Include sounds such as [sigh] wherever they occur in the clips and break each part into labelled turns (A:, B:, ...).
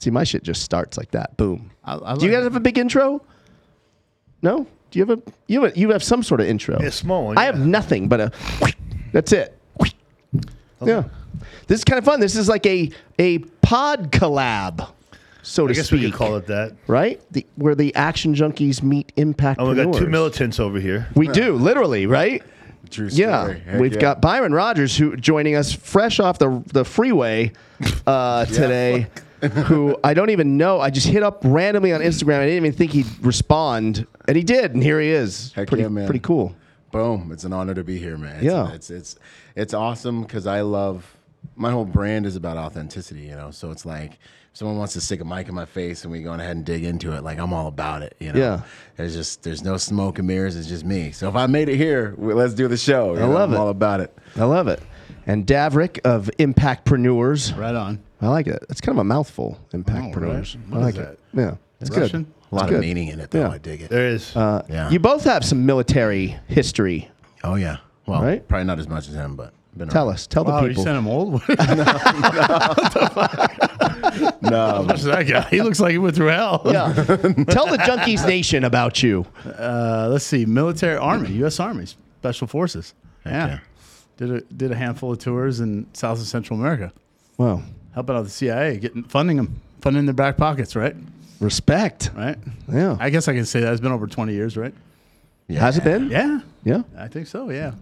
A: See, my shit just starts like that. Boom.
B: Oh. I- I
A: Do you
B: like-
A: guys have a big intro? No. Do you have a you have a, you have some sort of intro?
C: A small one,
A: I have
C: yeah.
A: nothing but a. That's it. Yeah. This is kind of fun. This is like a a pod collab, so
C: I
A: to
C: guess
A: speak.
C: we could call it that.
A: right. The, where the action junkies meet impact.
C: Oh, we got two militants over here.
A: We do literally right.
D: True story.
A: Yeah,
D: Heck
A: we've
D: yeah.
A: got Byron Rogers who joining us fresh off the the freeway
D: [laughs]
A: uh, today. who I don't even know. I just hit up randomly on Instagram. I didn't even think he'd respond, and he did. And here he is.
D: Heck
A: pretty,
D: yeah, man.
A: pretty cool.
D: Boom! It's an honor to be here, man. It's,
A: Yeah.
D: it's it's it's awesome because I love my whole brand is about authenticity, you know. So it's like if someone wants to stick a mic in my face and we go on ahead and dig into it, like I'm all about it, you know.
A: Yeah.
D: There's just there's no smoke and mirrors. It's just me. So if I made it here, we, let's do the show. I
A: love
D: I'm
A: it.
D: All about it.
A: I love it. And Davrick of Impactpreneurs.
B: Right on.
A: I like it. It's kind of a mouthful.
D: Oh,
A: Impactpreneurs.
B: right.
A: I
B: What
A: like
B: is
A: it. Yeah, it's
B: Russian?
A: good.
D: A lot
A: good.
D: of meaning in it, though.
A: Yeah.
D: I dig it.
C: There
A: Uh,
C: is.
D: yeah.
A: You both have some military history.
D: oh yeah. Well,
A: Right?
D: probably not as much as him, but been
A: Tell
D: around.
A: us. Tell
B: Wow,
A: the
B: you
A: people.
B: sent him
C: [laughs]
B: old. What's
D: No,
B: that guy? He looks like he went through hell.
D: [laughs]
A: yeah. Tell the Junkies Nation about you.
B: Uh, let's see, military, army, U.S. Army, Special Forces. yeah,
D: yeah.
B: did a did a handful of tours in South and Central America,
A: Wow.
B: helping out the CIA, getting funding them, funding their back pockets. Right,
A: Respect.
B: right.
A: Yeah.
B: I guess I can say that. It's been over twenty years, right?
A: Has it been?
B: Yeah,
A: Yeah.
B: I think so. Yeah,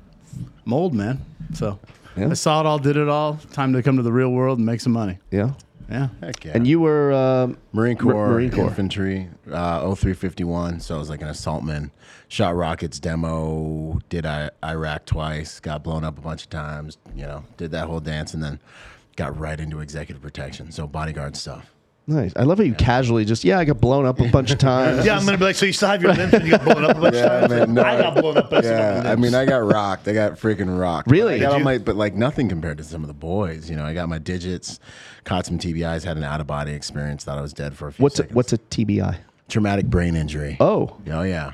B: I'm old man. So
A: Yeah.
B: I saw it all, did it all. Time to come to the real world and make some money.
A: Yeah.
B: Yeah,
D: Heck yeah.
A: And you were um,
D: Marine Corps,
A: Marine Corps.
D: Infantry, uh, 0351. So I was like an assaultman. Shot rockets demo, did I, Iraq twice, got blown up a bunch of times, you know, did that whole dance, and then got right into executive protection. So bodyguard stuff.
A: nice. I love how you casually just yeah. I got blown up a bunch [laughs] of times.
C: yeah, I'm gonna be like, so you still have your limbs and you got blown up a
D: [laughs]
C: bunch of times. I got blown up. By
D: yeah, I mean, I got rocked. I got freaking rocked.
A: Really?
D: I got
A: Did
D: all
A: you?
D: my, but like nothing compared to some of the boys. You know, I got my digits, caught some TBIs, had an out of body experience, thought I was dead for a few
A: What's a,
D: seconds.
A: what's a TBI?
D: traumatic brain injury?
A: Oh.
D: Oh yeah.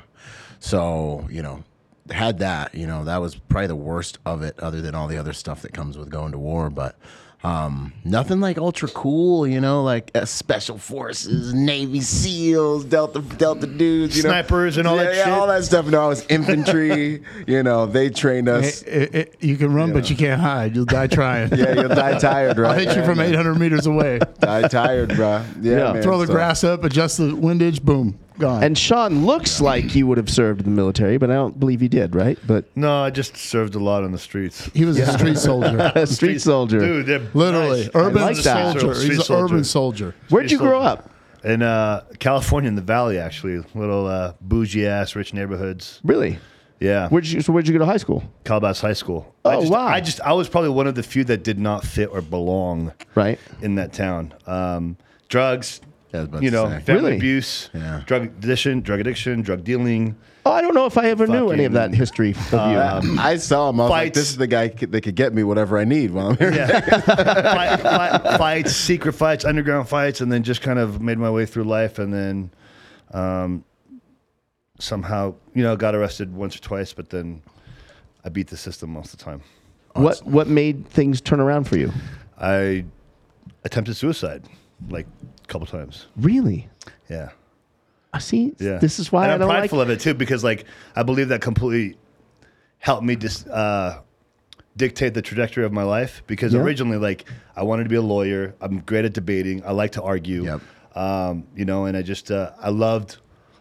D: So, you know, had that, you know, that was probably the worst of it other than all the other stuff that comes with going to war, but um, nothing like ultra cool, you know, like uh, special forces, Navy SEALs, Delta Delta dudes, you know,
C: Snipers and all
D: yeah,
C: that
D: yeah,
C: shit.
D: all that stuff. No, I was infantry. [laughs] you know, they trained us.
B: It- it- you can run, but you can't hide. You'll die trying.
D: [laughs] Yeah, you'll die tired,
B: I'll
D: right?
B: hit you
D: Yeah,
B: from
D: man.
B: 800 meters away.
D: Die tired, bruh. Yeah,
A: Yeah.
D: man,
B: Throw the
D: so-
B: grass up, adjust the windage, boom, gone.
A: And Sean looks like you would have served in the military, but I don't believe you did, right? [laughs] But
C: No, I just served a lot on the streets.
B: he was a street soldier.
A: a street soldier.
C: Dude, they're
B: Literally,
C: nice.
B: urban
C: I love the
A: that.
B: soldier.
C: street
B: He's an urban soldier.
A: Where'd you grow up?
C: In uh, California, in the Valley, actually, little uh, bougie ass rich neighborhoods.
A: Really?
C: Yeah,
A: Where'd you so where'd you go to high school?
C: Calabas High School.
A: Oh,
C: I just,
A: wow.
C: I just I was probably one of the few that did not fit or belong
A: Right.
C: in that town. Um, drugs,
D: Yeah, I was about
C: you
D: to
C: know,
D: say.
C: family
A: Really?
C: abuse,
D: Yeah.
C: drug addiction, drug addiction, drug dealing.
A: Oh, I don't know if I ever knew any of that
C: Fucking-
A: history of you.
D: um, I saw him. I was like,
C: Fights.
D: this is the guy c- that could get me whatever I need while I'm here.
C: Yeah, fight, fight, fights, secret fights, underground fights, and then just kind of made my way through life, and then um, somehow you know got arrested once or twice, but then I beat the system most of the time.
A: what what made things turn around for you?
C: I attempted suicide like a couple times.
A: Really?
C: Yeah.
A: I see.
C: Yeah.
A: This is why
C: and
A: I
C: I'm
A: don't like.
C: prideful of it too, because like I believe that completely helped me just uh, dictate the trajectory of my life. Because
A: Yeah.
C: originally, like I wanted to be a lawyer. I'm great at debating. I like to argue.
D: Yep.
C: Um, you know, and I just uh, I loved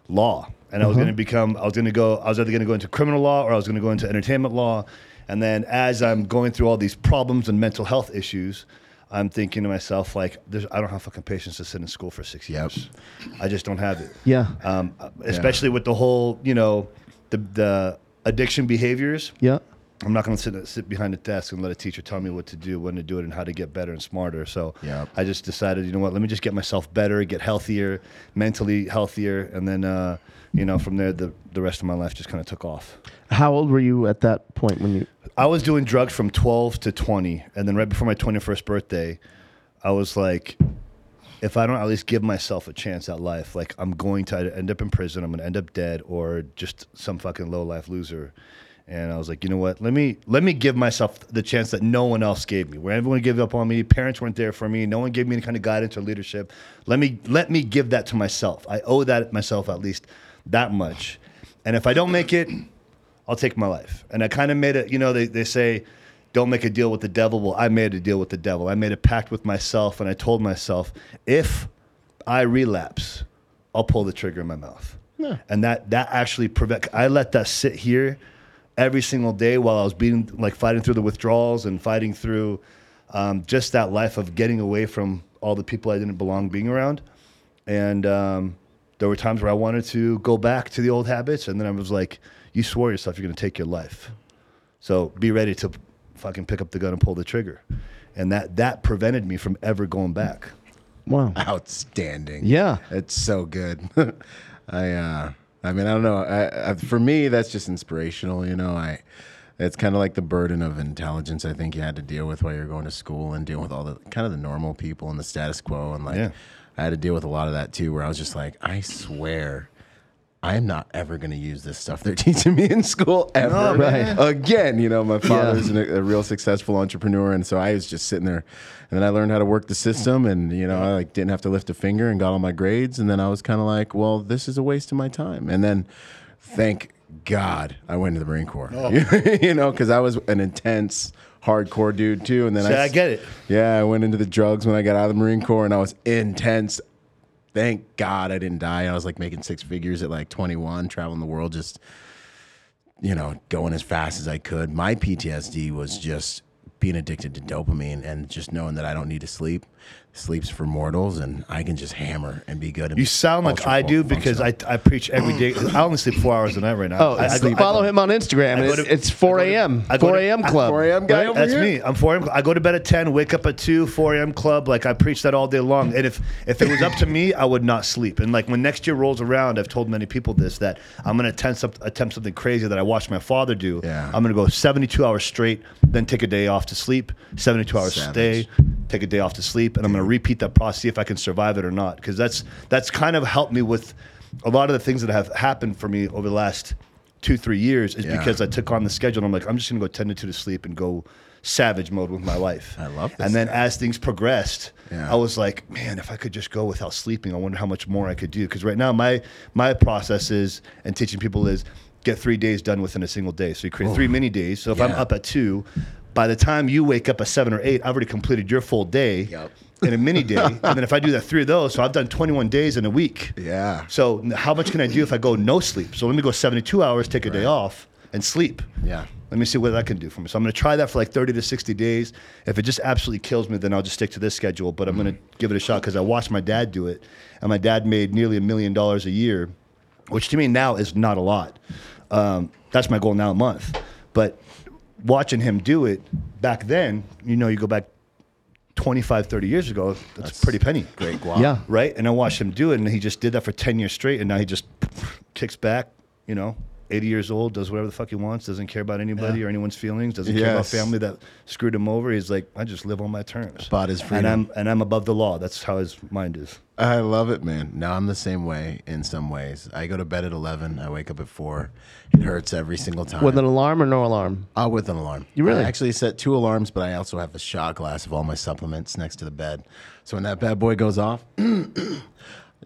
C: law, and I
A: Uh-huh.
C: was going to become. I was going to go. I was either going to go into criminal law or I was going to go into entertainment law. And then as I'm going through all these problems and mental health issues. I'm thinking to myself, like, there's, I don't have fucking patience to sit in school for six
D: Yep.
C: years. I just don't have it
A: Yeah.
C: um, especially with the whole you know the the addiction behaviors.
A: yeah.
C: I'm not going to sit sit behind a desk and let a teacher tell me what to do, when to do it, and how to get better and smarter. So
D: Yep.
C: I just decided, you know what? Let me just get myself better, get healthier, mentally healthier, and then uh, you know from there the the rest of my life just kind of took off.
A: How old were you at that point when you?
C: I was doing drugs from 12 to 20, and then right before my 21st birthday, I was like, if I don't at least give myself a chance at life, like I'm going to either end up in prison, I'm going to end up dead, or just some fucking low life loser. And I was like, you know what? Let me let me give myself the chance that no one else gave me. Where everyone gave up on me, parents weren't there for me, no one gave me any kind of guidance or leadership. Let me let me give that to myself. I owe that myself at least that much. And if I don't make it, I'll take my life. And I kind of made it, you know, they, they say, don't make a deal with the devil. Well, I made a deal with the devil. I made a pact with myself and I told myself, if I relapse, I'll pull the trigger in my mouth. And that that actually prevent I let that sit here every single day while I was beating like fighting through the withdrawals and fighting through um, just that life of getting away from all the people I didn't belong being around. And um, there were times where I wanted to go back to the old habits, and then I was like, "You swore yourself you're going to take your life, so be ready to fucking pick up the gun and pull the trigger." And that that prevented me from ever going back.
A: Wow.
D: [laughs] Outstanding.
A: Yeah.
D: [laughs] It's so good. I uh I mean, I don't know. I, I, for me, that's just inspirational, you know. I it's kind of like the burden of intelligence I think you had to deal with while you're going to school and dealing with all the kind of the normal people and the status quo and like
C: Yeah.
D: I had to deal with a lot of that too where I was just like, I swear I'm not ever going to use this stuff they're [laughs] teaching me in school ever
A: man.
D: again. You know, my father's an, a real successful entrepreneur, and so I was just sitting there. And then I learned how to work the system, and you know, I like didn't have to lift a finger and got all my grades. And then I was kind of like, well, this is a waste of my time. And then, thank God, I went to the Marine Corps. [laughs] you know, because I was an intense. Hardcore dude too, and then
C: See,
D: I,
C: I get it.
D: Yeah, I went into the drugs when I got out of the Marine Corps, and I was intense thank God I didn't die. I was like making six figures at like 21, traveling the world, just, you know, going as fast as I could. My PTSD was just being addicted to dopamine and just knowing that I don't need to sleep. Sleep's for mortals, and I can just hammer and be good. And
C: You sound like
D: ultra
C: I do
D: functional.
C: because I, I preach every day. I only sleep four hours a night right now.
A: Oh,
C: I, I go- I
A: follow
C: go-
A: him on Instagram.
C: I go
A: It's,
C: to-
A: it's 4
C: I go to-
A: a.m.
C: I go
A: 4
C: to-
A: a.m.
C: I-
A: club.
D: 4 a.m. guy over
C: That's
D: here.
C: me. I'm 4 a.m. I go to bed at 10, wake up at 2, 4 a.m. club. Like I preach that all day long. And if if it was up to me, I would not sleep. And like when next year rolls around, I've told many people this that I'm gonna attempt, some, attempt something crazy that I watched my father do.
D: Yeah.
C: I'm gonna go 72 hours straight, then take a day off to sleep. 72 hours
D: Savage.
C: stay, take a day off to sleep, and I'm gonna repeat that process, see if I can survive it or not. Because that's that's kind of helped me with a lot of the things that have happened for me over the last two three years is
D: Yeah.
C: because I took on the schedule and I'm like, I'm just gonna go 10 to 2 to sleep and go savage mode with my life.
D: I love this
C: And then as things progressed,
D: Yeah.
C: I was like, man, if I could just go without sleeping, I wonder how much more I could do. Because right now my my process is and teaching people is get three days done within a single day. So you create three mini days. So if I'm
D: Yeah.
C: up at two, by the time you wake up at seven or eight, I've already completed your full day
D: Yup.
C: in a
D: [laughs]
C: mini day. and then if I do that three of those, so I've done 21 days in a week.
D: Yeah.
C: So n- how much can I do if I go no sleep? So let me go 72 hours, take a day off, and sleep.
D: Yeah.
C: Let me see what that can do for me. So I'm going to try that for like 30 to 60 days. If it just absolutely kills me, then I'll just stick to this schedule. But I'm going to
D: Mm-hmm.
C: give it a shot because I watched my dad do it, and my dad made nearly a million dollars a year, which to me now is not a lot. Um, that's my goal now a month. But watching him do it back then, you know, you go back 25, 30 years ago, that's, a pretty penny. Great guap.
A: Yeah.
C: Right? And I watched him do it, and he just did that for 10 years straight, and now he just kicks back, you know, 80 years old, does whatever the fuck he wants, doesn't care about anybody or anyone's feelings, doesn't care about
D: Yes.
C: family that screwed him over. He's like, I just live on my terms.
D: Bought his
C: And
D: freedom.
C: I'm, and I'm above the law. That's how his mind is.
D: I love it, man. No, I'm the same way in some ways. I go to bed at 11, I wake up at 4. It hurts every single time.
A: With an alarm or no alarm?
D: Uh, with an alarm.
A: You really?
D: I actually set two alarms, but I also have a shot glass of all my supplements next to the bed. So when that bad boy goes off, [clears throat]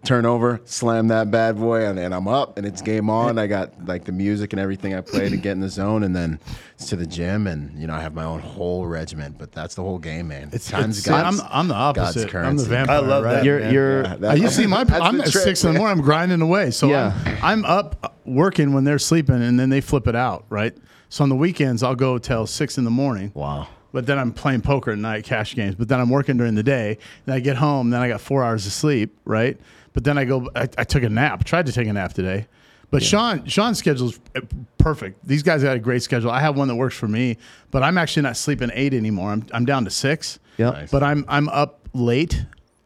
D: turn over, slam that bad boy, and, and I'm up, and it's game on. I got like the music and everything I play to get in the zone, and then it's to the gym, and you know I have my own whole regiment. But that's the whole game, man.
B: It's,
D: time's
B: it's-
D: God's-
B: I'm, I'm the
D: God's
B: opposite. I'm the
D: currency.
B: vampire.
C: I love
B: right?
C: that.
A: You're,
C: man.
A: you're,
D: Yeah,
B: Uh,
D: [laughs] that-
B: you see, my
D: that's
B: I'm
D: the
B: at
D: trick,
B: six in the
D: man.
B: morning. I'm grinding away, so
A: Yeah.
B: I'm, I'm up working when they're sleeping, and then they flip it out, right? So on the weekends, I'll go till six in the morning.
D: Wow.
B: But then I'm playing poker at night, cash games. But then I'm working during the day. Then I get home. Then I got four hours of sleep, right? But then I go. I, I took a nap. Tried to take a nap today. But Sean, Sean's schedule's uh, perfect. These guys got a great schedule. I have one that works for me, but I'm actually not sleeping eight anymore. I'm, I'm down to six.
A: Yeah.
D: Nice.
B: But I'm I'm up late.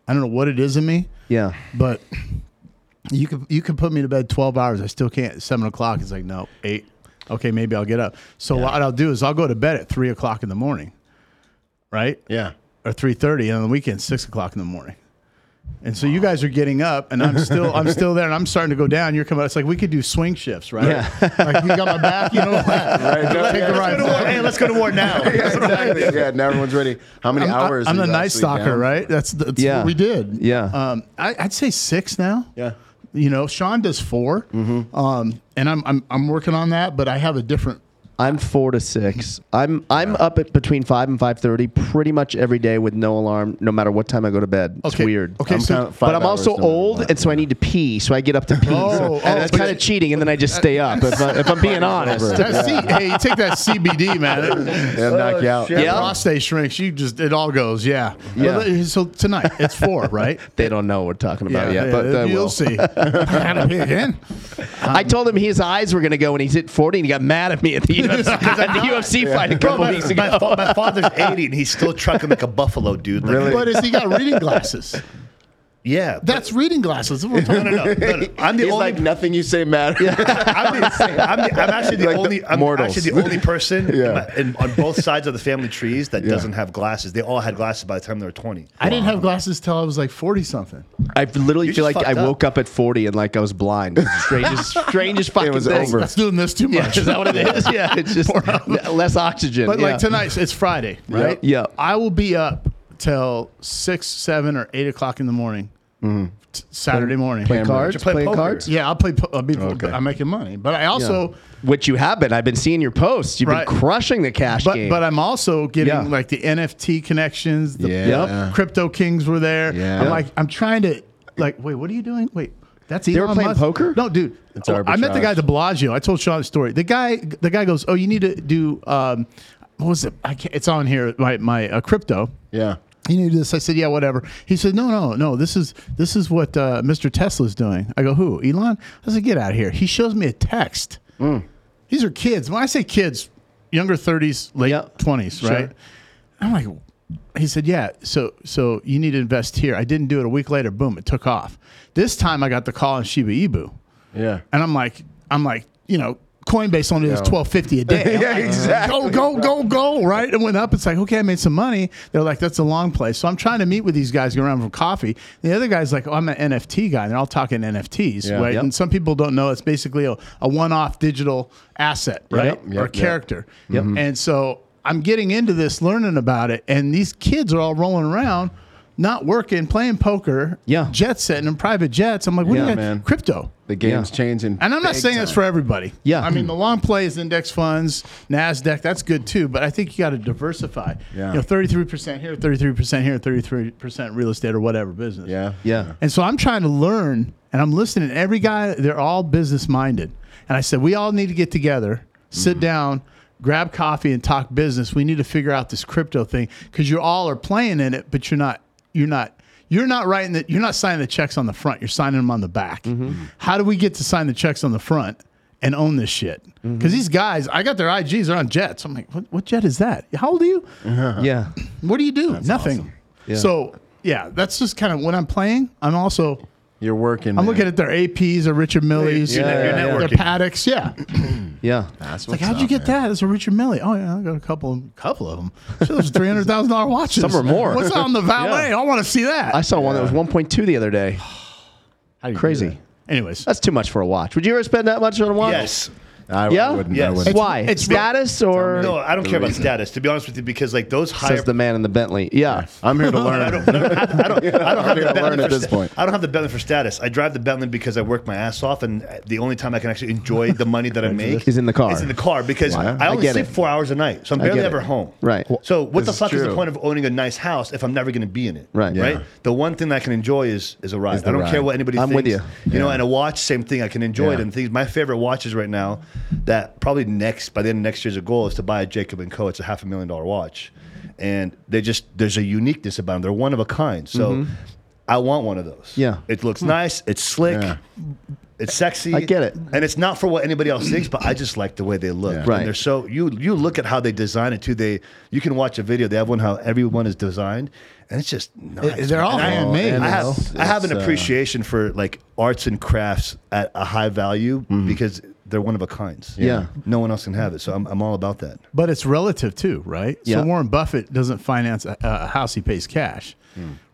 B: I don't know what it is in me
A: yeah.
B: but you could you could put me to bed twelve hours. I still can't. Seven o'clock. It's like no eight. Okay, maybe I'll get up. So what I'll do is I'll go to bed at three o'clock in the morning, right,
D: yeah.
B: or three thirty, and on the weekend six o'clock in the morning. And so you guys are getting up, and I'm still I'm still there, and I'm starting to go down. You're coming. up. It's like we could do swing shifts, right?
A: Yeah.
B: like you got my back, you know.
C: [laughs]
B: Like, Take the
C: Let's
B: ride.
C: go to war. Hey, let's go to war now. [laughs]
D: [laughs] yeah, exactly. Yeah, now everyone's ready. How many
B: I'm,
D: hours?
B: I'm
D: are
B: the
D: you
B: night
D: actually
B: stalker,
D: down?
B: right? That's, that's
A: Yeah.
B: what we did.
A: Yeah.
B: Um, I, I'd say six now.
C: Yeah.
B: You know, Sean does 4
A: Mm-hmm.
B: Um, and I'm, I'm I'm working on that, but I have a different.
A: I'm four to six. I'm I'm up at between five and five thirty pretty much every day with no alarm, no matter what time I go to bed. It's
B: Okay.
A: weird.
B: Okay.
D: I'm
B: so,
D: count- five
A: But I'm
D: hours
A: also
D: no matter
A: old,
D: what.
A: and so I need to pee. So I get up to pee.
B: Oh,
A: so,
B: oh,
A: and that's
B: but
A: kind of cheating, and then I just stay up. If, I, if I'm being honest,
B: that C- hey, you take that
A: [laughs]
B: CBD, man.
D: They'll knock you out.
C: shit.
B: That
A: Yeah.
B: prostate shrinks. You just it all goes. Yeah.
A: Yeah.
B: Well, So tonight
A: [laughs]
B: it's four, right?
A: they don't know what we're talking about yet. But they
B: you'll
A: will.
B: see. Gotta pee again.
A: I told him his eyes were going to go when he's hit forty, and he got mad at
B: [laughs]
A: me at the UFC, at the [laughs] UFC fight a couple weeks ago.
C: My, fa- my father's 80 and he's still trucking like a buffalo, dude. Like,
D: Really?
B: But is he got reading glasses?
C: Yeah.
B: That's reading glasses. We're talking
C: no, no, no, no, no. I'm the
D: He's
C: only.
D: like nothing you say matters.
C: [laughs] I'm, the, I'm, the, I'm actually the
D: Like the
C: only. I'm
D: mortals.
C: actually the only person
D: Yeah.
C: in my- in, on both sides of the family trees that doesn't have glasses. They all had glasses by the time they were 20.
B: I didn't have glasses till I was like forty something.
A: I literally
C: You
A: feel
C: just
A: like I
C: fucked up.
A: woke up at forty and like I was blind. Strangest, [laughs] strangest fucking
D: was
A: thing.
D: over.
B: [laughs] That's doing this too
A: Yeah,
B: much.
A: is that what it is? [laughs] Yeah, [laughs] it's
B: [laughs]
A: just less oxygen.
B: But
A: yeah.
B: like tonight, it's Friday, right?
A: Yeah.
B: I will be up till six, seven, or eight o'clock in the morning, t- Saturday morning.
A: Playing
D: Camera.
A: Mm-hmm. cards,
C: Play
A: playing
C: poker.
A: cards,
B: Yeah, I'll play. po- I'll be,
D: Okay.
B: I'm making money, but I also,
A: which you have been. I've been seeing your posts. You've
B: Right.
A: been crushing the cash
B: but
A: game.
B: but I'm also getting
A: Yeah.
B: like the NFT connections. The
D: Yeah.
B: Crypto Kings were there.
D: Yeah.
B: I'm like, I'm trying to like, wait, what are you doing? Wait, that's Elon
A: were playing
B: Musk?
A: poker?
B: No, dude.
D: It's
B: Oh, I met the
D: arbitrage.
B: guy at the Bellagio. I told Sean the story. The guy, the guy goes, oh, you need to do. Um, what was it? I can't, it's on here. My my uh, crypto.
D: Yeah.
B: you need to do this. I said, yeah, whatever. He said, no, no, no. This is this is what uh, Mr. Tesla's doing. I go, who? Elon? I said, get out of here. He shows me a text. These are kids. When I say kids, younger thirties, late
A: Yeah.
B: twenties,
A: Sure.
B: right? I'm like, he said, yeah. So so you need to invest here. I didn't do it. A week later, boom, it took off. This time, I got the call on Shiba Inu,
D: Yeah.
B: and I'm like, I'm like, you know. Coinbase only does
D: [laughs]
B: twelve fifty a day. I'm
D: Yeah,
B: like,
D: exactly.
B: Go, go, go, go, right? It went up. It's like, okay, I made some money. They're like, that's a long play. So I'm trying to meet with these guys, go around for coffee. The other guy's like, oh, I'm an NFT guy. And they're all talking NFTs,
D: Yeah.
B: right?
A: Yep.
B: And some people don't know it's basically a, a one off digital asset, right?
D: Yep,
B: or
D: yep.
B: character. Mm-hmm. And so I'm getting into this, learning about it. And these kids are all rolling around. Not working, playing poker,
A: Yeah.
B: jet setting in private jets. I'm like, what
D: Yeah,
B: do you
D: man.
B: got? Crypto.
D: The game's changing.
B: And I'm not
D: big
B: saying that's
D: time.
B: for everybody.
A: Yeah.
B: I mean, the long plays, index funds, NASDAQ, that's good too, but I think you got to diversify.
D: Yeah.
B: You know, 33% here, 33% here, 33% real estate or whatever business.
D: Yeah.
A: yeah,
B: And so I'm trying to learn and I'm listening. Every guy, they're all business minded. And I said, we all need to get together,
A: Mm-hmm.
B: sit down, grab coffee and talk business. We need to figure out this crypto thing because you all are playing in it, but you're not, you're not, you're not writing that, you're not signing the checks on the front, you're signing them on the back.
A: Mm-hmm.
B: How do we get to sign the checks on the front? And own this shit because
A: Mm-hmm.
B: these guys, I got their IGs. They're on jets. I'm like, what, what jet is that? How old are you?
A: yeah.
B: What do you do? Nothing.
A: Yeah.
B: So yeah, that's just kind of when I'm playing. I'm also
D: You're working.
B: I'm looking at their APs or Richard Millys,
C: you're
A: net- you're
B: their
C: networking.
B: paddocks. Yeah,
A: yeah.
D: That's
B: like how'd you get that? It's a Richard Millie. Oh yeah, I got a couple, couple of them. Those three hundred thousand dollar watches.
A: Some are more.
B: What's
A: [laughs]
B: on the valet? I want to see that.
A: I saw one that was 1.2 the other day. Crazy.
B: Anyways,
A: That's too much for a watch. Would you ever spend that much on a watch?
C: Yes.
D: I
A: Yeah.
D: wouldn't. I
C: Yes.
D: wouldn't.
A: Why?
B: It's-
A: status or
C: No, I don't care about status. To be honest with you, because like those higher
A: says the man in the Bentley. Yeah.
D: I'm here to
C: I
D: learn.
C: don't, I don't, I
D: [laughs]
C: don't, I don't have
D: Yeah,
C: the Bentley
D: learn at
C: for
D: this
C: sta-
D: point.
C: I don't have the Bentley for status. I drive the Bentley because I work my ass off, and the only time I can actually enjoy the money that I make
A: Is in the car.
C: It's in the car because I only
A: get
C: sleep
A: it.
C: four hours a night, so I'm barely
A: get
C: ever
A: it.
C: home.
A: Right.
C: So what
D: This is
C: the fuck is the
D: true.
C: point of owning a nice house if I'm never going to be in it?
A: Right. Yeah.
C: Right. The one thing that I can enjoy is is a ride.
D: the
C: I don't care
D: ride.
C: what anybody.
A: I'm with
C: thinks.
A: you.
C: know, and a watch, same thing. I can enjoy it
D: Yeah.
C: and things. My favorite watches right now, that probably next by the end of next year's a goal is to buy a Jacob and Co. It's a half a million dollar watch, and they just there's a uniqueness about them. They're one of a kind. So. I want one of those.
A: Yeah.
C: It looks nice. It's slick.
D: Yeah.
C: It's sexy.
A: I get it.
C: And it's not for what anybody else thinks, but I just like the way they look.
D: Yeah.
A: Right.
C: And they're so you you look at how they design it too. They you can watch a video. They have one how everyone is designed, and it's just nice.
B: they're all
C: man. And I-
B: handmade.
C: I, have
D: It's-
C: I have an
D: it's, uh,
C: appreciation for like arts and crafts at a high value because they're one of a kind.
A: Yeah.
C: No one else can have it. So I'm I'm all about that.
B: but it's relative too, right?
A: Yeah.
B: So Warren Buffett doesn't finance a, a house; he pays cash.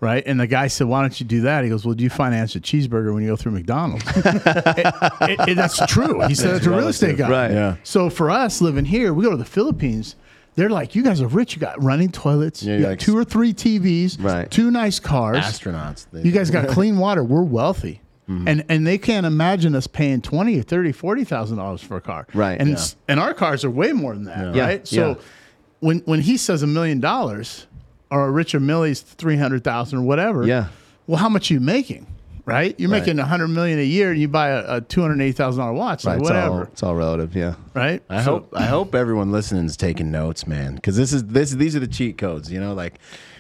B: right? And the guy said, "Why don't you do that?" He goes, "Well, do you finance a cheeseburger when you go through McDonald's?" [laughs] It- it- that's true. He said it's a real estate guy.
A: Right.
D: Yeah.
B: So for us living here, we go to the Philippines. They're like, "You guys are rich. You got running toilets.
D: Yeah,
B: you got
D: like-
B: two or three TVs.
A: Right.
B: Two nice cars.
D: Astronauts. They-
B: You guys got clean water. We're wealthy.
A: Mm-hmm.
B: And and they can't imagine us paying twenty or thirty, forty thousand dollars for a car.
A: Right.
B: And
A: Yeah.
B: s- and our cars are way more than that.
A: Yeah.
B: Right. So
A: Yeah.
B: when when he says a million dollars or a Richard Millie's three hundred thousand or whatever,
A: Yeah.
B: Well, how much are you making? Right? You're making a hundred million a year and you buy a, a two hundred and eighty thousand dollar watch,
A: Right,
B: like
A: it's all
B: whatever.
A: it's all relative. Yeah.
B: Right?
D: I
B: So-
D: hope I hope everyone listening is taking notes, man, because this is this these are the cheat codes, you know, like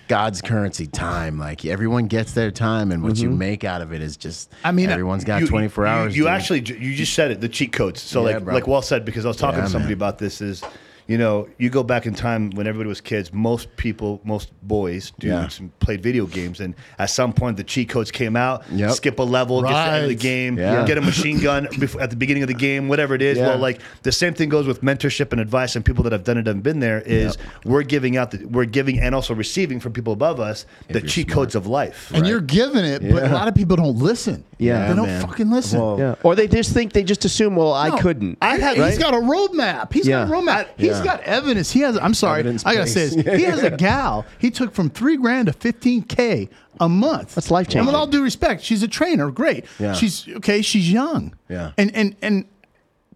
D: God's currency, time. Like everyone gets their time, and what you make out of it is just.
B: I mean,
D: everyone's got
C: You-
D: 24
C: you-
D: hours.
C: You
D: dude.
C: actually, ju- you just said it. The cheat codes. So
D: Yeah,
C: like,
D: bro.
C: like well said because I was talking
D: Yeah,
C: to somebody
D: man.
C: about this. Is you know, you go back in time when everybody was kids. Most people, most boys, dudes,
D: Yeah.
C: played video games, and at some point the cheat codes came out.
D: Yep.
C: Skip a level, get to the end of the
B: Right.
C: game,
D: Yeah.
C: get a machine gun [laughs] before, at the beginning of the game, whatever it is.
D: Yeah.
C: Well, like the same thing goes with mentorship and advice, and people that have done it and been there. Is we're giving out, the, we're giving and also receiving from people above us the
D: you're
C: cheat
D: smart.
C: codes of life.
B: and you're giving it, but a lot of people don't listen.
A: Yeah.
B: They don't
D: man.
B: fucking listen.
D: Well,
A: Yeah. Or they just think they just assume, well, I
B: No,
A: couldn't.
B: I had. He's
A: Right?
B: got a roadmap. He's got a
A: Yeah.
B: roadmap. He's
D: Yeah.
B: got evidence. He has. I'm sorry.
D: Evidence
B: I gotta say
D: based. [laughs]
B: this. He has a gal. He took from three grand to fifteen k a month.
A: That's life-changing.
B: And with all due respect, she's a trainer. Great.
D: Yeah.
B: She's okay. She's young.
D: Yeah.
B: And and and.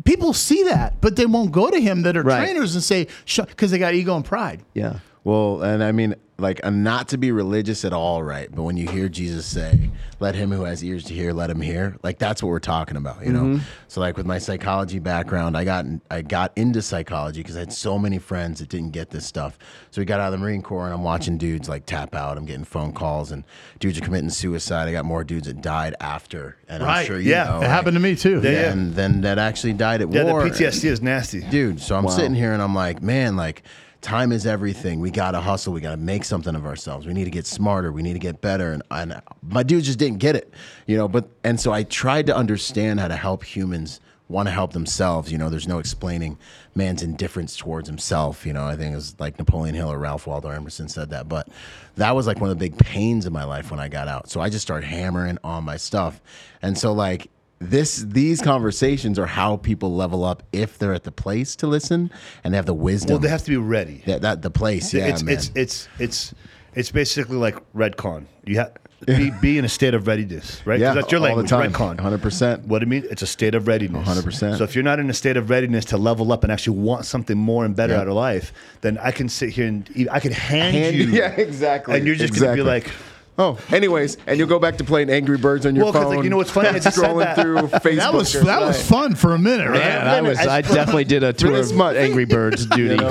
B: People see that, but they won't go to him that are
A: Right.
B: trainers and say, because they got ego and pride.
A: yeah.
D: Well, and I mean, like, uh, not to be religious at all, right? But when you hear Jesus say, "Let him who has ears to hear, let him hear," like that's what we're talking about, you know. So, like, with my psychology background, I got I got into psychology because I had so many friends that didn't get this stuff. So we got out of the Marine Corps, and I'm watching dudes like tap out. I'm getting phone calls, and dudes are committing suicide. I got more dudes that died after, and I'm
B: Right.
D: sure you
C: Yeah.
D: know,
C: It
B: It
D: right?
B: happened to me too.
C: Yeah.
D: and then that actually died at
C: Yeah, the
D: war.
C: PTSD is nasty.
D: dude. So I'm sitting here and I'm like, man, like time is everything. We gotta hustle. We gotta make something of ourselves. We need to get smarter. We need to get better. And, and my dude just didn't get it, you know. But and so I tried to understand how to help humans want to help themselves. You know, there's no explaining man's indifference towards himself. You know, I think it was like Napoleon Hill or Ralph Waldo Emerson said that. But that was like one of the big pains in my life when I got out. So I just started hammering on my stuff. And so like this these conversations are how people level up if they're at the place to listen and they have the wisdom.
C: Well, they have to be ready.
D: that, that the place, yeah,
C: it's,
D: man.
C: it's it's it's it's basically like redcon. You have be, be in a state of readiness, right? 'Cause
D: yeah,
C: that's your
D: all
C: language,
D: the time,
C: redcon.
D: hundred percent.
C: What I mean, it's a state of readiness.
D: 100%.
C: So if you're not in a state of readiness to level up and actually want something more and better
D: Yeah.
C: out of life, then I can sit here and e- I can hand,
D: Hand-
C: you,
D: [laughs] yeah, exactly,
C: and you're just
D: exactly.
C: gonna be like,
D: Oh, anyways, and you'll go back to playing Angry Birds on your
C: well, because
D: phone.
C: like you know what's funny? I just said
D: scrolling
C: that.
D: through Facebook.
B: That was
D: or
B: that was
D: something.
B: fun for a minute, right?
A: Man, I was. I definitely did a tour
D: this
A: of
D: month.
A: Angry Birds duty. [laughs]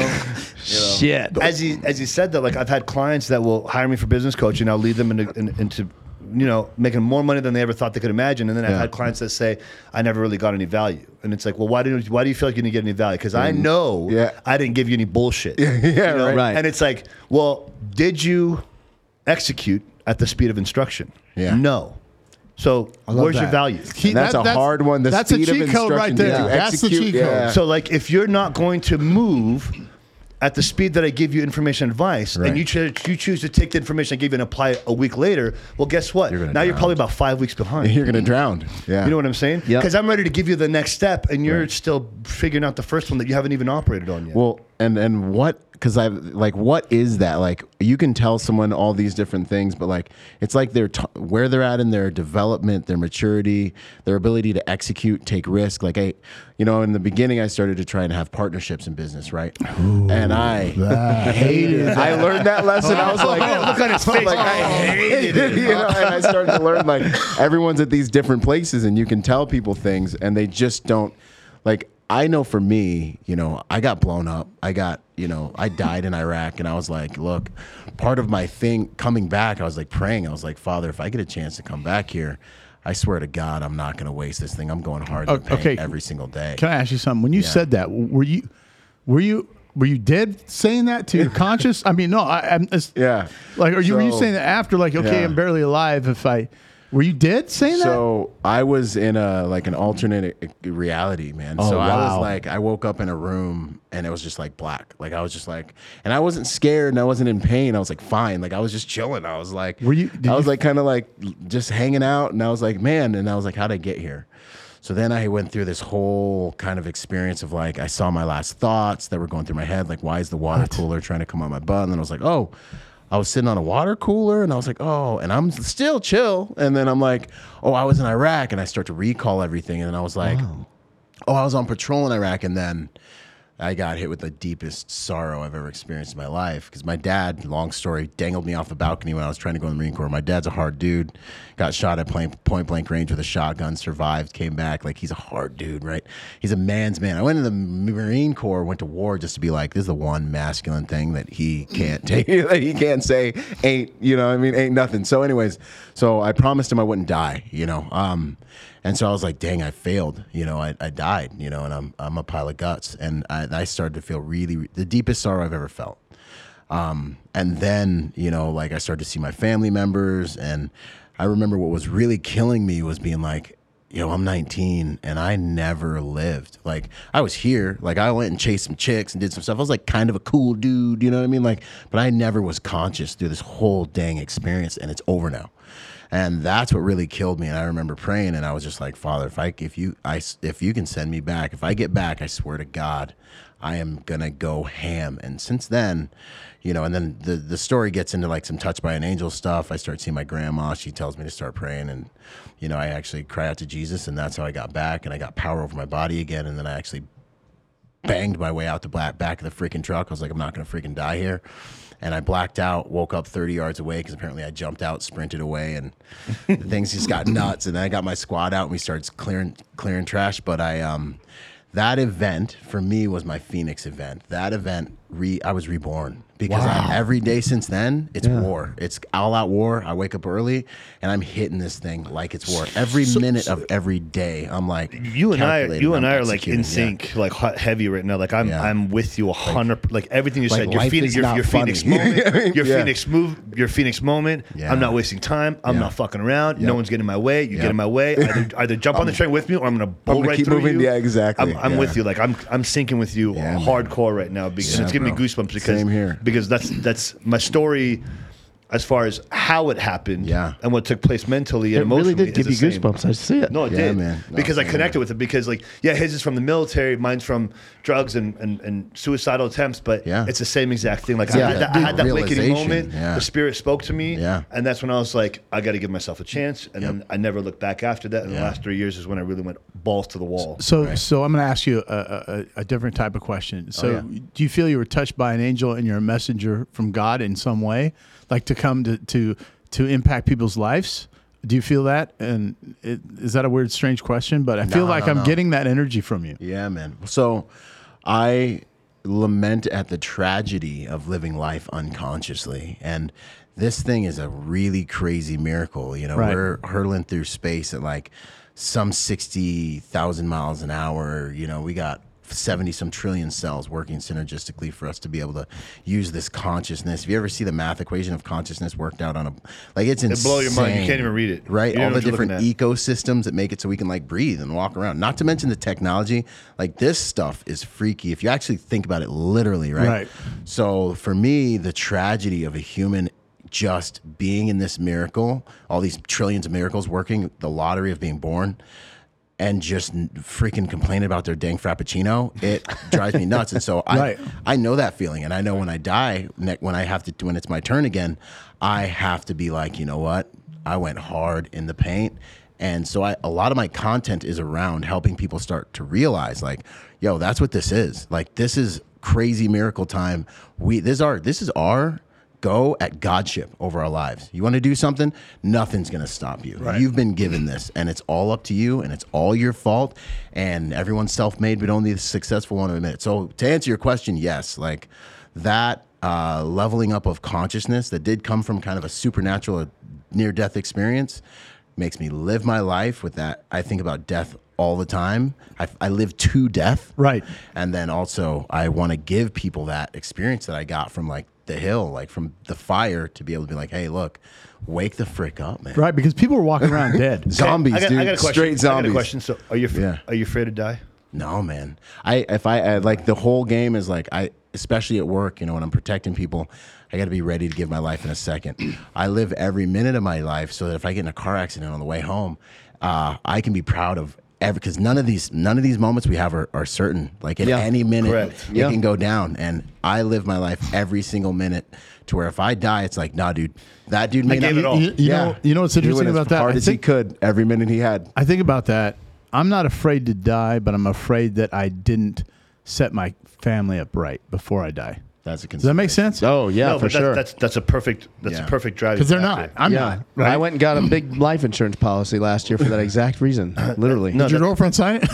A: Shit.
C: as you as you said that, like I've had clients that will hire me for business coaching. I'll lead them into in, into you know making more money than they ever thought they could imagine. And then I've
D: Yeah.
C: had clients that say, "I never really got any value." And it's like, well, why didn't why do you feel like you didn't get any value? Because I know
D: yeah.
C: I didn't give you any bullshit. yeah,
A: right. Right.
C: And it's like, well, did you execute at the speed of instruction?
D: Yeah.
C: No. So where's your
B: that. [laughs]
C: value?
B: He-
D: And that's a hard one. The
B: that's
D: speed
B: a
D: of
B: cheat code right
D: instruction. Did
B: there.
D: you
B: That's the
D: execute?
B: cheat code.
D: Yeah.
C: So like if you're not going to move at the speed that I give you information and advice,
D: Right.
C: and you cho- you choose to take the information I give you and apply it a week later, well, guess what? Now
D: gonna
C: you're
D: drown.
C: probably about five weeks behind.
D: [laughs] You're gonna drown. Yeah,
C: You know what I'm saying?
A: Yep.
C: Because I'm ready to give you the next step, and you're still figuring out the first one that you haven't even operated on yet.
D: Well, and and what? Because I like, what is that? Like, you can tell someone all these different things, but like, it's like they're t- where they're at in their development, their maturity, their ability to execute, take risk. Like, I, you know, in the beginning, I started to try and have partnerships in business, right? and I hated. it. [laughs] I learned that lesson.
C: [laughs]
D: I was like,
C: Look on his face.
D: [laughs]
C: Oh,
D: Like, I hated it. [laughs] you know, and I started to learn like everyone's at these different places, and you can tell people things, and they just don't like. I know for me, you know, I got blown up. I got, you know, I died in Iraq, and I was like, look, part of my thing coming back, I was like praying. I was like, Father, if I get a chance to come back here, I swear to God, I'm not going to waste this thing. I'm going hard in the paint
B: okay.
D: every single day.
B: Can I ask you something? When you said that, were you, were you, were you dead saying
D: [laughs]
B: that to your conscious? I mean, no, I, I'm. It's,
D: Yeah.
B: Like, are you were you
D: So-
B: saying that after? Like, okay,
D: Yeah.
B: I'm barely alive. If I, Were you dead saying
D: So I was in a like an alternate i- reality, man. so I
B: Oh, wow.
D: was like, I woke up in a room and it was just like black. Like I was just like, and I wasn't scared and I wasn't in pain. I was like fine. Like I was just chilling. I was like,
B: Were you- did
D: I was
B: you-
D: like kind of like just hanging out, and I was like, man. And I was like, how'd I get here? So then I went through this whole kind of experience of like I saw my last thoughts that were going through my head, like why is the water cooler trying to come on my butt? And then I was like, oh, I was sitting on a water cooler and I was like, oh, and I'm still chill. And then I'm like, oh, I was in Iraq, and I start to recall everything. And then I was like, oh, I was on patrol in Iraq, and then I got hit with the deepest sorrow I've ever experienced in my life because my dad, long story, dangled me off a balcony when I was trying to go in the Marine Corps. My dad's a hard dude, got shot at plain, point blank range with a shotgun, survived, came back. Like he's a hard dude, right? He's a man's man. I went to the Marine Corps, went to war just to be like, this is the one masculine thing that he can't [laughs] take, that he can't say ain't, you know, what I mean, ain't nothing. So, anyways, so I promised him I wouldn't die, you know. Um, and so I was like, dang, I failed. You know, I, I died, you know, and I'm, I'm a pile of guts. And I, I started to feel really the deepest sorrow I've ever felt. Um, and then, you know, like I started to see my family members. And I remember what was really killing me was being like, yo, I'm 19 and I never lived. Like, I was here. Like, I went and chased some chicks and did some stuff. I was like kind of a cool dude, you know what I mean? Like, but I never was conscious through this whole dang experience. And it's over now and that's what really killed me and i remember praying and i was just like father if i if you i s- if you can send me back if i get back i swear to god i am gonna go ham and since then you know and then the the story gets into like some touched by an angel stuff i start seeing my grandma she tells me to start praying and you know i actually cry out to jesus and that's how i got back and i got power over my body again and then i actually banged my way out the black back of the freaking truck. I was like, I'm not gonna freaking die here. And I blacked out, woke up 30 yards away because apparently I jumped out, sprinted away, and
E: [laughs]
D: things just got nuts. And then I got my squad out and we started clearing clearing trash. But I um that event for me was my Phoenix event. That event re I was reborn because I- every day since then it's war. It's all out war. I wake up early and I'm hitting this thing like it's war. Every minute of every day, I'm like
E: you and I,
D: calculating,
E: you and
D: I'm
E: I are like in
D: executing. Yeah.
E: sync, like hot, heavy right now. Like I'm,
D: Yeah.
E: I'm with you a hundred. Like, everything you
D: Like,
E: said, your
D: life
E: Phoenix,
D: is
E: your,
D: not
E: your Phoenix
D: funny. [laughs]
E: moment,
D: You know what I mean?
E: your
D: Yeah.
E: Phoenix move, your Phoenix moment.
D: Yeah.
E: I'm not wasting time. I'm
D: Yeah.
E: not fucking around.
D: Yeah. Um,
E: No one's getting in my way. You get in my
D: [laughs]
E: way. Either, either jump on the train with me, or I'm gonna bull
D: gonna
E: right
D: keep
E: through
D: moving.
E: you.
D: Yeah, exactly.
E: I'm, I'm with
D: Yeah.
E: you. Like I'm, I'm syncing with you
D: Yeah, man.
E: hardcore right now because and
D: Yeah,
E: it's giving me
D: bro.
E: goosebumps because
D: Same here.
E: because that's that's my story. As far as how it happened
D: Yeah.
E: and what took place mentally
A: It
E: and emotionally,
A: really did give you
E: is the same.
A: goosebumps. I see it.
E: No, it
D: Yeah,
E: did,
D: man. No,
E: because I
D: same
E: connected with it. Because like, yeah, his is from the military, mine's from drugs and, and, and suicidal attempts. But
D: Yeah.
E: it's the same exact thing. Like
D: Yeah,
E: I had that,
D: that
E: I had that awakening
D: realization,
E: moment.
D: yeah.
E: The spirit spoke to me,
D: Yeah.
E: and that's when I was like, I got to give myself a chance. And then I never looked back after that. And the
D: Yeah.
E: last three years is when I really went balls to the wall.
B: that? So, so I'm going to ask you a, a, a- a different type of
D: Oh,
B: question. So, do you feel you were touched by an angel and you're a messenger from God in some way, like to come to to to impact people's lives? Do you feel that? And it, is that a weird, strange question? But I feel
D: No,
B: like
D: no,
B: I'm
D: no.
B: getting that energy from you.
D: Yeah, man. So I lament at the tragedy of living life unconsciously. And this thing is a really crazy miracle. You know,
B: Right.
D: we're hurtling through space at like some 60,000 miles an hour. You know, we got 70 some trillion cells working synergistically for us to be able to use this consciousness. If you ever see the math equation of consciousness worked out on a, like it's insane.
E: blow your mind. You can't even read it.
D: Right?
E: You don't
D: All
E: know
D: the
E: what you're
D: different
E: looking at.
D: ecosystems that make it so we can like breathe and walk around. Not to mention the technology. Like this stuff is freaky if you actually think about it literally, right?
B: Right.
D: So for me, the tragedy of a human just being in this miracle, all these trillions of miracles working, the lottery of being born, and just n- freaking complain about their dang frappuccino, it
B: [laughs]
D: drives me nuts. And so I,
B: Right.
D: I know that feeling, and I know when I die, ne- when I have to, when it's my turn again, I have to be like, you know what? I went hard in the paint, and so I, a lot of my content is around helping people start to realize, like, yo, that's what this is. Like, this is crazy miracle time. We this is our this is our go at godship over our lives. You want to do something? Nothing's going to stop you. You've been given this and it's all up to you and it's all your fault and everyone's self-made but only the successful want to admit it. So to answer your question, yes, like that uh, leveling up of consciousness that did come from kind of a supernatural near-death experience makes me live my life with that. I think about death all the time. I, I live to death.
B: Right.
D: And then also, I want to give people that experience that I got from like the hill, like from the fire, to be able to be like, hey, look, wake the frick up, man.
B: right? Because people were walking
D: [laughs]
B: around dead.
D: Zombies,
C: I got,
D: dude.
C: I got a question.
D: Straight
C: I got
D: zombies.
C: a question. So, are you af-
D: Yeah.
C: are you afraid to die?
D: No, man. I if I, I like the whole game is like I especially at work, you know, when I'm protecting people, I got to be ready to give my life in a second. I live every minute of my life so that if I get in a car accident on the way home, uh, I can be proud of every because none of these none of these moments we have are, are certain. Like at
A: Yeah.
D: any minute
C: Correct.
D: it
A: Yeah.
D: can go down, and I live my life every single minute to where if I die, it's like, nah, dude, that dude may
C: gave
D: not-
C: it all.
B: You, you know, you know what's
D: He went
B: interesting
D: as
B: about that?
D: Hard
B: I
D: as he
B: think,
D: could every minute he had.
B: I think about that. I'm not afraid to die, but I'm afraid that I didn't set my family up right before I die.
D: That's a concern.
B: Does that make sense?
A: Oh yeah,
C: no,
A: for
C: but that,
A: sure.
C: that's that's a perfect that's
D: Yeah.
C: a perfect driving.
B: Because they're not.
C: factor.
B: I'm
A: yeah,
B: not. Right?
A: I went and got a big life insurance policy last year for that exact reason. Literally.
B: Did your girlfriend sign it?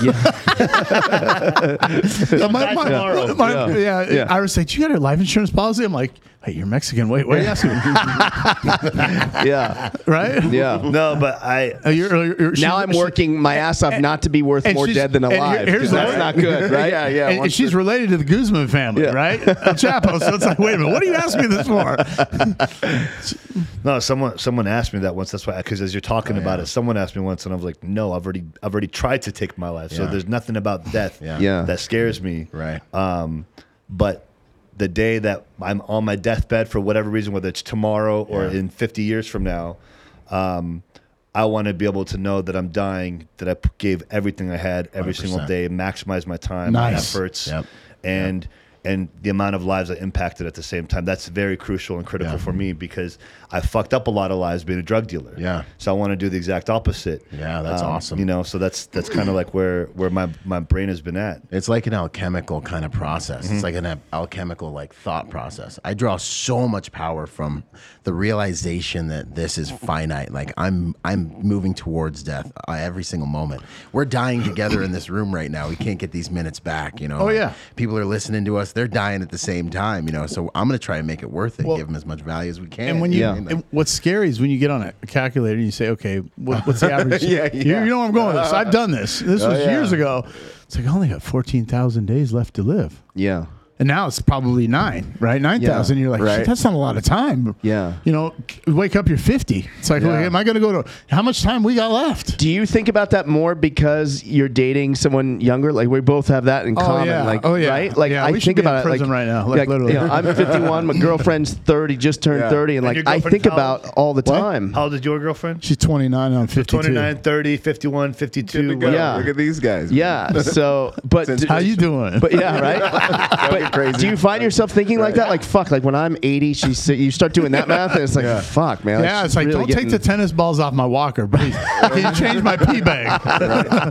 B: Yeah. [laughs] my, my,
C: tomorrow.
B: my- yeah.
A: Yeah.
B: Iris like, "Do you got a life insurance policy?" I'm like, "Hey, you're Mexican. Wait, why are you asking?" me?"
A: yeah,
B: [laughs]
A: [laughs]
B: right?
C: [laughs]
A: yeah.
C: No, but
B: [laughs]
C: I
B: Uh, you're- you're- you're- she-
A: Now I'm
B: she-
A: working my ass off not to be worth
B: and
A: more
B: she's-
A: dead than
B: and here-
A: alive.
B: here's
A: 'cause
B: the
A: that's
B: word.
A: not good, right? yeah, yeah.
B: and, and she's related to the Guzman family,
A: Yeah.
B: right? Uh, Chapo. So it's like, wait a minute, what are you asking me
A: [laughs]
B: this for?
C: No, someone someone asked me that once. That's why, because as you're talking
D: Oh,
C: about it, someone asked me once, and I was like, "No, I've already, I've already tried to take my life. So
D: Yeah.
C: there's nothing about death
D: Yeah.
A: Yeah.
C: that scares me.
D: Right.
C: Um, but the day that I'm on my deathbed for whatever reason, whether it's tomorrow or
D: Yeah.
C: in 50 years from now, um, I want to be able to know that I'm dying, that I p- gave everything I had every single
D: 100%.
C: day, maximize my time, my
B: Nice.
C: efforts,
D: Yep.
C: and and the amount of lives I impacted at the same time. That's very crucial and critical
D: Yeah.
C: for me because I fucked up a lot of lives being a drug dealer.
D: Yeah.
C: So I want to do the exact opposite. Um,
D: Yeah, that's awesome.
C: You know, so that's that's kind of like where where my my brain has been at.
D: It's like an alchemical kind of process.
B: Mm-hmm.
D: It's like an al- alchemical like thought process. I draw so much power from the realization that this is finite. Like I'm I'm moving towards death uh, every single moment. We're dying together in this room right now. We can't get these minutes back, you know.
B: Oh,
D: Like,
B: yeah.
D: People are listening to us. They're dying at the same time, you know. So I'm going to try and make it worth it. give them as much value as we can.
B: And when you,
A: Yeah.
B: and what's scary is when you get on a calculator and you say, okay, what, what's the
A: [laughs]
B: average?
D: Yeah,
B: You-
D: yeah.
B: You, know where I'm going with this. I've done this.
A: Oh,
B: This was
D: yeah.
B: years ago. It's like, I only got 14,000 days left to live.
A: yeah.
B: And now it's probably nine, right? 9,000. You're like,
A: right.
B: shit, that's not a lot of time.
A: Yeah.
B: You know, wake up, you're 50. It's like, okay, am I going to go to, how much time we got left?
A: Do you think about that more because you're dating someone younger? Like we both have that in common.
B: yeah.
A: Like
B: Oh, yeah.
A: right? Like
B: Yeah,
A: I
B: we should
A: think
B: be in
A: about it
B: prison
A: like
B: right now, like, literally.
A: yeah,
B: [laughs]
A: I'm 51. My girlfriend's 30, just turned
D: Yeah.
A: 30, and
C: And
A: like
C: your
A: I
C: girlfriend's
A: think
C: how old?
A: about all the time.
C: How old is your girlfriend?
B: She's 29 on 52.
C: 29, 30, 51, 52.
A: go. Yeah. Look at
D: these guys.
A: yeah. So, but
D: It's
A: d-
B: How [laughs] you doing?
A: But yeah, right. but
D: crazy.
A: do you find yourself thinking like that? Like fuck. Like when I'm 80, she's si- you start doing that math, and it's like fuck, man.
B: yeah,
A: she's
B: it's like,
A: really
B: don't
A: getting-
B: take the tennis balls off my walker, [laughs] please. Can you change my
A: [laughs]
B: pee bag?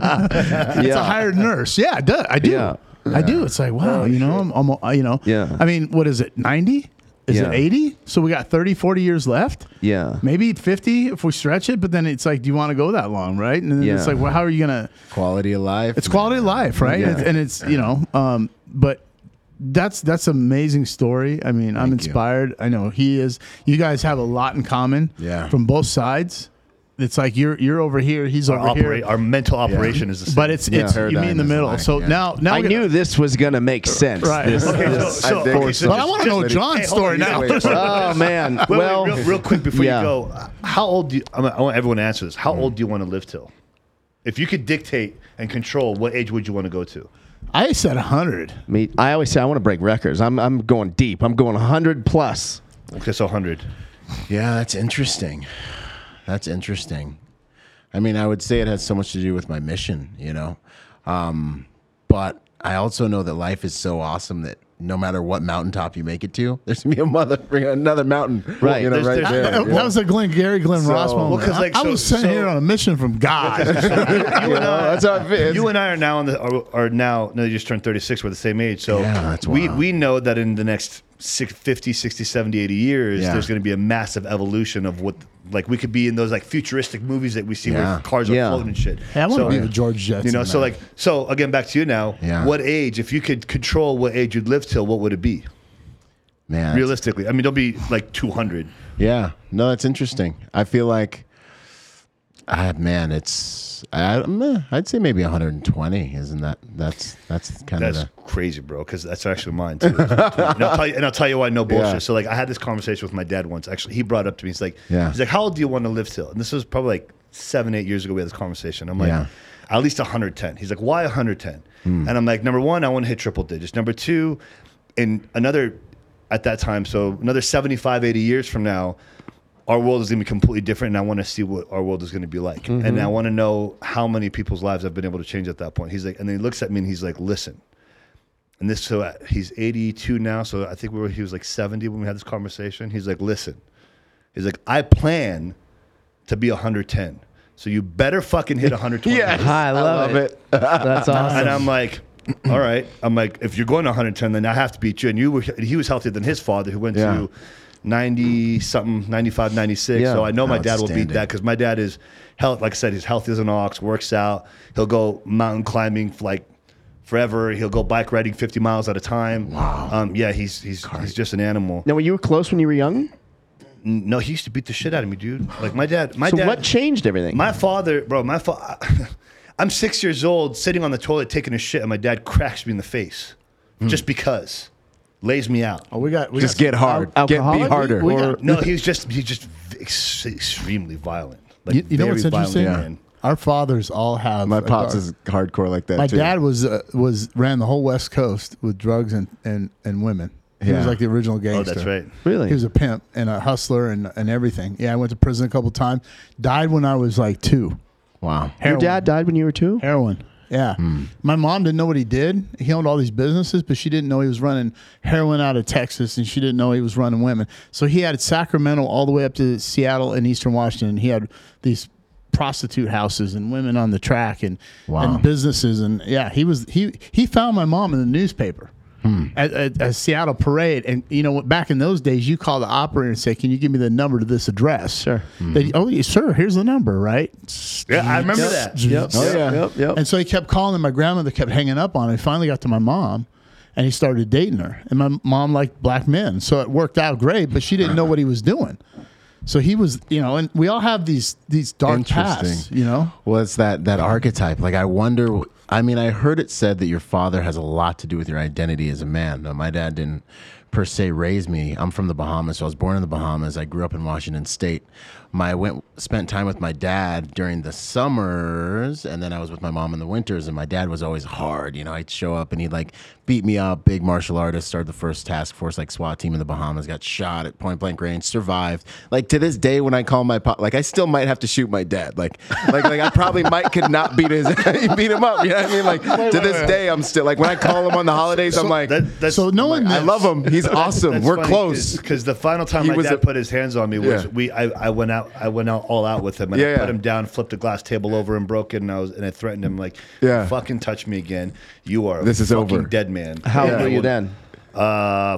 B: [laughs] It's a
A: Yeah.
B: hired nurse. Yeah, it does. I do.
A: Yeah. Oh,
B: I do. It's like, wow, you know, I'm, I'm, uh, you know,
A: Yeah.
B: I mean, what is it, 90? Is
A: Yeah.
B: it 80? So we got 30, 40 years left.
A: Yeah.
B: Maybe 50 if we stretch it, but then it's like, do you want to go that long, right? And then it's
A: Yeah.
B: like, well, how are you going to,
D: Quality of life.
B: it's quality of life, right?
A: Yeah.
B: It's- and it's, you know, um, but that's, that's an amazing story. I mean,
D: Thank
B: I'm
D: you.
B: inspired. I know he is. You guys have a lot in common
D: Yeah.
B: from both sides. It's like you're you're over here, he's
C: Our,
B: over
C: operate,
B: here,
C: our mental operation is the same. [laughs]
B: but it's it's you meet in
D: Paradigm
B: the
D: is
B: middle.
D: like,
B: So
D: yeah.
B: now now
A: I
B: we-
A: knew this was gonna make sense.
B: Right.
A: This-
B: Okay,
C: so-
A: this
C: so-
A: force-
C: okay, so
B: But I want to know John's story
D: Either
B: now.
C: [laughs]
D: way, it's fine.
A: oh man.
C: Wait, wait,
A: well,
C: real, real quick before
A: yeah. Mm-hmm.
C: you go, uh, how old do you, I, I want everyone to answer this. How old do you want to live till? If you could dictate and control, what age would you want to go to?
B: I said 100.
A: Me, I always say I want to break records. I'm, I'm going deep. I'm going 100 plus.
C: Okay, so 100.
D: Yeah, that's interesting. That's interesting. I mean, I would say it has so much to do with my mission, you know. Um, but I also know that life is so awesome that no matter what mountaintop you make it to, [laughs] there's gonna be a mother, another mountain,
A: Right.
D: You know,
C: There's-
D: right
C: [laughs] there's-
D: there.
B: That, that was a Glenn Gary Glenn
D: So-
B: Ross moment.
D: Well,
C: 'cause, like,
B: I, I
C: so-
B: was sent
C: so-
B: here on a mission
C: [laughs]
B: from God.
D: You know, [laughs] that's how it fits.
C: uh,
D: [laughs]
C: You and I are now in the, are, are now no, you just turned 36. We're the same age, so
D: Yeah, that's
C: we
D: wild.
C: we know that in the next six, 50, 60, 70, 80 years,
D: Yeah.
C: there's going to be a massive evolution of what like we could be in those like futuristic movies that we see
D: Yeah.
C: where cars are
A: Yeah.
C: floating and shit.
B: Hey, I wanna
C: So-
B: be with George Jetson,
C: You know, so
B: man.
C: like so again back to you now.
D: Yeah.
C: What age, if you could control what age you'd live till, what would it be?
D: Man, that's-
C: Realistically, I mean, don't be like 200.
D: Yeah, no, that's interesting. I feel like I, ah, man, it's I, meh, I'd say maybe 120. Isn't that that's that's kind of
C: That's
D: the,
C: crazy, bro. Because that's actually mine too. [laughs] and, I'll tell you, and I'll tell you why. No bullshit.
D: Yeah.
C: So like, I had this conversation with my dad once. Actually, he brought it up to me. He's like,
D: Yeah.
C: He's like, how old do you want to live till? And this was probably like seven, eight years ago. We had this conversation. I'm like,
D: Yeah. Hmm.
C: at least 110. He's like, why 110? And I'm like, number one, I want to hit triple digits. Number two, in another at that time, so another 75, 80 years from now. Our world is going to be completely different, and I want to see what our world is going to be like,
D: Mm-hmm.
C: and I want to know how many people's lives I've been able to change at that point. He's like, and then he looks at me and he's like, "Listen, and this, so uh, he's 82 now. So I think we were, he was like 70 when we had this conversation. He's like, listen, he's like, I plan to be 110. So you better fucking
A: [laughs]
C: hit 120.
A: I love, it. [laughs] That's awesome.
C: And I'm like, all right. I'm like, if you're going to 110, then I have to beat you. And you were, he was healthier than his father, who went
D: Yeah.
C: to 90 something, 95, 96.
A: Yeah.
C: So I know my dad will beat
D: Outstanding.
C: that because my dad is health. Like I said, he's healthy as an ox. Works out. He'll go mountain climbing for like forever. He'll go bike riding 50 miles at a time. Wow. Um, yeah, he's he's he's just an animal.
A: now, were you close when you were young?
C: No, he used to beat the shit out of me, dude. Like my dad. My
A: So
C: dad.
A: what changed everything?
C: My father, bro, my father. [laughs] I'm six years old, sitting on the toilet taking a shit, and my dad cracks me in the face, just because, lays me out.
B: Hmm. Oh, we got we
D: just
B: got,
D: get hard,
A: Al-
D: get be
A: alcoholic?
D: harder.
B: We- we
D: Or-
B: got- [laughs]
C: No, he's just he's just ex- extremely violent. Like
B: You, you know
C: very
B: what's interesting?
C: Violent, man.
B: Our fathers all have.
D: my
B: a
D: pops
B: dark-
D: is hardcore like that.
B: My
D: too.
B: dad was uh, was ran the whole West Coast with drugs and and and women. He was
D: Yeah.
B: like the original
C: Oh,
B: gangster.
C: that's right.
A: Really?
B: He was a pimp and a hustler and and everything. Yeah, I went to prison a couple times. Died when I was like two.
D: wow.
A: Your dad died when you were two?
B: Heroin. Yeah. My mom didn't know what he did. He owned all these businesses, but she didn't know he was running heroin out of Texas and she didn't know he was running women. So he had Sacramento all the way up to Seattle and Eastern Washington. He had these prostitute houses and women on the track and,
D: Wow.
B: and businesses and yeah, he was he he found my mom in the newspaper. At, at, at Seattle Parade, and you know, what? back in those days, you call the operator and say, "Can you give me the number to this address?" Sure. They, oh, yeah, sure. Here's the number, right?
C: Yeah, I remember that.
A: Yep.
D: Oh, yeah.
A: Yep. Yep.
B: And so he kept calling, and my grandmother kept hanging up on him. He finally got to my mom, and he started dating her. And my mom liked black men, so it worked out great. But she didn't know what he was doing. So he was, you know, and we all have these these dark pasts,
D: Interesting.
B: you know.
D: Well, it's that that archetype. Like I wonder. I mean, I heard it said that your father has a lot to do with your identity as a man. Now, my dad didn't per se raise me. I'm from the Bahamas, so I was born in the Bahamas. I grew up in Washington State. My I went spent time with my dad during the summers, and then I was with my mom in the winters. And my dad was always hard. You know, I'd show up and he'd like beat me up. Big martial artist, started the first task force like SWAT team in the Bahamas. Got shot at point blank range, survived. Like to this day, when I call my pop, like I still might have to shoot my dad. Like, like, like I probably might could not beat his [laughs] beat him up. You know what I mean? Like to this day, I'm still like when I call him on the holidays, I'm like,
C: That, that's
B: So no one,
D: I
B: this-
D: love him.
B: [laughs]
D: He's awesome. We're close.
C: because the final time
D: He
C: my
D: was
C: dad
D: a-
C: put his hands on me was
D: Yeah.
C: we. I, I went out. I went out all out with him, and I
D: Yeah,
C: put
D: yeah.
C: him down, flipped a glass table over, and broke it. And I was and I threatened him like,
D: Yeah.
C: fucking touch me again, you are a
D: This is
C: fucking
D: over."
C: dead man."
A: How old
C: Yeah.
A: were you then?
C: Uh,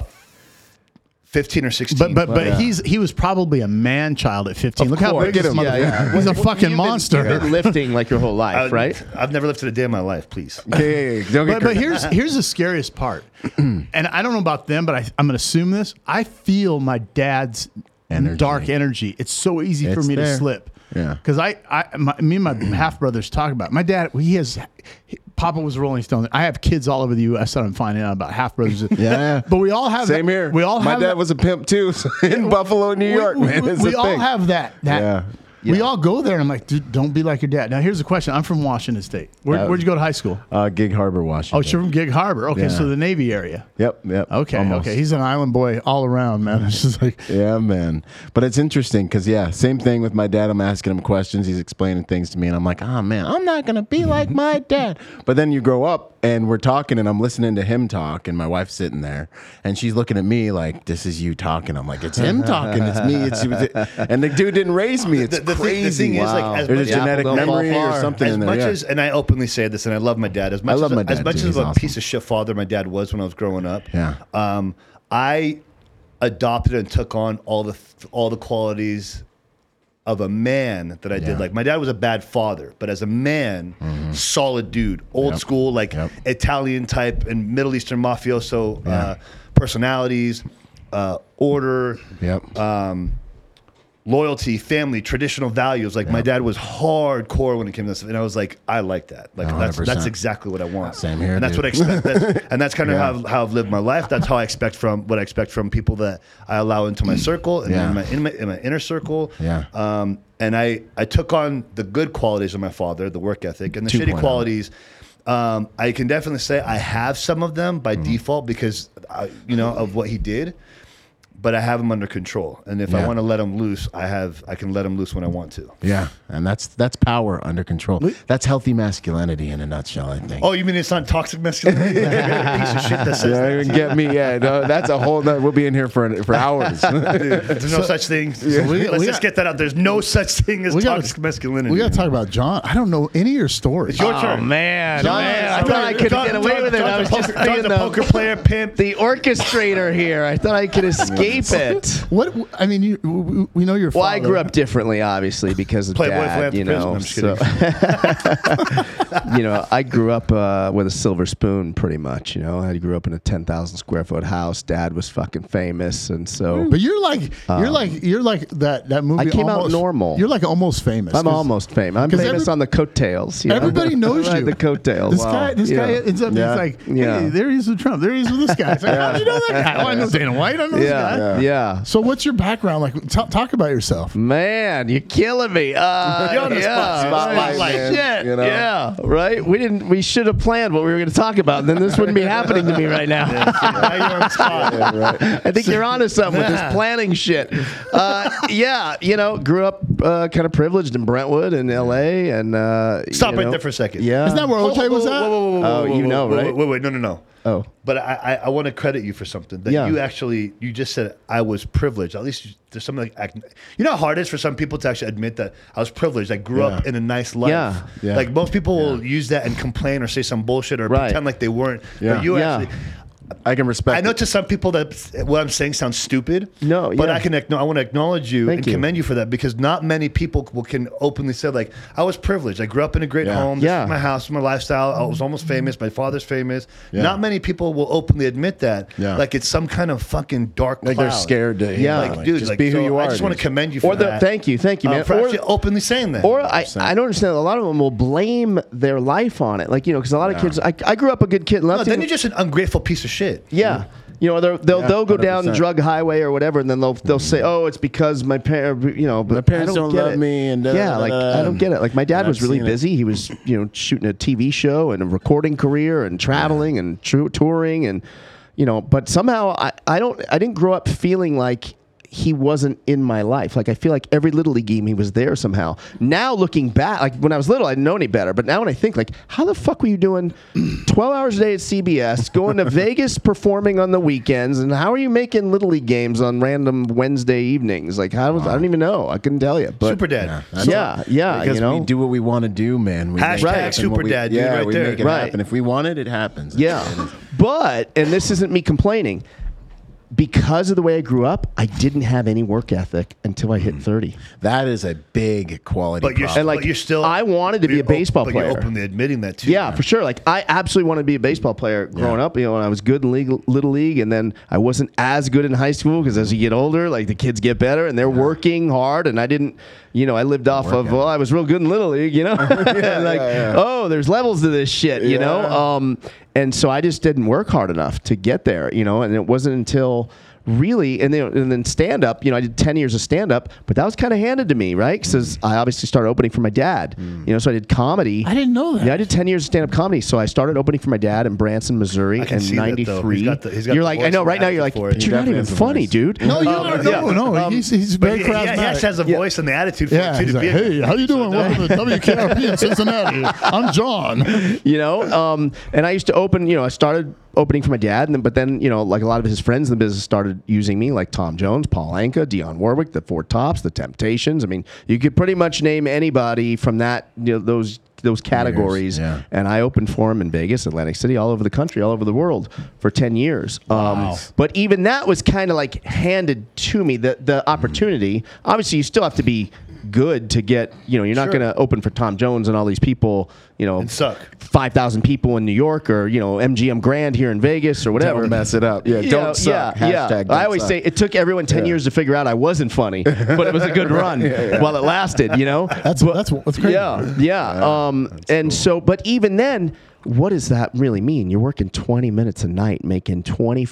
C: fifteen or sixteen.
B: But but but
D: Yeah.
B: he's he was probably a man child at fifteen. Look how
D: course.
B: big this
D: Get him.
B: motherfucker.
D: Yeah,
B: He's a
A: Well, you've
B: fucking
A: been-
B: monster.
A: You've been lifting like your whole life,
C: [laughs] I-
A: right?
C: I've never lifted a day in my life. Please,
D: Yeah, yeah, yeah. Don't get
B: But, but
D: crazy. [laughs]
B: here's here's the scariest part, [clears throat] and I don't know about them, but I, I'm gonna assume this. I feel my dad's
D: Energy.
B: dark energy. It's so easy for
D: It's
B: me to
D: there.
B: slip.
D: Yeah.
B: because I, I my, me and my [clears throat] half brothers talk about it. my dad. He has he- Papa was a Rolling Stone. I have kids all over the U.S. that I'm finding out about half brothers.
D: [laughs] Yeah.
B: but we all have
D: Same
B: that-
D: here.
B: We all
D: my
B: have
D: dad
B: that-
D: was a pimp too [laughs] so in Buffalo, New
B: we-
D: York.
B: we,
D: man,
B: we-
D: It's a
B: we all
D: thing.
B: have that. that
D: Yeah.
B: We all go there, and I'm like, dude, don't be like your dad. Now, here's the question. I'm from Washington State. Where,
D: Uh,
B: where'd you go to high school?
D: uh, Gig Harbor,
B: Oh,
D: Washington.
B: you're from Gig Harbor. Okay,
D: Yeah.
B: so the Navy area.
D: Yep, yep.
B: Okay,
D: almost.
B: okay. He's an island boy all around, man. It's just like
D: Yeah, man. But it's interesting because yeah, same thing with my dad. I'm asking him questions. He's explaining things to me, and I'm like, oh man, I'm not gonna be like my dad. But then you grow up, and we're talking, and I'm listening to him talk, and my wife's sitting there, and she's looking at me like, this is you talking. I'm like, it's him talking. It's me. It's you. And the dude didn't raise me. It's
C: The- the thing- the
D: crazy.
C: thing is, like, as
D: there's a
C: much-
D: genetic
A: Apple don't fall
D: memory
A: far.
D: or something
C: as
D: in there.
C: much
D: yeah.
C: as and I openly say this, and I love my dad as much.
D: love
C: as,
D: my
C: As
D: dad,
C: much
D: too.
C: as
D: He's
C: a
D: awesome.
C: piece of shit father my dad was when I was growing up.
D: Yeah.
C: Um, I adopted and took on all the all the qualities of a man that I
D: Yeah. Mm-hmm.
C: did. Like my dad was a bad father, but as a man, solid dude, old
D: Yep.
C: school, like
D: Yep.
C: Italian type and Middle Eastern mafioso uh, personalities, uh, order
D: yep.
C: loyalty, family, traditional values. Like my dad was hardcore when it came to this, and I was like, I like that. Like that's that's
D: 100%.
C: exactly what I want.
D: Same here,
C: And that's
D: dude.
C: what I expect.
D: [laughs]
C: That's, and that's kind of how, I've- how I've lived my life. That's how I expect from what I expect from people that I allow into my circle and
D: Yeah.
C: in, my, in my in my inner circle.
D: Yeah.
C: Um, and I I took on the good qualities of my father, the work ethic, and the shitty
D: 2.0.
C: qualities. Um, I can definitely say I have some of them
D: Mm-hmm.
C: by default because I, you know of what he did but I have them under control. And if I
D: Yeah.
C: want to let them loose, I have I can let them loose when I want to.
D: Yeah, and that's that's power under control. That's healthy masculinity in a nutshell, I think.
C: Oh, you mean it's not toxic
B: [laughs]
C: masculinity? You're a piece of shit that says that.
D: Don't even get me.
C: [laughs]
D: Yeah, no, that's a whole. Nother, we'll be in here for for hours.
C: There's no such thing.
B: we-
C: Let's
B: we
C: just
B: got-
C: get that out. There's no such thing as
B: We gotta-
C: toxic masculinity.
B: We got to talk about John. I don't know any of your stories.
C: It's your turn.
A: Oh, man,
B: John,
A: man, I
B: John,
A: thought I could
C: John-
A: get away
C: John-
A: with it.
C: John's
A: I
C: a
A: was
C: poker,
A: just
C: John's
A: being
C: a poker
A: the,
C: player pimp.
A: the orchestrator here. I thought I [laughs] could escape it.
B: What I mean, you, we- we know your.
A: Well, I
B: father.
A: grew up differently, obviously, because of
C: Playboy
A: dad. You know,
C: philanthropist. No, I'm just
A: so- [laughs] you know, I grew up uh, with a silver spoon, pretty much. You know, I grew up in a ten thousand square foot house. Dad was fucking famous, and so
B: But you're like you're like you're like that that movie.
A: Um, I came out
B: almost,
A: normal.
B: You're like almost famous.
A: I'm
B: 'cause
A: almost famous. I'm
B: 'cause
A: famous
B: every-
A: on the coattails. you know? [laughs]
B: Everybody knows
A: Ride
B: you.
A: The coattails.
B: This guy, this
A: You
B: guy
A: know.
B: ends up.
D: Yeah.
B: He's like, hey,
A: Yeah.
B: there he is with Trump. There he is with this guy. It's like, how did you know that guy? Oh, I know Dana White. I know this
A: Yeah,
B: guy.
A: yeah. yeah.
B: So, what's your background like? T- talk about yourself.
A: Man, you're killing me. Uh,
C: [laughs] You're on the
A: yeah,
C: spot-
A: right,
C: spotlight,
A: shit,
D: man, you know?
A: Yeah, right. We didn't. We should have planned what we were going to talk about. and Then this wouldn't be happening to me right now.
C: now you're on the
D: [laughs]
C: spot.
A: I think you're onto something with this planning shit. Uh, yeah, you know, grew up uh, kind of privileged in Brentwood and L.A. and uh,
C: Stop
A: you
C: right
A: know-
C: there for a second.
A: Yeah.
B: Isn't that where OJ was at?
C: Whoa, whoa, whoa, whoa,
A: Oh,
C: whoa,
A: you
C: whoa,
A: know,
C: whoa,
A: right?
C: Whoa, wait, wait, no, no, no.
A: Oh.
C: But I, I, I want to credit you for something that
A: Yeah.
C: you actually you just said I was privileged. At least you, there's something like act- you know how hard it is for some people to actually admit that I was privileged. I grew up
D: Yeah.
C: in a nice life.
A: Yeah.
D: Yeah.
C: Like most people will use that and complain or say some bullshit or
A: Right.
C: pretend like they weren't.
D: Yeah.
C: But you
A: Yeah.
C: actually
D: I can respect.
C: I know
D: it.
C: to some people that what I'm saying sounds stupid.
A: No,
C: but
A: yeah.
C: I can. acknow- I want to acknowledge you
A: Thank
C: and
A: you.
C: commend you for that because not many people will can openly say like I was privileged. I grew up in a great
D: Yeah.
C: home. This
A: Yeah.
C: is my house, my lifestyle. I was almost famous. My father's famous.
D: Yeah.
C: Not many people will openly admit that.
D: Yeah.
C: Like it's some kind of fucking dark.
D: like they're
C: cloud.
D: scared to. you
A: Yeah.
D: know,
C: Like, dude,
D: just
C: like,
D: be who
C: so
D: you are.
C: I just want to
D: dude.
C: commend you for
A: Or the
C: that.
A: thank you, thank you,
C: Uh,
A: man.
C: for
A: Or-
C: actually openly saying that.
A: Or I, I don't understand. A lot of them will blame their life on it. Like you know, because a lot of kids. I, I grew up a good kid.
C: no,
A: Left
C: then you're just an ungrateful piece of shit.
A: Yeah. You know, they're- they'll
D: Yeah,
A: they'll go down
D: 100%.
A: drug highway or whatever, and then they'll they'll say, "Oh, it's because my parents, you know, but
D: My parents
A: I don't,
D: don't
A: get
D: love
A: it.
D: me and da-
A: yeah,
D: da-
A: like
D: da,
A: I don't
D: and-
A: get it. Like my dad
D: and
A: was
D: I've
A: really
D: seen it.
A: busy. He was you know shooting a TV show and a recording career and traveling and tru- touring and you know, but somehow I I don't I didn't grow up feeling like he wasn't in my life. Like I feel like every little league game he was there somehow. Now looking back, like when I was little, I didn't know any better. But now when I think, like, how the fuck were you doing twelve hours a day at CBS, going to [laughs] Vegas performing on the weekends, and how are you making little league games on random Wednesday evenings? Like how was I don't even know. I couldn't tell you. But
C: Super dad.
D: That's
A: Yeah,
D: all.
A: yeah,
D: Because
A: you know?
D: we do what we want to do, man. We make
C: Hashtag
D: it happen what
C: super
D: we-
C: dad, dude,
D: Yeah,
C: right
D: we
C: there.
D: make it
A: Right.
D: happen. If we want it, it happens.
A: Yeah. But, and this isn't me complaining, because of the way I grew up, I didn't have any work ethic until I hit 30.
D: that is a big quality.
C: But you're,
D: problem.
A: And, like,
C: but you're still.
A: I wanted to be
C: you're
A: a baseball
C: op- But
A: player.
C: you're openly admitting that too.
A: Yeah, for sure. Like I absolutely wanted to be a baseball player growing up. You know, and I was good in league, little league, and then I wasn't as good in high school because as you get older, like the kids get better and they're working hard. And I didn't, you know, I lived off of well, I was real good in little league. You know, [laughs] like oh, there's levels to this shit. You know, um, and so I just didn't work hard enough to get there. You know, and it wasn't until. Really, and then, and then stand up. You know, I did ten years of stand up, but that was kind of handed to me, right? Because I obviously started opening for my dad. You know, so I did comedy.
B: I didn't know that.
A: Yeah, I did ten years of stand up comedy. So I started opening for my dad in Branson, Missouri,
C: can
A: in
C: see that, though.
A: '93.
C: He's got the- he's got
A: you're
C: the
A: like, I know.
C: voice
A: Right now,
C: and
A: you're like,
C: for it.
A: but you're not
D: He
A: even
D: definitely has the
A: funny,
D: voice.
A: dude.
B: Oh, No, you don't. No, no. he's, he's
C: But
B: very
C: yeah,
B: charismatic.
C: yeah, he actually has a
A: Um, Yeah.
C: voice and the attitude. For it
B: Yeah,
C: too, to
B: he's like,
C: be a-
B: hey, how you doing? Welcome to WKRP in Cincinnati. I'm John.
A: [laughs] you know um, and i used to open you know i started opening for my dad and then, but then you know like a lot of his friends in the business started using me like tom jones paul anka dion warwick the four tops the temptations i mean you could pretty much name anybody from that you know, those those categories
D: yeah.
A: and i opened for him in vegas atlantic city all over the country all over the world for 10 years um, but
E: Mm-hmm.
A: even that was kind of like handed to me the, the opportunity obviously you still have to be good to get. You know, you're not
E: Sure.
A: going to open for Tom Jones and all these people. You know,
E: suck.
A: five thousand people in New York or you know MGM Grand here in Vegas or whatever.
C: Don't mess it up. Yeah,
A: You
C: don't
A: know,
C: suck.
A: Yeah, yeah.
C: Hashtag don't
A: I always
C: suck.
A: say it took everyone ten years to figure out I wasn't funny, but it was a
C: [laughs]
A: good run while it lasted. You know,
B: [laughs] That's that's that's crazy.
A: yeah, yeah. um, and so, but even then, what does that really mean? You're working 20 minutes a night, making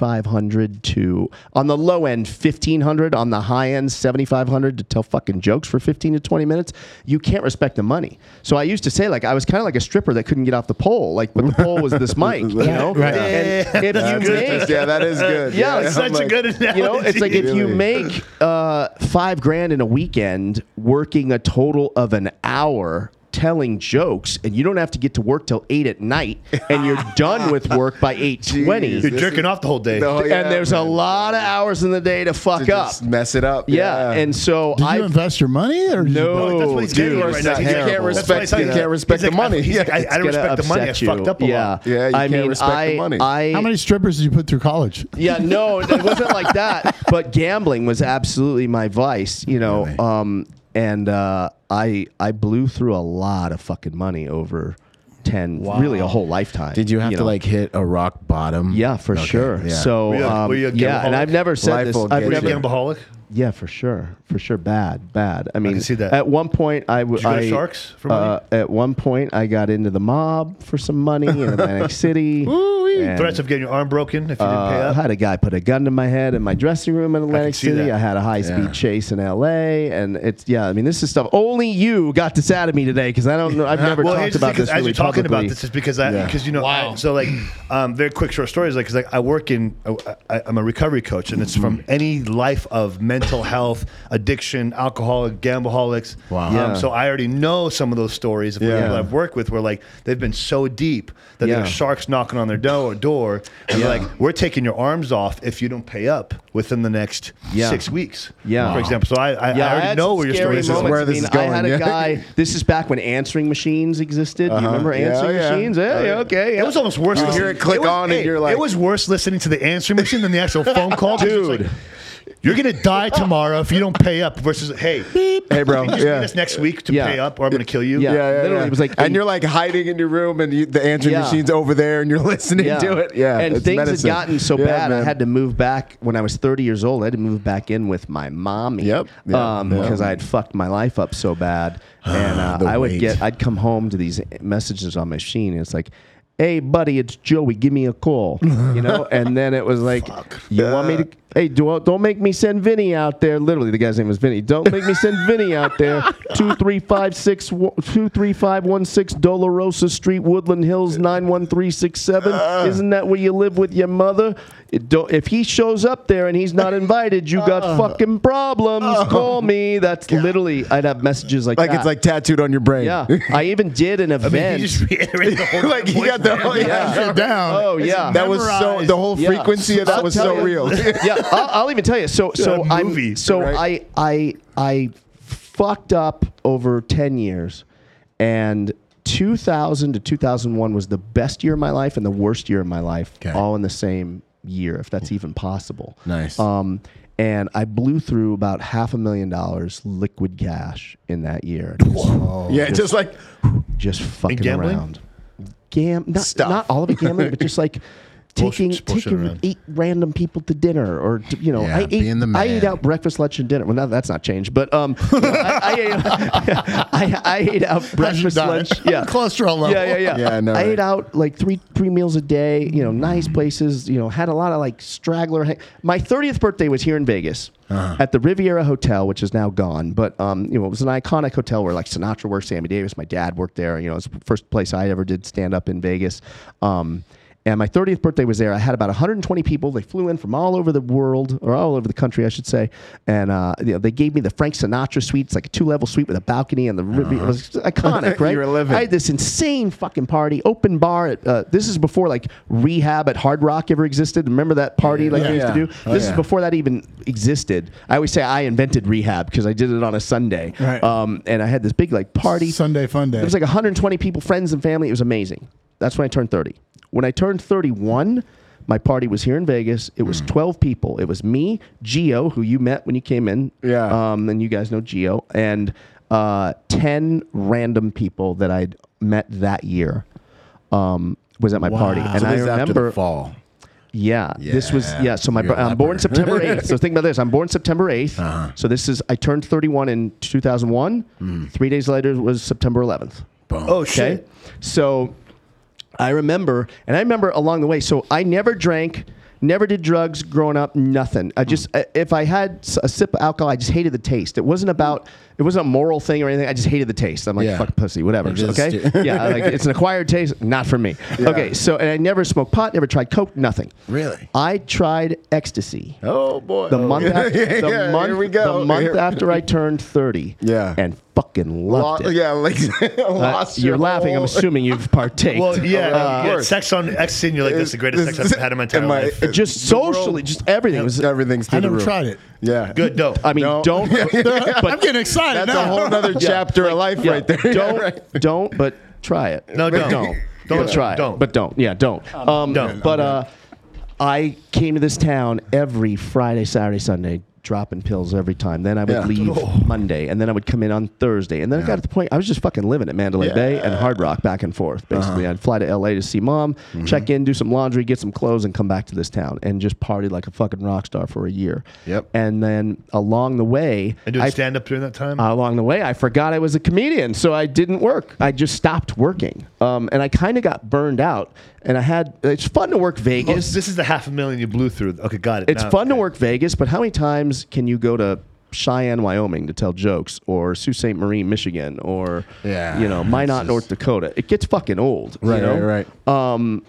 A: 2,500 to on the low end 1,500, on the high end 7,500 to tell fucking jokes for 15 to 20 minutes. You can't respect the money. So I used to say, like, I was kind of like a stripper that couldn't get off the pole, like, but the pole was
C: [laughs]
A: this mic, you know.
B: Right.
A: And if
C: That's
A: you make,
C: good. yeah, that is good.
A: [laughs] Yeah,
C: I'm
A: it's
E: such a
C: like-
E: good
A: [laughs]
E: analogy.
A: you know, it's like if you
C: Really?
A: make uh, five grand in a weekend working a total of an hour telling jokes and you don't have to get to work till eight at night and
C: [laughs]
A: you're done with work by eight
C: Jeez.
A: twenty.
E: you're jerking off the whole day.
C: No, yeah,
A: and there's a lot of hours in the day to fuck
C: to
A: up.
C: just mess it up.
A: yeah. and so
B: Did
A: I
B: you invest your money or did you-
A: no,
E: That's what he's
A: dude.
E: getting at
C: it's
E: right now.
C: not
E: He's like,
C: terrible.
E: "That's
C: Respect-
E: what I saw
C: you
E: you
C: can't
E: do."
C: respect
E: He's
C: the
E: like,
C: money.
E: I, he's like,
C: Yeah,
E: I, I
A: It's
E: don't
A: gonna
E: respect the money. I
A: upset
E: fucked up a
A: yeah.
E: lot.
C: Yeah, you
A: I
C: can't
A: mean,
C: respect the
A: I,
C: money.
A: I,
B: How many strippers did you put through college?
A: Yeah, no, it wasn't like that. But gambling was absolutely my vice, you know. Um, and uh, I I blew through a lot of fucking money over ten, really a whole lifetime.
D: Did you have to
A: know.
D: like hit a rock bottom?
A: Yeah, for
D: Okay,
A: sure.
D: yeah.
A: So,
E: Were you a-
A: um,
E: were you a
A: yeah, and
E: gambaholic?
A: I've never said
C: Life
A: this.
C: will
A: I've
C: get
E: Were you a
A: never,
C: Sure.
E: gambaholic?
A: yeah, for sure, for sure. Bad, bad. I mean,
E: see that.
A: at one point I would.
E: Did you go to Sharks for money?
A: Uh, at one point, I got into the mob for some money in Atlantic
D: [laughs]
A: City. and-
E: Threats of getting your arm broken if you didn't pay
A: uh, I
E: up.
A: had a guy put a gun to my head in my dressing room in Atlantic
E: see
A: City.
E: that.
A: I had a high speed chase in L.A. And it's yeah, I mean this is stuff. Only you got this out of me today because I don't know. I've never
E: [laughs] Well,
A: talked
E: here's the
A: about
E: thing, 'cause
A: this
E: as
A: really
E: you're talking
A: publicly.
E: about this, is because I because you know I- so like um, very quick short stories like because like I work in I, I, I'm a recovery coach and it's
A: Mm.
E: from any life of mental health, addiction, alcoholic, gambaholics.
D: Wow.
E: Um,
A: Yeah.
E: so I already know some of those stories of
C: Yeah.
E: people I've worked with where like they've been so deep that
A: Yeah.
E: there's sharks knocking on their door door and they're like we're taking your arms off if you don't pay up within the next
A: Yeah.
E: six weeks.
A: Yeah.
E: For example, so I I, I already
A: had
E: know
A: some
E: where your
A: scary
E: story is.
A: moments.
C: where this is
A: I had
C: going,
A: a
E: [laughs]
C: yeah.
A: guy. This is back when answering machines existed.
E: Uh-huh.
A: Do you remember
C: Yeah,
A: answering
C: yeah.
A: machines?
E: Oh,
A: Yeah, yeah, okay. yeah.
E: It was almost worse.
C: You hear it click
E: was-
C: on and you're like-
E: it was worse listening to the answering machine than
C: [laughs]
E: the actual phone call. Dude, you're gonna die tomorrow if you don't pay up. Versus, hey,
C: Hey, bro.
E: you just
C: Yeah.
E: need us next week to
A: Yeah.
E: pay up, or I'm gonna kill you.
A: Yeah. Literally, it was like-
C: and you're like hiding in your room, and you, the answering
A: Yeah.
C: machine's over there, and you're [laughs] listening to it. Yeah,
A: and
C: it's
A: things
C: medicine.
A: had gotten so
C: Yeah,
A: bad, I
C: man.
A: had to move back when I was 30 years old. I had to move back in with my mommy.
C: Yep. Yeah.
A: um,
C: Yeah.
A: because I had fucked my life up so
C: [sighs]
A: bad, and uh,
D: The
A: I would
D: weight.
A: get, I'd come home to these messages on my machine, and it's like. Hey buddy, it's Joey. Give me a call, you
C: [laughs]
A: know. And then it was like, you want me to? Hey, do, don't make me send Vinny out there. Literally, the guy's name was Vinny. Don't make me send Vinny out
C: [laughs]
A: there. Two three five six two three five one six Dolorosa Street, Woodland Hills nine one three six seven.
C: Uh.
A: Isn't that where you live with your mother? It don't, if he shows up there and he's not invited, you got
C: Uh.
A: fucking problems. Call me. That's literally. I'd have messages like,
C: [laughs] like
A: that.
C: it's like tattooed on your brain.
A: yeah. I even did an
E: I
A: event.
E: mean, you just reiterated the
C: [laughs]
E: whole
C: like
A: [laughs]
C: you got the whole, yeah.
B: Sit down.
A: oh yeah.
C: [laughs] That was so
B: Memorized.
C: the whole
A: Yeah.
C: frequency of that
A: I'll
C: was
A: tell
C: so
A: you.
C: real.
A: [laughs]
C: [laughs]
A: yeah, I'll, I'll even tell you. So, so
E: a movie,
A: I'm so
C: right?
A: I I I fucked up over ten years, and 2000 to 2001 was the best year of my life and the worst year of my life,
D: Okay.
A: all in the same year, if that's even possible.
D: Nice.
A: Um, and I blew through about half a million dollars liquid cash in that year, Oh,
C: yeah, just like
A: just fucking
E: gambling?
A: around. Gam not
C: Stuff.
A: not all of it gambling, but just like taking
E: Bullshit- bullshit
A: taking
E: around.
A: eight random people to dinner, or to, you know,
D: Yeah,
A: I ate
D: being the
A: I ate
D: man.
A: out breakfast, lunch, and dinner. Well, now that's not changed, but um, [laughs] I, I, ate, [laughs] I, I ate out breakfast,
B: diet.
A: lunch, [laughs]
D: [laughs]
A: yeah.
B: [laughs] Cholesterol level.
A: Yeah, yeah, yeah.
C: Yeah, I know,
A: I
C: right?
A: ate out like three three meals a day. You know, nice places. You know, had a lot of like straggler. hang- My thirtieth birthday was here in Vegas
C: Uh-huh.
A: at the Riviera Hotel, which is now gone. But um, you know, it was an iconic hotel where like Sinatra worked, Sammy Davis, my dad worked there. You know, it's the first place I ever did stand up in Vegas. Um, and my 30th birthday was there. I had about 120 people. They flew in from all over the world, or all over the country, I should say. And uh, you know, they gave me the Frank Sinatra suite. It's like a two-level suite with a balcony and the. It was
C: [laughs]
A: iconic, right?
C: were living.
A: I had this insane fucking party, open bar. At, uh, this is before like rehab at Hard Rock ever existed. Remember that party like we used
C: yeah.
A: to do?
C: Oh,
A: this
C: yeah.
A: is before that even existed. I always say I invented rehab because I did it on a Sunday.
B: Right.
A: Um, and I had this big like party.
B: Sunday fun day.
A: It was like 120 people, friends and family. It was amazing. That's when I turned 30. When I turned 31, my party was here in Vegas. It
C: Mm.
A: was 12 people. It was me, Geo, who you met when you came in.
C: Yeah.
A: Um, and you guys know Geo, and uh, 10 random people that I'd met that year um, was at my party.
B: Wow.
A: And
C: So
A: I
C: this is
A: remember.
C: after the fall.
A: Yeah, this was
D: Yeah,
A: yeah. So my
D: you're
A: br-
D: a
A: I'm born
D: leopard.
A: September
C: [laughs]
A: 8th. so think about this. I'm born September 8th.
C: Uh-huh.
A: So this is I turned 31 in 2001.
C: Mm.
A: Three days later was September 11th.
D: Boom.
E: Oh shit!
A: Okay. So I remember, and I remember along the way. So I never drank, never did drugs growing up, nothing. I
C: Hmm.
A: just, I- if I had s- a sip of alcohol, I just hated the taste. It wasn't about, it wasn't a moral thing or anything. I just hated the taste. I'm like,
D: Yeah.
A: fuck pussy, whatever.
D: It is
A: okay.
C: [laughs]
D: stu-
A: yeah. Like, it's an acquired taste, not for me. Okay. So, and I never smoked pot, never tried Coke, nothing.
D: Really?
A: I tried ecstasy.
C: Oh boy.
A: The
C: [laughs]
A: month, after, the,
C: yeah,
A: month,
C: here we go.
A: the month
C: Here-
A: after I turned 30.
C: Yeah.
A: And fucking loved
C: Lo-
A: it.
C: yeah, like [laughs]
A: Uh,
C: lost
A: you're
C: your
A: laughing. I'm
C: whole-
A: assuming you've partaked.
E: Well, yeah,
C: Oh, yeah, of
E: yeah,
C: course.
E: sex on ecstasy. and You're like, that's the greatest
C: This-
E: sex
C: [laughs]
E: I've had in my entire life.
A: just socially, just everything. It was-
C: everything's through
B: I
C: the
B: never
C: roof.
B: tried it.
C: Yeah,
E: Good dope.
A: I mean,
C: No.
A: don't.
B: I'm
A: but
B: getting excited
C: That's
B: now.
C: a whole other chapter of life
A: yeah,
C: right there. [laughs] Yeah,
A: Don't,
C: right.
A: don't, but try it.
E: No,
A: But
E: don't.
A: don't,
E: [laughs] Don't.
A: But try it.
E: Don't.
A: but don't. Yeah, don't. Um,
E: Don't.
A: But uh, I came to this town every Friday, Saturday, Sunday. Dropping pills every time. Then I would
C: Yeah. Oh.
A: leave Monday, and then I would come in on Thursday. And then I got to the point I was just fucking living at Mandalay Bay and Hard Rock back and forth.
C: Uh-huh.
A: Basically, I'd fly to LA to see mom,
C: Mm-hmm.
A: check in, do some laundry, get some clothes, and come back to this town and just party like a fucking rock star for a year.
C: Yep.
A: And then along the way,
E: and doing
A: I
E: stand up during that time.
A: uh, along the way, I forgot I was a comedian, so I didn't work. I just stopped working, um, and I kind of got burned out. And I had it's fun to work
E: Oh,
A: Vegas.
E: this is the half a million you blew through. Okay, got it.
A: it's
C: Oh,
E: Now-
A: fun to work Vegas, but how many times can you go to Cheyenne, Wyoming, to tell jokes, or Sault Ste. Marie, Michigan, or
D: Yeah,
A: you know
D: it's
A: Minot,
D: just-
A: North Dakota? It gets fucking old, you
C: Right,
A: know?
C: right, right.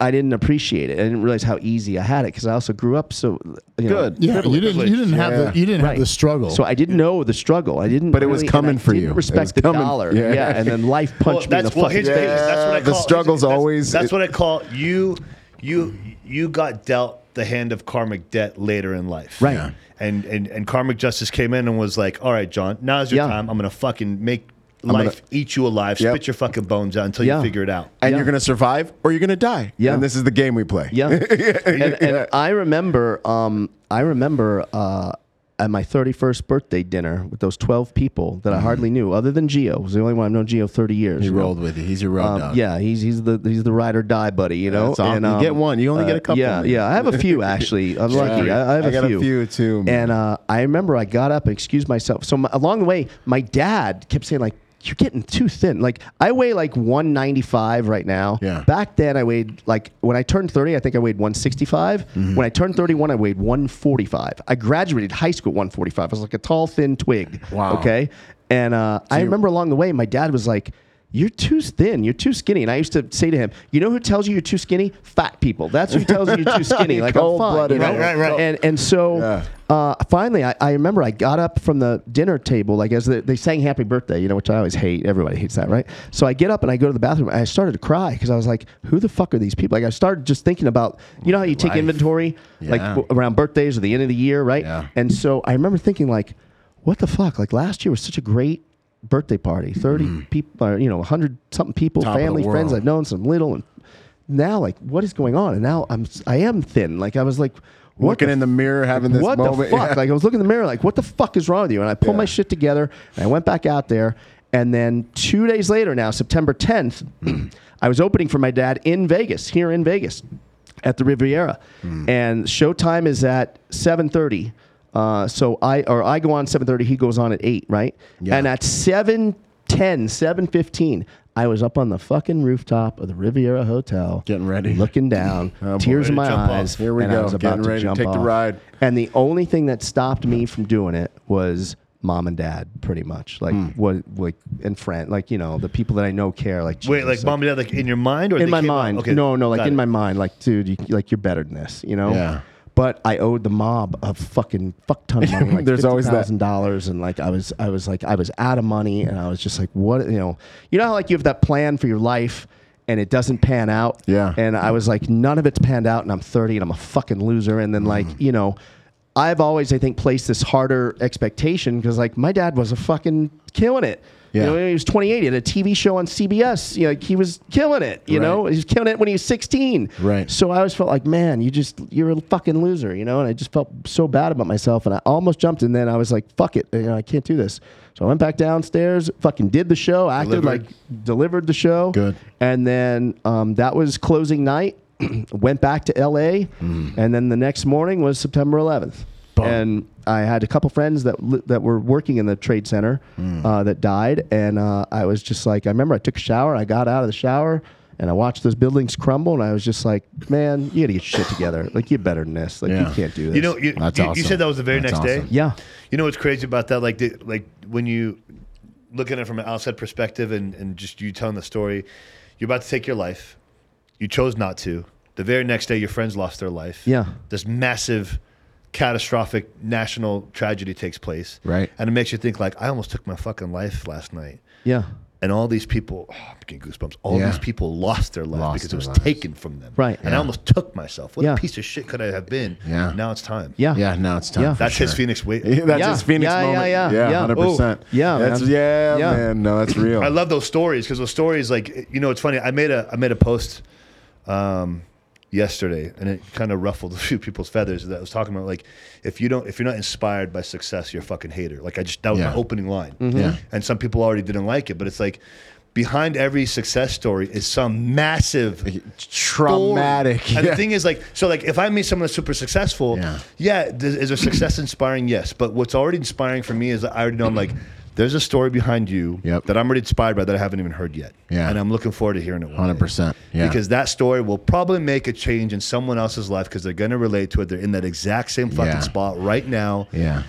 A: I didn't appreciate it. I didn't realize how easy I had it because I also grew up so you know,
C: Good.
B: Yeah, [laughs] you didn't. You didn't
C: Yeah.
B: have the. You didn't
A: Right.
B: have the struggle.
A: So I didn't know the struggle. I didn't.
C: But it was
A: really- and
C: coming
A: I
C: for
A: didn't
C: you. It was
A: Respect the
C: coming-
A: dollar.
C: yeah.
A: Yeah. and then life
E: Well,
A: punched me in
E: that's
A: the
E: well,
A: fucking.
E: here's, here's- that's what I
C: Yeah, the
E: call
C: struggle's
E: that's-
C: always-
E: That's
C: it-
E: what I call you. You you got dealt the hand of karmic debt later in life,
A: Right. Yeah.
E: And and and karmic justice came in and was like, "All right, John, now's your
A: Yeah.
E: time. I'm gonna fucking make life eat you alive,
C: Yep.
E: spit your fucking bones out until
A: Yeah.
E: you figure it out."
C: and
A: Yeah.
C: you're gonna survive or you're gonna die.
A: Yeah.
C: and this is the game we play. [laughs]
A: Yeah. and, and I remember, um, I remember uh, at my 31st birthday dinner with those 12 people that I
C: Mm-hmm.
A: hardly knew, other than Gio, was the only one I've known Gio 30 years.
D: He
A: you know?
D: rolled with you. He's your road
A: Um,
D: dog.
A: yeah, he's he's the he's the ride or die buddy, you know. um, uh,
C: That's awesome. You get one. You only get a couple,
A: Yeah,
C: man.
A: yeah. I have a few actually.
C: [laughs]
A: I'm lucky. I, I have
C: I got a
A: few.
C: few, too, man.
A: And uh, I remember I got up and excused myself. So my, along the way, my dad kept saying like, "You're getting too thin." Like I weigh like 195 right now.
D: Yeah.
A: Back then I weighed like when I turned 30, I think I weighed 165.
C: Mm-hmm.
A: When I turned 31, I weighed 145. I graduated high school at 145. I was like a tall, thin twig.
D: Wow.
A: Okay. And uh, I remember along the way, my dad was like, "You're too thin. You're too skinny." And I used to say to him, "You know who tells you you're too skinny? Fat people. That's who tells you you're too
C: [laughs]
A: skinny. Like I'm fine."
C: Cold-blooded.
A: you know?
C: Right, right, right.
A: And and so uh, finally, I, I remember I got up from the dinner table, like as the, they sang "Happy Birthday," you know, which I always hate. Everybody hates that, right? So I get up and I go to the bathroom. And I started to cry because I was like, "Who the fuck are these people?" Like I started just thinking about, you know, how you take
D: Life.
A: inventory, like
D: Yeah.
A: w- around birthdays or the end of the year, right?
D: Yeah.
A: And so I remember thinking like, what the fuck? Like last year was such a great birthday party. 30 people, or, you know, 100 something people,
D: Mm-hmm. Top of the
A: family, friends
D: world.
A: I've known, some little and now like what is going on? And now I'm s- I am thin. Like I was like what
C: Looking
A: the
C: in the mirror, having this
A: what
C: moment.
A: the fuck?
C: Yeah.
A: Like I was looking in the mirror, like what the fuck is wrong with you? And I pulled my shit together, and I went back out there. And then two days later, now September 10th, [clears throat] I was opening for my dad in Vegas, here in Vegas, at the Riviera,
C: Hmm.
A: and showtime is at 7:30. Uh, so I or I go on 7:30, he goes on at eight, right? And at 7:10, 7:15, I was up on the fucking rooftop of the Riviera Hotel,
D: Getting ready.
A: looking
C: [laughs]
A: down, tears in
E: Ready
A: my
E: to jump off.
A: eyes.
C: Here we
A: and I
C: go,
A: was
C: getting
A: about to
C: ready to
A: jump
C: take the
A: off.
C: ride.
A: And the only thing that stopped me from doing it was mom and dad, pretty much. Like what, like and friend, like you know, the people that I know care. Like
E: Wait,
A: Jesus,
E: like mom and dad, like in your mind or
A: in
E: they
A: my
E: came out?
A: mind.
E: Okay,
A: No, no, like
E: got
A: in
E: it.
A: my mind, like dude, you, like you're better than this, you know.
D: Yeah.
A: But I owed the mob a fucking fuck ton of money. Like
C: There's always that.
A: thousand dollars, and like I was, I was like, I was out of money, and I was just like, what, you know, you know how like you have that plan for your life, and it doesn't pan out.
C: Yeah.
A: And I was like, none of it's panned out, and I'm 30, and I'm a fucking loser. And then like,
C: Mm-hmm.
A: you know, I've always, I think, placed this harder expectation because like my dad was a fucking killing it. You
C: Yeah.
A: know, he was 28. He had a TV show on CBS. You know, like, he was killing it. You know, he was killing it when he was 16.
C: Right.
A: So I always felt like, man, you just you're a fucking loser. You know, and I just felt so bad about myself, and I almost jumped, and then I was like, fuck it, you know, I can't do this. So I went back downstairs, fucking did the show, acted
E: Delivered.
A: like delivered the show.
C: Good.
A: And then um, that was closing night. [clears throat] went back to LA, and then the next morning was September 11th. And I had a couple friends that li- that were working in the trade center uh, that died, and uh, I was just like, I remember I took a shower, I got out of the shower, and I watched those buildings crumble, and I was just like, man, you got to get your shit together. Like you're better than this. Like
D: Yeah.
A: you can't do this.
E: You know, you,
D: That's
E: you, you
D: awesome.
E: said that was the very
D: That's
E: next day.
D: awesome.
A: yeah,
E: You know what's crazy about that? Like, the, like when you look at it from an outside perspective and, and just you telling the story, you're about to take your life. You chose not to. The very next day, your friends lost their life.
A: Yeah.
E: This massive, catastrophic national tragedy takes place.
D: Right.
E: And it makes you think, like, I almost took my fucking life last night.
A: yeah,
E: And all these people, oh, I'm getting goosebumps. All
D: Yeah.
E: these people lost their life
D: Lost
E: because it
D: their
E: was
D: lives.
E: taken from them.
A: Right.
E: And I
A: Yeah.
E: almost took myself. What
A: Yeah.
E: a piece of shit could I have been?
D: Yeah.
E: Now it's time.
A: yeah, [laughs]
D: Yeah, now it's time.
A: Yeah.
D: for
E: That's his
D: sure.
C: [laughs]
E: Phoenix way.
C: Yeah, that's
A: Yeah.
C: his Phoenix
A: Yeah, yeah,
C: moment.
A: yeah, yeah.
C: hundred percent.
A: Oh, yeah,
C: that's
A: man.
C: yeah,
A: Yeah.
C: man. No, that's real.
E: I love those stories because those stories, like you know, it's funny. I made a I made a post um, yesterday, and it kind of ruffled [laughs] a few people's feathers. That I was talking about, like if you don't, if you're not inspired by success, you're a fucking hater. Like I just that was my
D: Yeah. Mm-hmm.
E: opening line,
D: Yeah.
E: and some people already didn't like it, but it's like behind every success story is some massive
C: traumatic. [laughs]
E: and
C: Yeah.
E: the thing is, like, so, like, if I meet someone that's super successful,
D: Yeah.
E: yeah, th- is their success inspiring? Yes, but what's already inspiring for me is that I already know I'm like, there's a story behind you
D: Mm. Yep.
E: that I'm already inspired by that I haven't even heard yet,
D: Yeah.
E: and I'm looking forward to hearing it. one day.
D: 100%, yeah.
E: because that story will probably make a change in someone else's life because they're gonna relate to it. They're in that exact same fucking
D: Yeah.
E: spot right now,
D: Yeah.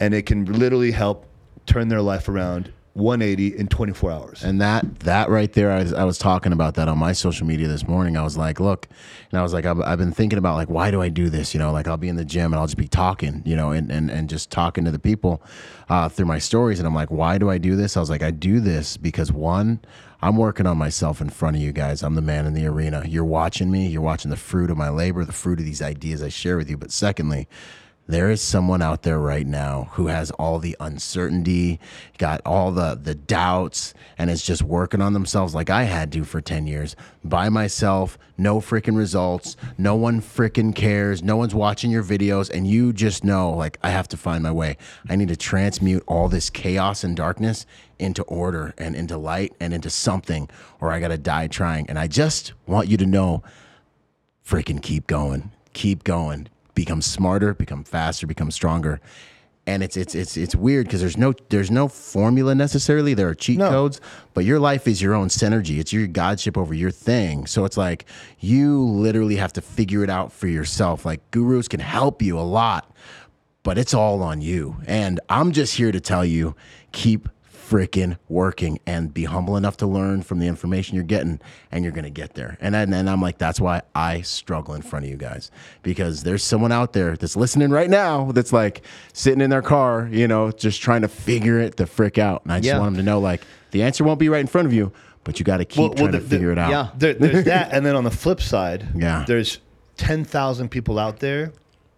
E: and it can literally help turn their life around 180 in 24 hours.
D: And that that right there, I was, I was talking about that on my social media this morning. I was like, look, and I was like, I've, I've been thinking about like, why do I do this? You know, like I'll be in the gym and I'll just be talking, you know, and and, and just talking to the people uh, through my stories. And I'm like, why do I do this? I was like, I do this because one, I'm working on myself in front of you guys. I'm the man in the arena. You're watching me. You're watching the fruit of my labor, the fruit of these ideas I share with you. But secondly, there is someone out there right now who has all the uncertainty, got all the the doubts, and is just working on themselves like I had to for 10 years by myself, no freaking results, no one freaking cares, no one's watching your videos, and you just know like I have to find my way. I need to transmute all this chaos and darkness into order and into light and into something, or I gotta die trying. And I just want you to know freaking keep going, keep going, become smarter, become faster, become stronger. And it's it's it's it's weird because there's no there's no formula necessarily. There are cheat codes, but your life is your own synergy. It's your godship over your thing. So it's like you literally have to figure it out for yourself. Like gurus can help you a lot, but it's all on you. And I'm just here to tell you keep freaking working and be humble enough to learn from the information you're getting and you're going to get there. And, and and I'm like that's why I struggle in front of you guys because there's someone out there that's listening right now that's like sitting in their car, you know, just trying to figure it the frick out. And I just
A: Yeah.
D: want them to know like the answer won't be right in front of you, but you got to keep
E: Well- well,
D: trying
E: the-
D: to
E: the-
D: figure it out.
A: yeah.
E: Ah. There, there's that, and then on the flip side,
D: Yeah.
E: there's ten thousand people out there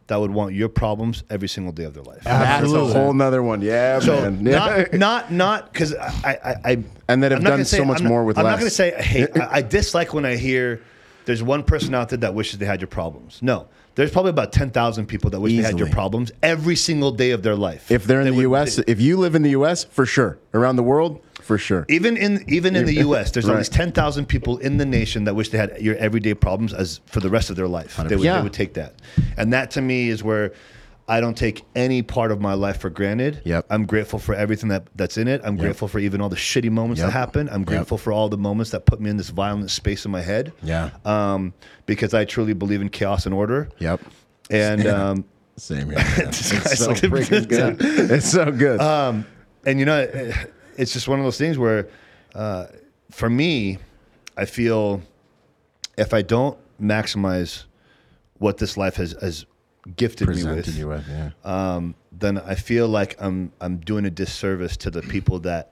E: that would want your problems every single day of their life.
C: that's a
B: Absolutely.
C: whole nother one. Yeah,
E: so
C: man. Yeah.
D: [laughs]
E: not not not because I, I I
C: And that have
E: I'm
C: done
E: not gonna say-
C: so much
E: I'm not-
C: more with
E: I'm
C: less.
E: not going to say I hate. I, I dislike when I hear there's one person out there that wishes they had your problems. No. There's probably about 10,000 people that wish they had your
D: Easily.
E: problems every single day of their life.
C: if they're in
E: They
C: the
E: would-
C: U.S., if you live in the U.S., for sure. Around the world, for sure.
E: even in even in the U.S., there's at
C: Right.
E: least ten thousand people in the nation that wish they had your everyday problems as for the rest of their life. They would,
A: Yeah.
E: they would take that, and that to me is where I don't take any part of my life for granted.
D: Yep.
E: I'm grateful for everything that, that's in it. I'm grateful for even all the shitty moments
D: Yep.
E: that happen. I'm grateful for all the moments that put me in this violent space in my head.
D: Yeah.
E: um, because I truly believe in chaos and order.
D: Yep.
E: and um,
D: Same
E: [laughs]
D: here. man.
E: this guy's
C: So
E: looking-
C: freaking good. It's so good.
E: Uh, and you know, it- it's just one of those things where, uh, for me, I feel if I don't maximize what this life has has gifted me
D: Presented
E: with,
D: you with, yeah.
E: um, then I feel like I'm I'm doing a disservice to the people that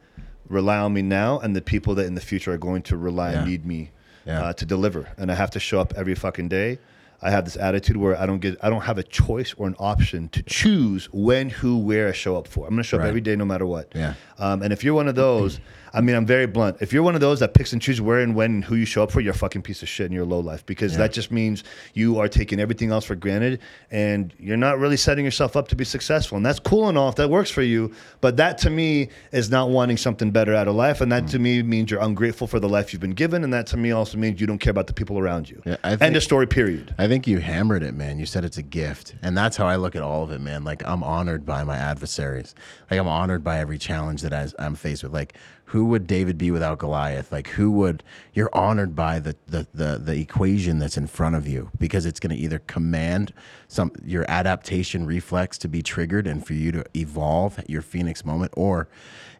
E: rely on me now and the people that in the future are going to rely
D: Yeah.
E: and need me
D: Yeah.
E: uh, to deliver. And I have to show up every fucking day. I have this attitude where I don't get, I don't have a choice or an option to choose when, who, where I show up for. I'm going to show up
D: Right.
E: every day, no matter what.
D: Yeah.
E: Um, and if you're one of those, I mean, I'm very blunt. If you're one of those that picks and chooses where and when and who you show up for, you're a fucking piece of shit and you're low life because that just means you are taking everything else for granted and you're not really setting yourself up to be successful. And that's cool and all if that works for you. But that to me is not wanting something better out of life. And
D: Hmm.
E: that to me means you're ungrateful for the life you've been given. And that to me also means you don't care about the people around you.
D: Yeah, I
E: End of
D: think-
E: story, period.
D: I think you hammered it, man. You said it's a gift. And that's how I look at all of it, man. Like, I'm honored by my adversaries. Like, I'm honored by every challenge that I, I'm faced with. Like, who would David be without Goliath? Like, who would, you're honored by the, the, the, the equation that's in front of you because it's going to either command some, your adaptation reflex to be triggered and for you to evolve your Phoenix moment, or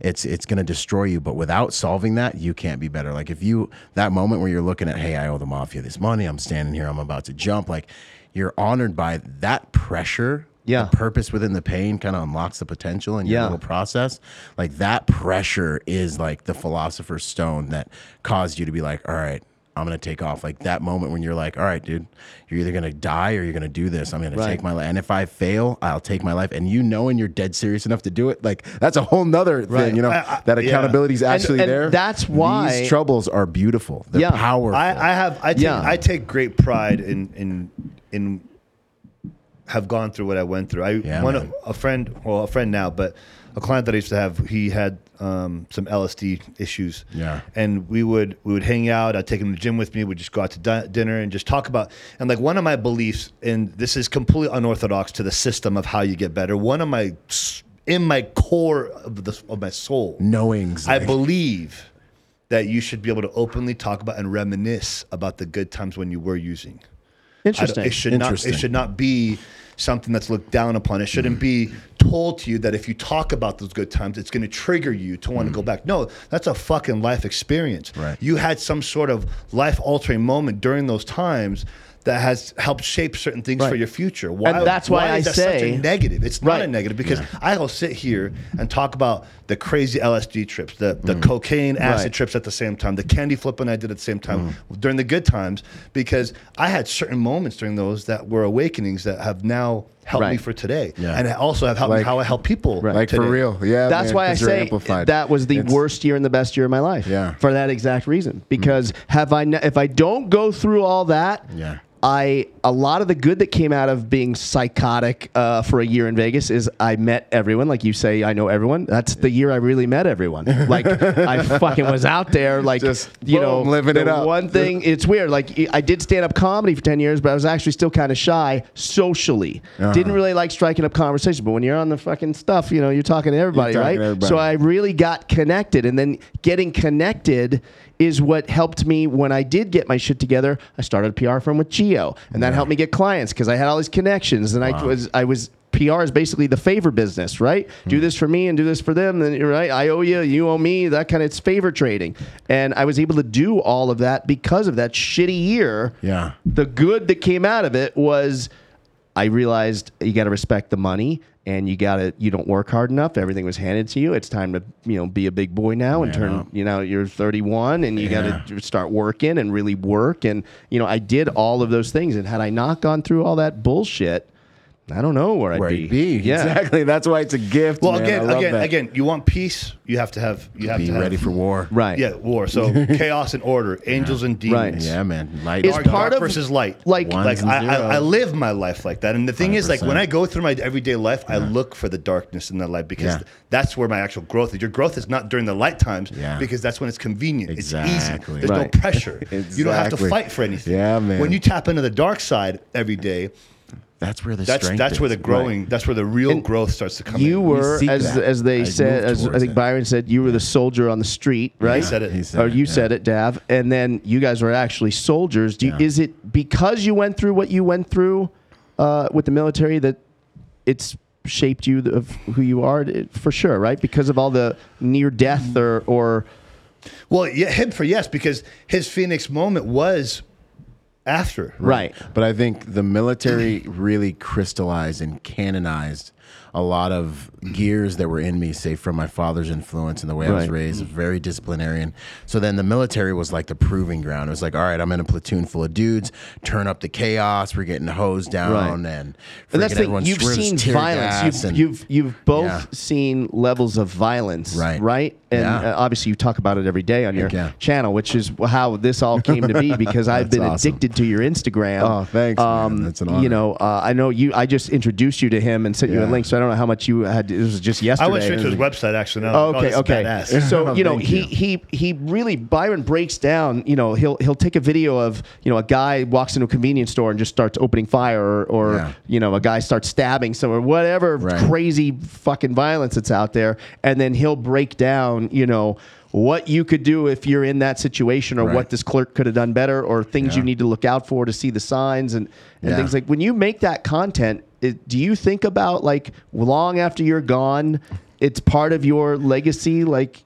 D: it's, it's going to destroy you. But without solving that, you can't be better. Like, if you, that moment where you're looking at, hey, I owe the mafia this money, I'm standing here, I'm about to jump, like, you're honored by that pressure
A: Yeah.
D: the purpose within the pain kind of unlocks the potential in your
A: Yeah.
D: little process. Like that pressure is like the philosopher's stone that caused you to be like, all right, I'm gonna take off. Like that moment when you're like, all right, dude, you're either gonna die or you're gonna do this. I'm gonna
A: Right.
D: take my life, and if I fail, I'll take my life. And you knowing you're dead serious enough to do it, like that's a whole nother
A: Right.
D: thing. You know that
E: yeah.
D: accountability is actually
A: and
D: there.
A: that's why-
D: these troubles are beautiful. They're
A: Yeah.
D: powerful.
E: I, I have I take
A: Yeah.
E: I take great pride in in in have gone through what I went through. I
D: Yeah,
E: one
D: man.
E: a friend well a friend now, but a client that I used to have, he had um, some LSD issues.
D: Yeah.
E: and we would we would hang out. I'd take him to the gym with me. We'd just go out to di- dinner and just talk about and like one of my beliefs, and this is completely unorthodox to the system of how you get better. One of my s- in my core of the of my soul,
D: knowings.
E: I
D: like-
E: believe that you should be able to openly talk about and reminisce about the good times when you were using. I
A: [laughs]
E: don't-
A: Interesting. Hmm.
E: It should not. It
D: Interesting.
E: should not be something that's looked down upon. It shouldn't be told to you that if you talk about those good times, it's going to trigger you to want to
A: Hmm.
E: go back. No, that's a fucking life experience.
D: Right.
E: You had some sort of life altering moment during those times. That has helped shape certain things for
A: Right.
E: your future. Why,
A: that's why I
E: is that such
A: say-
E: a negative. It's not a
A: Right.
E: negative because I'll sit here and talk about the crazy LSD trips, the, the cocaine acid
A: Hmm. Right.
E: trips at the same time, the candy flipping I did at the same time during the good times because I had certain moments during those that were awakenings that have now helped me
A: Right.
E: for today.
D: Yeah.
E: And it also have helped me
C: Like-
E: how I help people.
C: Like for
E: today.
C: real, yeah.
A: That's
C: man,
A: why I
C: 'cause they're
A: say
C: amplified.
A: that was the
C: It's-
A: worst year and the best year of my life.
C: Yeah. Mm.
A: For that exact reason, because have I? Ne- if I don't go through all that,
D: Yeah.
A: I a lot of the good that came out of being psychotic uh, for a year in Vegas is I met everyone. Like you say, I know everyone. That's the year I really met everyone. Like
C: [laughs]
A: I fucking was out there, like
C: Just,
A: you
C: boom,
A: know,
C: living it
A: the
C: up.
A: One thing it's weird. Like I did stand up comedy for ten years, but I was actually still kind of shy socially.
C: Uh-huh.
A: Didn't really like striking up conversation. But when you're on the fucking stuff, you know, you're talking to everybody,
C: talking
A: right?
C: to everybody.
A: So I really got connected, and then getting connected is what helped me when I did get my shit together. I started a PR firm with Geo, and that helped me get clients because I had all these connections, and I was I was. PR is basically the favor business, right? Do this for me and do this for them, then you're right. I owe you, you owe me, that kind of it's favor trading. And I was able to do all of that because of that shitty year
D: yeah.
A: the good that came out of it was I realized you got to respect the money and you got to you don't work hard enough. Everything was handed to you. It's time to, you know, be a big boy now and turn,
D: up.
A: you know, you're 31 and you got to start working and really work and you know, I did all of those things and had I not gone through all that bullshit, I don't know where,
D: Where
A: I'd be.
D: you'd be.
A: Yeah.
C: Exactly. That's why it's a gift.
E: Well,
C: man. I
E: again,
C: love
E: again,
C: that.
E: again, you want peace, you have to have, you have
D: Be
E: to have,
D: ready for war.
A: Right.
E: yeah, war. So chaos and order, angels and
A: Right.
E: demons.
D: Yeah, man. Light
A: Is
E: Dark,
A: part
E: dark
A: of-
E: versus light.
A: like-
D: Ones
E: like
D: and
E: I, I, I
D: zeros.
E: live my life like that. And the thing is, like when
D: 100%.
E: I go through my everyday life, I look for the darkness in the light because
D: Yeah.
E: that's where my actual growth is. Your growth is not during the light times
D: Yeah.
E: because that's when it's convenient. It's easy.
D: Exactly.
E: There's
A: Right.
E: no pressure. You don't have to
C: Exactly.
E: fight for anything.
C: Yeah, man.
E: When you tap into the dark side every day,
D: That's where the
E: that's
D: strength
E: that's where
D: is.
E: the growing, that's where the real growth starts to come.
A: You
E: in.
A: were
D: seek
A: as
D: that.
A: as they
D: I
A: said
D: move
A: as I
D: towards
A: think
D: it.
A: Byron said, you were the soldier on the street, right?
E: said it. He
D: said
A: or
D: it,
A: you
D: yeah.
A: said it, Dav. And then you guys were actually soldiers. Do you,
D: Yeah.
A: is it because you went through what you went through uh, with the military that it's shaped you of who you are It- for sure, right? Because of all the near death or or
E: Well, yeah, him for yes, because his Phoenix moment was after.
A: right.
D: But I think the military really crystallized and canonized a lot of gears that were in me, say from my father's influence and the way I was
A: Right.
D: raised, very disciplinarian. So then the military was like the proving ground. It was like, all right, I'm in a platoon full of dudes, turn up the chaos, we're getting hosed down,
A: Right.
D: and
A: And that's the
D: freaking
A: thing.
D: everyone
A: You've
D: swims
A: seen
D: tear
A: violence.
D: gas
A: You've,
D: and-
A: you've you've both
D: Yeah.
A: seen levels of violence,
D: Right.
A: Right, and
D: Yeah.
A: uh, obviously you talk about it every day on your
D: yeah.
A: channel, which is how this all came to
D: [laughs]
A: be because I've been
D: awesome.
A: addicted to your Instagram.
D: Oh, thanks, man. That's an honor.
A: You know, uh, I know you. I just introduced you to him and sent you a
D: Yeah.
A: link, so I don't know how much you had. It was just yesterday.
E: I went straight to his
A: It was-
E: website actually.
D: Oh,
E: Now.
A: Oh, Okay, okay.
E: Badass.
D: [laughs]
A: So you know
D: Thank
A: he
D: you.
A: he he really Byron breaks down. You know he'll he'll take a video of you know a guy walks into a convenience store and just starts opening fire, or, or
D: Yeah.
A: you know a guy starts stabbing someone, whatever
D: Right.
A: crazy fucking violence that's out there, and then he'll break down. You know. What you could do if you're in that situation, or
D: Right.
A: what this clerk could have done better, or things you need to look out for to see the signs and, and
D: Yeah.
A: things like when you make that content, it, do you think about like long after you're gone, it's part of your legacy? Like,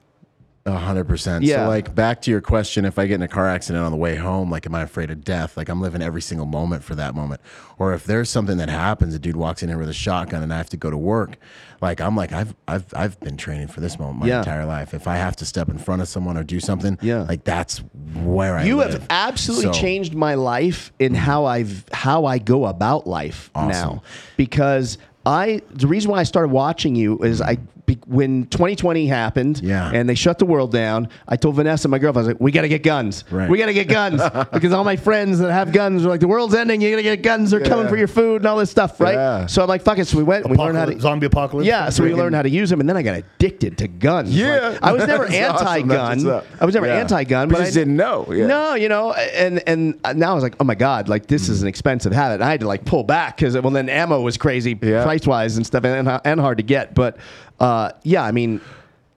D: A hundred percent.
A: Yeah.
D: So like back to your question, if I get in a car accident on the way home, like am I afraid of death? Like I'm living every single moment for that moment. Or if there's something that happens, a dude walks in here with a shotgun and I have to go to work, like I'm like, I've I've I've been training for this moment my
A: Yeah.
D: entire life. If I have to step in front of someone or do something,
A: Yeah.
D: like that's where I
A: you
D: live.
A: have absolutely
D: So-
A: changed my life in how I've how I go about life
D: Awesome.
A: now because I the reason why I started watching you is I be- when 2020 happened
D: Yeah.
A: and they shut the world down I told Vanessa my girlfriend I was like we got to get guns
D: Right.
A: we got to get
D: [laughs]
A: guns because all my friends that have guns are like the world's ending you got to get guns they're coming for your food and all this stuff right
D: Yeah.
A: so I'm like fuck it so we went and we learned how
E: Apocalypse,
A: to
E: zombie apocalypse.
A: Yeah, so we learned how to use them, and then I got addicted to guns.
C: Yeah,
A: Like, I was never
C: [laughs] that's awesome. That's
A: anti-gun.
C: what's up.
A: I was never
C: Yeah.
A: anti-gun,
C: We
A: but I
C: just didn't know, yeah.
A: No, you know, and and now I was like, oh my god, like this
C: Mm.
A: is an expensive habit. And I had to like pull back because well, then ammo was crazy
C: Yeah.
A: price-wise and stuff, and, and hard to get. But uh, yeah, I mean,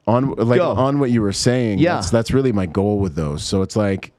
D: on like
A: Go.
D: on what you were saying
A: Yeah.
D: that's that's really my goal with those so it's like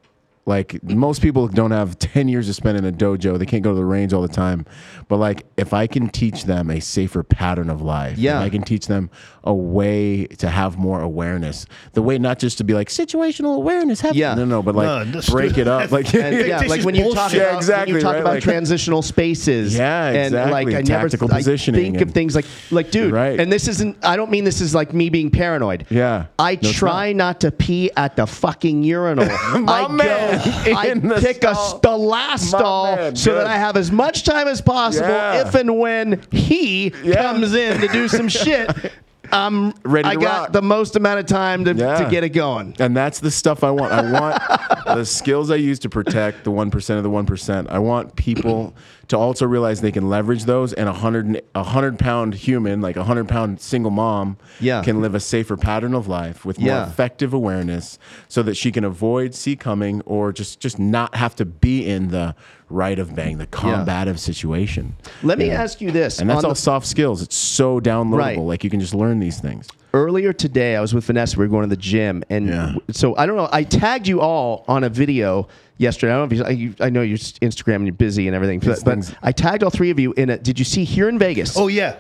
D: like most people don't have 10 years to spend in a dojo they can't go to the range all the time but like if i can teach them a safer pattern of life if
A: Yeah.
D: i can teach them a way to have more awareness the way not just to be like situational awareness have
A: Yeah.
D: no no but like
E: No, just-
D: break
A: [laughs]
D: it up like
A: and,
D: [laughs]
A: yeah, like when
E: Fictitious
A: you talk about,
E: bullshit.
C: Yeah,
A: when
C: exactly,
A: you talk
C: right?
A: about
C: Like-
A: transitional spaces.
D: Yeah,
A: And like
D: exactly.
A: I never
D: Tactical
A: I
D: positioning
A: think of
D: and-
A: things like like dude,
D: Right.
A: and this isn't I don't mean this is like me being paranoid.
D: Yeah.
A: I
D: No, it's
A: try not. to pee at the fucking
D: [laughs]
A: urinal. I
D: man.
A: go I
D: [laughs] In the
A: pick
D: stall.
A: a the last
D: My
A: stall
D: man,
A: so that
D: good.
A: I have as much time as possible
D: Yeah.
A: if and when he
D: Yeah.
A: comes in to do
D: [laughs]
A: some shit. I'm
D: Ready
A: I
D: to
A: got
D: rock.
A: the most amount of time to,
D: Yeah.
A: to get it going.
D: And that's the stuff I want.
A: [laughs]
D: I want the skills I use to protect the 1% of the 1%. I want people to also realize they can leverage those and a 100, a 100 pound human, like a 100 pound single mom,
A: Yeah.
D: can live a safer pattern of life with more
A: Yeah.
D: effective awareness so that she can avoid, see coming, or just, just not have to be in the right of bang, the combative situation.
A: Let me
D: You know?
A: ask you this.
D: And
A: on
D: that's all
A: the-
D: soft skills. It's so downloadable.
A: Right.
D: Like you can just learn these things.
A: earlier today I was with Vanessa. We were going to the gym, and
D: Yeah.
A: w- so I don't know. I tagged you all on a video yesterday. I don't know if you. I, you, I know you're s- Instagram and you're busy and everything, but, but
D: things-
A: I tagged all three of you in a. Did you see here in Vegas?
E: Oh yeah.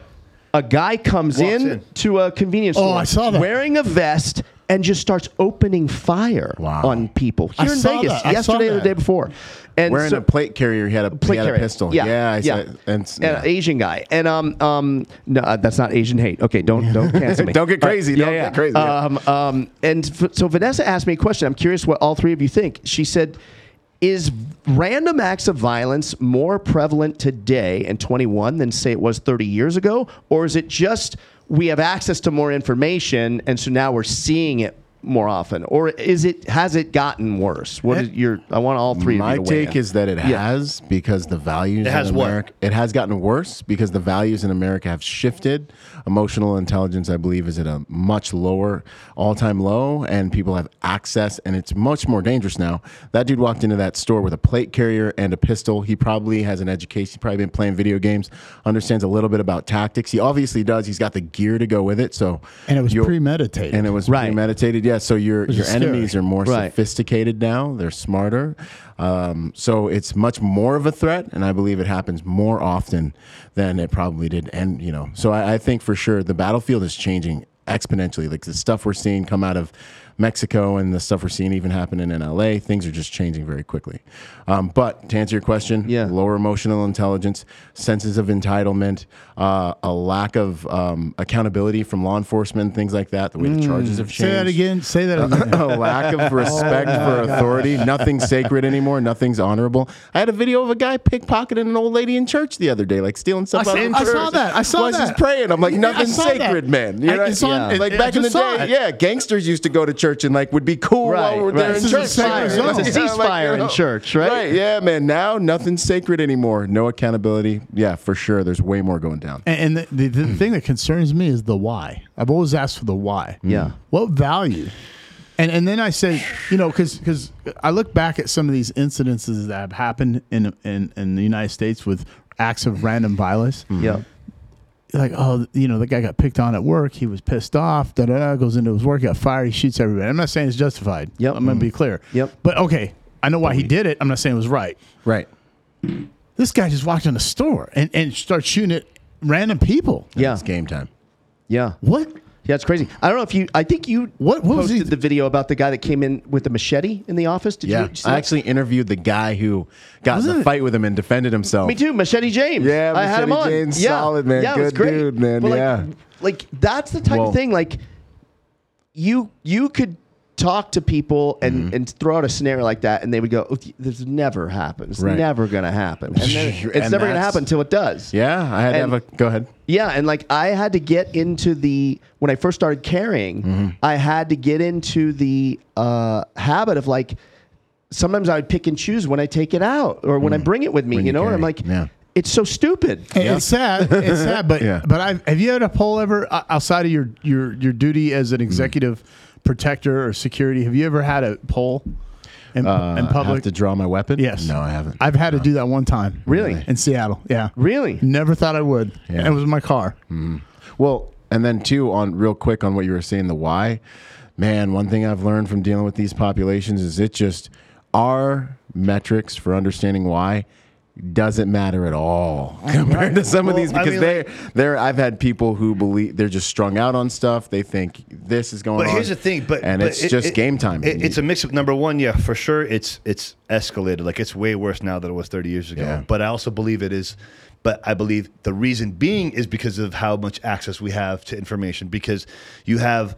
A: a guy comes
E: Walks
A: in,
E: in.
A: to a convenience
B: Oh,
A: store.
B: I saw that.
A: wearing a vest. And just starts opening fire
D: Wow.
A: on people here
B: I
A: in
B: saw
A: Vegas
B: that. I saw
A: yesterday or the
B: that.
A: day before. And
D: Wearing
A: so-
D: a plate carrier, he had a,
A: plate
D: he had
A: carrier.
D: a pistol.
A: Yeah,
D: yeah, I
A: yeah.
D: said- and,
A: and an Asian guy. And um um no, uh, that's not Asian hate. Okay, don't don't
D: [laughs]
A: cancel me.
C: Don't get
A: All
C: crazy, don't get crazy, yeah.
A: Um, um and f- so Vanessa asked me a question. I'm curious what all three of you think. She said, "Is random acts of violence more prevalent today in 21 than say it was 30 years ago, or is it just we have access to more information and so now we're seeing it?" More often, or is it has it gotten worse? What is your? I want all three.
D: Eh, My
A: of you to weigh
D: take
A: in.
D: is that it
A: Yeah.
D: has because the values
E: It has
D: in
E: what?
D: America it has gotten worse because the values in America have shifted. Emotional intelligence, I believe, is at a much lower all time low, and people have access, and it's much more dangerous now. That dude walked into that store with a plate carrier and a pistol. He probably has an education. He's probably been playing video games, understands a little bit about tactics. He obviously does. He's got the gear to go with it. So
B: And it was
D: you're-
B: premeditated.
D: and it was
A: Right.
D: premeditated. Yeah, so your
B: is
D: your
B: scary.
D: enemies are more
A: Right.
D: sophisticated now. They're smarter, um, so it's much more of a threat, and I believe it happens more often than it probably did. And you know, so I, I think for sure the battlefield is changing exponentially. Like the stuff we're seeing come out of Mexico and the stuff we're seeing even happening in LA. Things are just changing very quickly. Um, but to answer your question,
A: Yeah.
D: lower emotional intelligence, senses of entitlement, uh, a lack of um, accountability from law enforcement, things like that. The way the charges have changed.
B: Hmm. Say that again. Say that
D: [laughs]
B: again.
D: a lack
B: Oh
D: of respect for authority. Nothing's sacred anymore. Nothing's honorable. I had a video of a guy pickpocketing an old lady in church the other day, like stealing stuff
B: I
D: out
B: saw-
D: of
B: I
D: the church.
B: saw that. I saw
D: While she's
B: that.
D: praying. I'm like,
B: Yeah, I
D: nothing's
B: saw that.
D: sacred, man. You
B: I-
D: know?
B: it's on-
D: Yeah. Like
B: it- I
D: back in the
B: just saw
D: day,
B: it.
D: yeah, gangsters used to go to church and like would be cool
A: Right,
D: while we're
A: right.
D: there
A: This
D: in
A: is
B: a
D: church.
B: sacred
D: Yeah,
B: zone. It's
A: a
D: like, [laughs] you
A: ceasefire in
D: know.
A: church, right?
D: Right. Yeah, man. Now nothing's sacred anymore. No accountability. Yeah, for sure. There's way more going down.
B: And, and the, the, the thing that concerns me is the why. I've always asked for the why.
A: Yeah.
B: What value? And and then I say, you know, because because I look back at some of these incidences that have happened in in, in the United States with acts of random violence.
A: Yeah.
B: Like, oh, you know, the guy got picked on at work. He was pissed off. Da da da. Goes into his work, got fired. He shoots everybody. I'm not saying it's justified.
A: Yep.
B: I'm gonna
D: Mm-hmm.
B: be clear.
A: Yep.
B: But okay, I know why he did it. I'm not saying it was right
D: Right.
B: this guy just walked in the store and, and starts shooting at random people.
A: Yeah.
D: It's game time.
A: Yeah.
B: What?
A: Yeah, it's crazy. I don't know if you. I think you
B: What- what was
A: posted
B: he-
A: the video about the guy that came in with the machete in the office. Did
D: Yeah,
A: you? see
D: I
A: that?
D: actually interviewed the guy who got in
B: Wasn't
D: a
B: it-
D: fight with him and defended himself.
A: Me too, Machete James.
D: Yeah,
A: I had him
D: Machete
A: on.
D: James,
A: yeah.
D: solid, man.
A: Yeah, it was
D: Good
A: great.
D: dude, man.
A: But, like,
D: Yeah.
A: like that's the type
D: Well-
A: of thing. Like you, you could talk to people and
D: Mm-hmm.
A: and throw out a scenario like that, and they would go, "Oh, "This never happens.
D: Right.
A: Never gonna happen. And
D: [laughs]
A: then it's
D: And
A: never gonna
D: that's-
A: happen until it does."
D: Yeah, I had
A: And-
D: to have a go ahead.
A: Yeah, and like I had to get into the when I first started carrying, I had to get into the uh, habit of like sometimes I would pick and choose when I take it out or Mm. when I bring it with me, you,
D: you
A: know. And I'm
D: carry,
A: like,
D: yeah.
A: it's so stupid.
B: And It's sad. It's sad.
D: [laughs]
B: But
D: Yeah.
B: but I've, have you had a poll ever o- outside of your your your duty as
D: Mm.
B: an executive protector or security? Have you ever had a poll in, in
D: I Uh, have
B: public?
D: to draw my weapon.
B: yes.
D: No, I haven't.
B: I've had to do that one time.
A: Really?
B: In Seattle. Yeah.
A: Really?
B: Never thought I would.
D: Yeah. Mm.
B: It was in my car.
D: Well, and then too on real quick on what you were saying the why. Man, one thing I've learned from dealing with these populations is it just our metrics for understanding why doesn't matter at
E: [laughs]
D: all compared to some of
E: Well,
D: these
E: I
D: because
E: mean,
D: they they're I've had people who believe they're just strung out on stuff. They think this is going
E: But
D: on.
E: here's the thing, but
D: and
E: but
D: it's
E: it-
D: just
E: it-
D: game time.
E: it- it's a mix of number one, yeah, for sure. It's it's escalated, like it's way worse now than it was 30 years ago.
D: Yeah.
E: But I also believe it is. But I believe the reason being is because of how much access we have to information. Because you have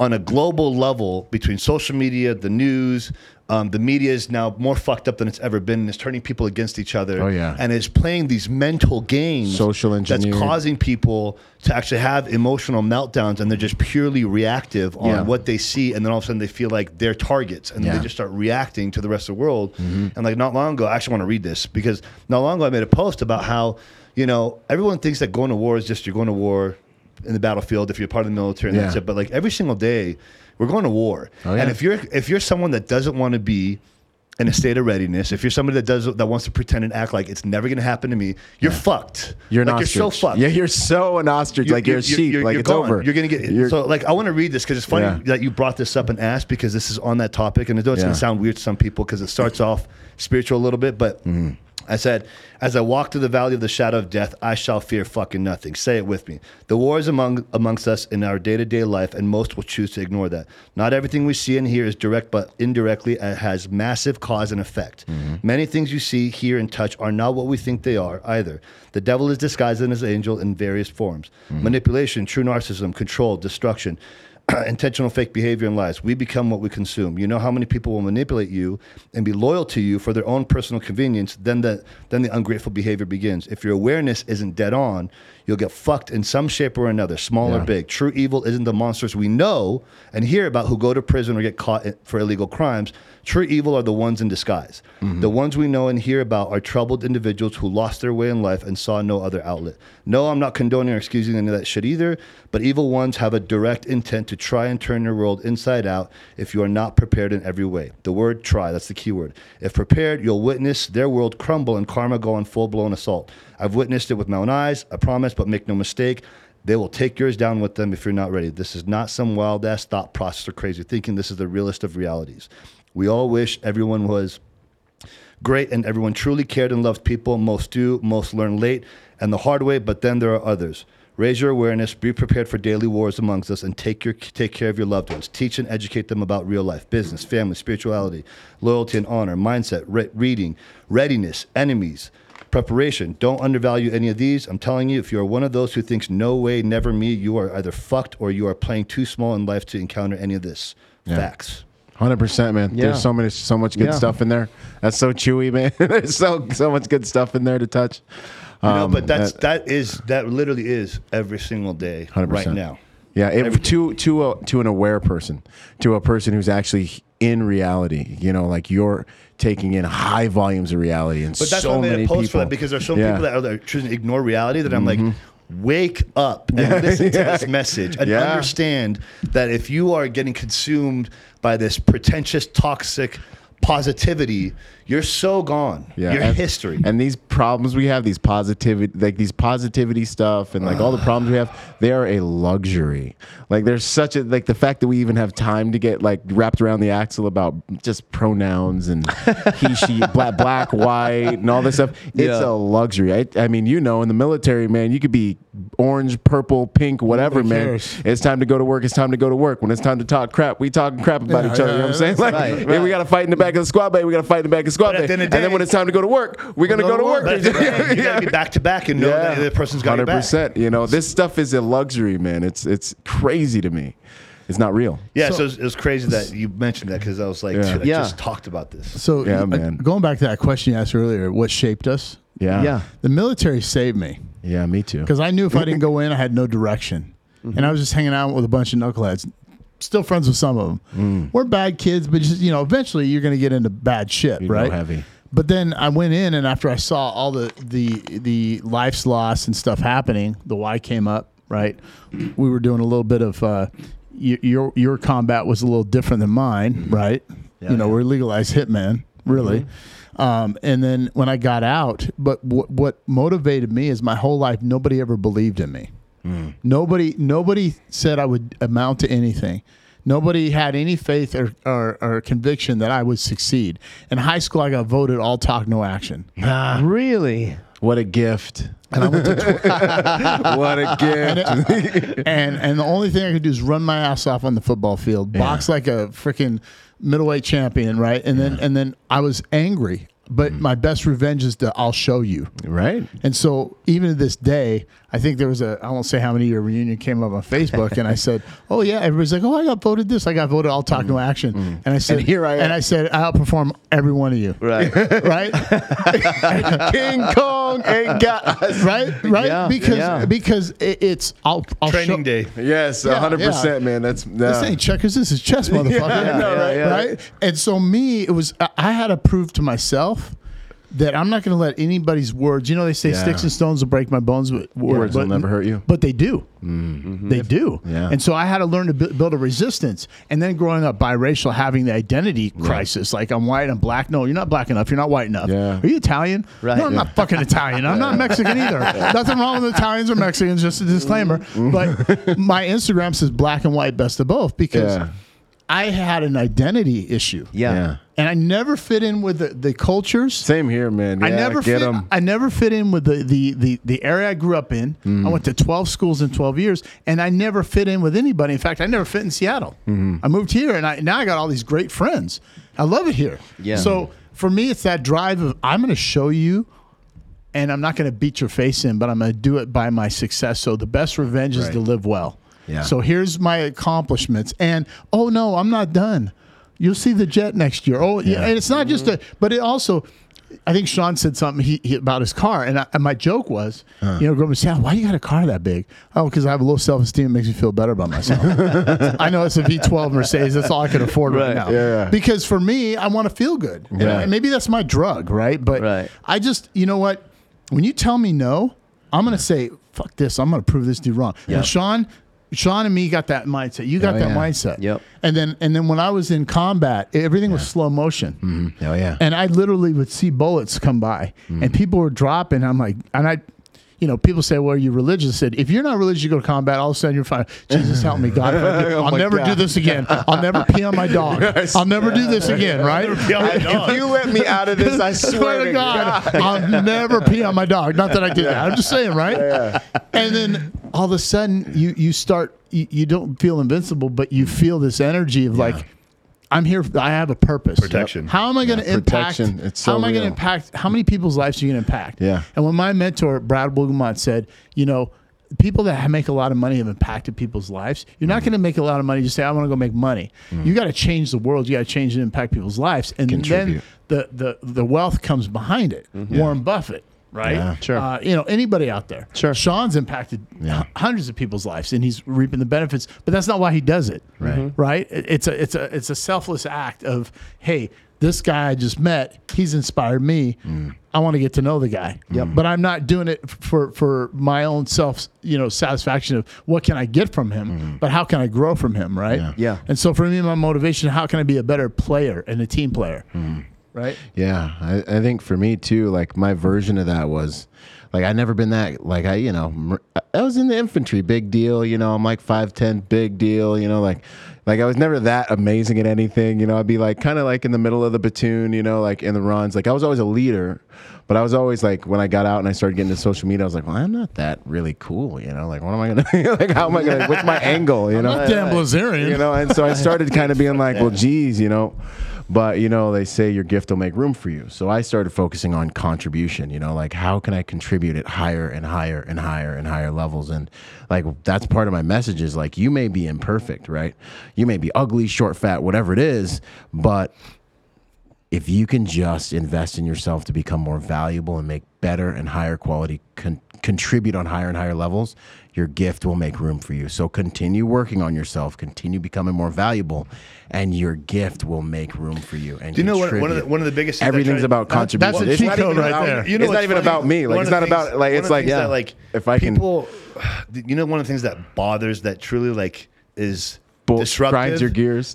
E: on a global level between social media, the news, um, the media is now more fucked up than it's ever been, and it's turning people against each other.
D: Oh, yeah.
E: and it's playing these mental games,
D: Social
E: that's
D: engineering.
E: causing people to actually have emotional meltdowns, and they're just purely reactive on
D: Yeah.
E: what they see, and then all of a sudden they feel like they're targets, and then
D: Yeah. Mm-hmm.
E: they just start reacting to the rest of the world. And like not long ago, I actually want to read this because not long ago I made a post about how you know everyone thinks that going to war is just you're going to war in the battlefield if you're part of the military and
D: Yeah.
E: that's it. But like every single day, we're going to war.
D: Oh, yeah.
E: And if you're if you're someone that doesn't want to be in a state of readiness, if you're somebody that does that wants to pretend and act like it's never going to happen to me, you're fucked.
D: You're an
E: like
D: ostrich.
E: you're so fucked.
D: Yeah, you're so an ostrich. like you're, a sheep. like it's
E: gone.
D: over.
E: You're gonna get
D: You're-
E: so like I want to read this because it's funny
D: Yeah.
E: that you brought this up and asked because this is on that topic and I know it's gonna
D: Yeah.
E: sound weird to some people because it starts off spiritual a little bit, but I said, as I walk through the valley of the shadow of death, I shall fear fucking nothing. Say it with me. The war is among amongst us in our day to day life, and most will choose to ignore that. Not everything we see and hear is direct, but indirectly it has massive cause and effect. Many things you see, hear, and touch are not what we think they are either. The devil is disguised as an angel in various forms manipulation, true narcissism, control, destruction. [clears throat] intentional fake behavior and lies. We become what we consume. You know how many people will manipulate you and be loyal to you for their own personal convenience, then the then the ungrateful behavior begins. If your awareness isn't dead on, you'll get fucked in some shape or another, small or
D: Yeah.
E: big. True evil isn't the monsters we know and hear about who go to prison or get caught in- for illegal crimes. True evil are the ones in disguise. The ones we know and hear about are troubled individuals who lost their way in life and saw no other outlet. No, I'm not condoning or excusing any of that shit either, but evil ones have a direct intent to try and turn your world inside out if you are not prepared in every way. The word try, that's the key word. If prepared, you'll witness their world crumble and karma go on full blown assault. I've witnessed it with my own eyes, I promise, but make no mistake. They will take yours down with them if you're not ready. This is not some wild ass thought process or crazy thinking. This is the realest of realities. We all wish everyone was great and everyone truly cared and loved people. Most do, most learn late and the hard way, but then there are others. Raise your awareness, be prepared for daily wars amongst us, and take, your, take care of your loved ones. Teach and educate them about real life, business, family, spirituality, loyalty and honor, mindset, re- reading, readiness, enemies, preparation. Don't undervalue any of these. I'm telling you, if you are one of those who thinks no way, never me, you are either fucked or you are playing too small in life to encounter any of this. Facts.
D: Hundred percent, man.
A: Yeah.
D: There's so many, so much good
A: Yeah.
D: stuff in there. That's so chewy, man. [laughs] There's so so much good stuff in there to touch.
E: you know,
D: Um,
E: but that's
D: uh,
E: that is that literally is every single day
D: 100%.
E: right now.
D: Yeah, it, to to a, to an aware person, to a person who's actually in reality. You know, like you're taking in high volumes of reality, and
E: But that's
D: so
E: why I made
D: many
E: a post
D: people.
E: for that because there's so many
D: Yeah. Mm-hmm.
E: people that are like, choosing to ignore reality that I'm like, wake up and listen to this message
D: [laughs]
E: and
D: Yeah.
E: understand that if you are getting consumed by this pretentious, toxic positivity, you're so gone.
D: Yeah,
E: Your
D: and-
E: history.
D: [laughs] and these problems we have, these positivity, like these positivity stuff, and like all the problems we have, they are a luxury. Like there's such a like the fact that we even have time to get like wrapped around the axle about just pronouns
E: [laughs]
D: and he, she, black, black, white, and all this stuff. It's
A: Yeah.
D: a luxury. I, I mean, you know, in the military, man, you could be orange, purple, pink, whatever,
B: Nobody
D: man.
B: cares.
D: It's time to go to work. It's time to go to work. When it's time to talk crap, we talking crap about
B: Yeah,
D: each other.
B: yeah,
D: you know what I'm saying?
B: that's
D: Like,
A: right,
D: hey, we got to fight in the back of the squad bay. We got to fight in the back of the squad
E: But at
D: bay.
E: the end of the
D: and then
E: day-
D: when it's time to go to work, we're gonna go to work.
E: But at the end, you gotta be back to back and know that the other person's got your back.
D: 100%. You know, this stuff is a luxury, man. It's it's crazy to me. It's not real.
E: Yeah, so, it, was, it was crazy that you mentioned that because I was like,
D: Yeah.
E: dude, I
A: Yeah.
E: just talked about this.
B: So
D: Yeah,
B: uh,
D: man.
B: going back to that question you asked earlier, what shaped us?
D: Yeah.
A: Yeah.
B: The military saved me
D: Yeah, me too.
B: because I knew if I didn't go in, I had no direction, and I was just hanging out with a bunch of knuckleheads. Still friends with some of them. We're bad kids, but just you know, eventually you're going to get into bad shit,
D: go
B: right?
D: heavy.
B: But then I went in, and after I saw all the the the life's loss and stuff happening, the why came up. Right, we were doing a little bit of uh, y- your your combat was a little different than mine. Right, you know, we're legalized hitman, really. Um, and then when I got out, but what what motivated me is my whole life nobody ever believed in me. Nobody, nobody said I would amount to anything. Nobody had any faith or, or, or conviction that I would succeed. In high school, I got voted all talk, no action.
A: Really?
D: What a gift. what
B: [laughs]
D: a
B: uh,
D: gift.
B: and and the only thing I could do is run my ass off on the football field, box like a freaking middleweight champion, right? And then and then I was angry, but my best revenge is to I'll show you.
D: Mm. right?
B: And so even to this day, I think there was a I won't say how many year reunion came up
D: [laughs]
B: on Facebook, and I said, "Oh yeah," everybody's like, "Oh, I got voted this, I got voted, I'll talk no action," and I said,
D: Mm. And here I am.
B: and I said, "I outperform every one of you,"
A: Right.
D: [laughs]
B: [laughs] right?
D: King Kong ain't got us.
B: right, right,
A: Yeah,
B: because
A: yeah.
B: because it, it's I'll, I'll
E: Training
B: show-
E: day.
D: Yes,
B: Yeah,
D: 100%,
B: yeah.
D: man. That's
B: This
D: nah.
B: ain't checkers. This is
D: [laughs]
B: chess, motherfucker.
D: I know,
A: right? yeah.
B: Right? And so me, it was I- I had to prove to myself that I'm not going to let anybody's words. You know, they say
D: Yeah.
B: sticks and stones will break my bones, but
D: Words will never hurt you. Mm-hmm.
B: But they do. They do.
D: Yeah.
B: And so I had to learn to bu- build a resistance. And then growing up biracial, having the identity crisis, like I'm white, I'm black. No, you're not black enough. You're not white enough.
D: Yeah.
B: Are you Italian?
A: Right.
B: No, I'm not fucking Italian. I'm not Mexican
D: [laughs]
B: either. Nothing wrong with Italians or Mexicans. Just a disclaimer.
D: Mm-hmm.
B: But my Instagram says black and white, best of both, because
D: Yeah.
B: I had an identity issue.
A: Yeah.
D: Yeah.
B: And I never fit in with the, the cultures.
D: Same here, man.
B: I
D: Yeah,
B: never
D: get
B: fit,
D: them.
B: I never fit in with the the the, the area I grew up in.
D: Mm.
B: I went to twelve schools in twelve years, and I never fit in with anybody. In fact, I never fit in Seattle.
D: Mm-hmm.
B: I moved here, and I now I got all these great friends. I love it here.
A: Yeah.
B: So for me, it's that drive of I'm going to show you. And I'm not going to beat your face in, but I'm going to do it by my success. So the best revenge is to live well.
D: Yeah.
B: So here's my accomplishments, and oh no, I'm not done. You'll see the jet next year. Oh, yeah. And it's not just a, but it also, I think Sean said something he, he, about his car, and, I, and my joke was, you know, growing up, Sam, why you got a car that big? Oh, because I have low self esteem. It makes me feel better about myself. I know it's a V12 Mercedes. That's all I can afford right,
A: Right,
B: now.
D: yeah.
B: Because for me, I want to feel good. And
D: Yeah.
B: I- maybe that's my drug, right? But
A: Right.
B: I just, you know what? When you tell me no, I'm gonna say fuck this. I'm gonna prove this dude wrong. And Sean, Sean and me got that mindset. You got
D: Oh,
B: that
D: yeah.
B: mindset.
A: Yep.
B: And then and then when I was in combat, e, everything was slow motion.
D: Oh, yeah.
B: And I literally would see bullets come by, and people were dropping. I'm like, and I. You know, people say, "Well, are you religious?" I said, "If you're not religious, you go to combat. All of a sudden, you're fine. Jesus, help me, God! if I do- I'll never do this again. I'll never pee on my dog. I'll never do this again. Right?
D: If you let me out of this,
B: [laughs]
D: I
B: swear to God, I'll never pee on my dog. Not that I did that. I'm just saying, right? And then all of a sudden you you start you, you don't feel invincible, but you feel this energy of like. I'm here. I have a purpose.
E: Protection.
B: How am I going to impact?
D: protection. It's so
B: how am I going to
D: real.
B: impact? How many people's lives are you going to impact?
D: Yeah.
B: And when my mentor Brad Wilgamont said, you know, people that make a lot of money have impacted people's lives. You're
D: Mm-hmm.
B: not going to make a lot of money. Just say, I want to go make money. You got to change the world. You got to change and impact people's lives, and
D: Contribute. Mm-hmm.
B: then the the the wealth comes behind it. Warren Buffett, right?
D: Yeah.
A: Sure.
B: Uh, you know anybody out there?
A: Sure.
B: Sean's impacted
D: Yeah.
B: h- hundreds of people's lives, and he's reaping the benefits. But that's not why he does it. Right. Right. It- It's a it's a it's a selfless act of hey, this guy I just met, he's inspired me. I want to get to know the guy. Yep. But I'm not doing it f- for for my own self, you know, satisfaction of what can I get from him, but how can I grow from him, right? Mm-hmm. Yeah.
A: Yeah.
B: And so for me, my motivation: how can I be a better player and a team player? Right.
D: Yeah, I, I think for me too. Like my version of that was, like I never been that. Like I, you know, mer- I was in the infantry, big deal. You know, I'm like five ten, big deal. You know, like, like I was never that amazing at anything. You know, I'd be like kind of like in the middle of the platoon. You know, like in the runs. Like I was always a leader, but I was always like when I got out and I started getting to social media, I was like, well, I'm not that really cool. You know, like what am I gonna [laughs] like? How am I gonna? What's my angle? You know,
B: Damn Blazarian.
D: you know, and so I started kind of being like, well, geez, you know, but you know, they say your gift will make room for you. So I started focusing on contribution, you know, like how can I contribute at higher and higher and higher and higher levels? And like, that's part of my message is like, you may be imperfect, right? You may be ugly, short, fat, whatever it is, but if you can just invest in yourself to become more valuable and make better and higher quality con- contribute on higher and higher levels your gift will make room for you so continue working on yourself continue becoming more valuable and your gift will make room for you and
E: Do you know what- one of the-
D: contribute.
E: one of the biggest things I
D: everything's
E: tried-
D: about
B: That- that's
D: contribution
B: the
D: It's
B: cheat
D: not even
B: code right
D: about-
B: there.
D: you know, it's
E: what's
D: not even
E: funny?
D: about me like
E: One
D: it's
E: of
D: not
E: the
D: about
E: things-
D: like it's
E: one of the
D: like
E: things
D: yeah
E: that, like
D: if i can
E: people, you know, one of the things that bothers that truly like is
D: Bull-
E: disruptive.
D: grinds your gears.
E: [laughs]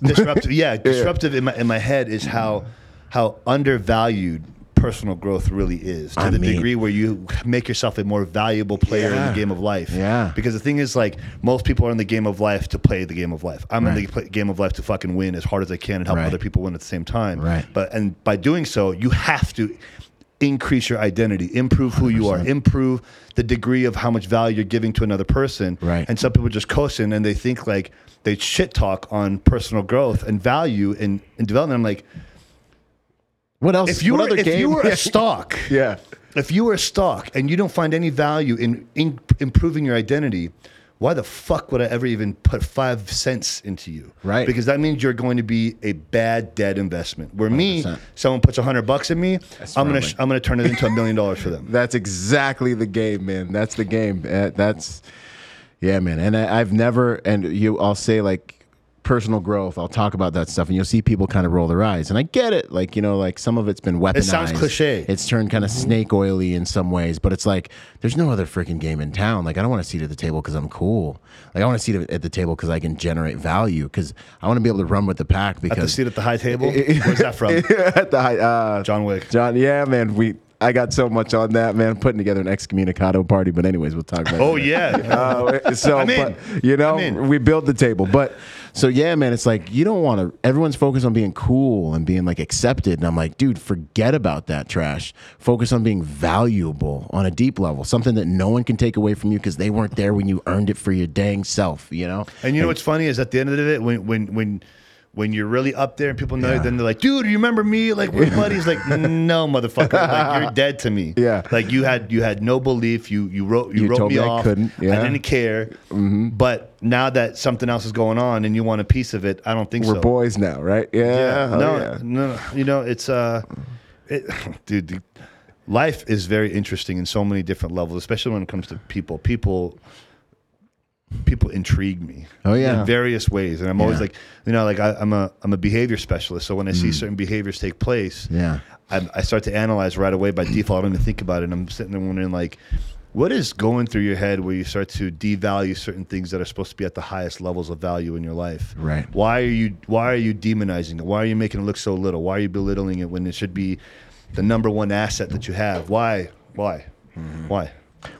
D: [laughs]
E: disruptive, yeah, disruptive in my in my head is how how undervalued personal growth really is to
D: I
E: the
D: mean-
E: degree where you make yourself a more valuable player in the game of life.
D: Yeah.
E: Because the thing is, like, most people are in the game of life to play the game of life. I'm in the pl- game of life to fucking win as hard as I can and help
D: Right.
E: other people win at the same time.
D: Right.
E: But and by doing so, you have to increase your identity, improve who you are, improve the degree of how much value you're giving to another person.
D: Right.
E: And some people just coasting and they think like they shit talk on personal growth and value and, and development. I'm like,
D: what else
E: if you
D: what
E: were
D: other
E: if
D: game [laughs]
E: you were a stock,
D: yeah
E: if you were a stock and you don't find any value in, in improving your identity, why the fuck would I ever even put five cents into you?
D: Right.
E: Because that means you're going to be a bad dead investment. Where me,
D: 100%.
E: someone puts a hundred bucks in me, I'm gonna
D: right.
E: sh- I'm gonna turn it into a million dollars for them.
D: That's exactly the game, man. That's the game. Uh, that's yeah, man. And I, I've never and you. I'll say like personal growth. I'll talk about that stuff, and you'll see people kind of roll their eyes, and I get it. Like you know, like some of it's been weaponized.
E: sounds cliche. Mm-hmm.
D: It's turned kind of snake oily in some ways, but it's like there's no other freaking game in town. Like I don't want to seat at the table because I'm cool. Like I want to seat at the table because I can generate value. Because I want to be able to run with the pack. [laughs] Because
E: At the seat at the high table. Where's that from?
D: [laughs] at the high, uh,
E: John Wick.
D: John, yeah, man, we I got so much on that, man. Putting together an excommunicado party, but anyways, we'll talk about. it
E: Oh
D: later.
E: yeah.
D: Uh, so
E: [laughs] I'm in.
D: but, you know,
E: I'm in.
D: we built the table, but so yeah, man, it's like you don't want to. Everyone's focused on being cool and being like accepted, and I'm like, dude, forget about that trash. Focus on being valuable on a deep level, something that no one can take away from you because they weren't there when you earned it for your dang self. You know,
E: And you know what's funny is at the end of it, when when when when you're really up there and people know, you, then they're like, "Dude, you remember me?
D: [laughs]
E: Like we're buddies." Like, no, motherfucker, like you're dead to me.
D: Yeah.
E: Like you had you had no belief. You you wrote you,
D: You
E: wrote
D: told
E: me,
D: me I
E: off.
D: couldn't, yeah. Mm-hmm.
E: I didn't care. But now that something else is going on and you want a piece of it, I don't think
D: we're
E: so.
D: boys now, right? Yeah,
E: Yeah.
D: oh,
E: no,
D: yeah.
E: no, you know, it's uh, it, [laughs] dude, the- life is very interesting in so many different levels, especially when it comes to people. People, people intrigue me.
D: Oh, yeah.
E: in various ways, and I'm always
D: Yeah. Mm.
E: like, you know, like I, I'm a I'm a behavior specialist, so when I see certain behaviors take place,
D: Yeah.
E: I, I start to analyze right away by default. I don't even think about it. And I'm sitting there wondering, like, what is going through your head where you start to devalue certain things that are supposed to be at the highest levels of value in your life?
D: Right.
E: Why are you Why are you demonizing it? Why are you making it look so little? Why are you belittling it when it should be the number one asset that you have? Why? Why?
D: Mm-hmm.
E: Why?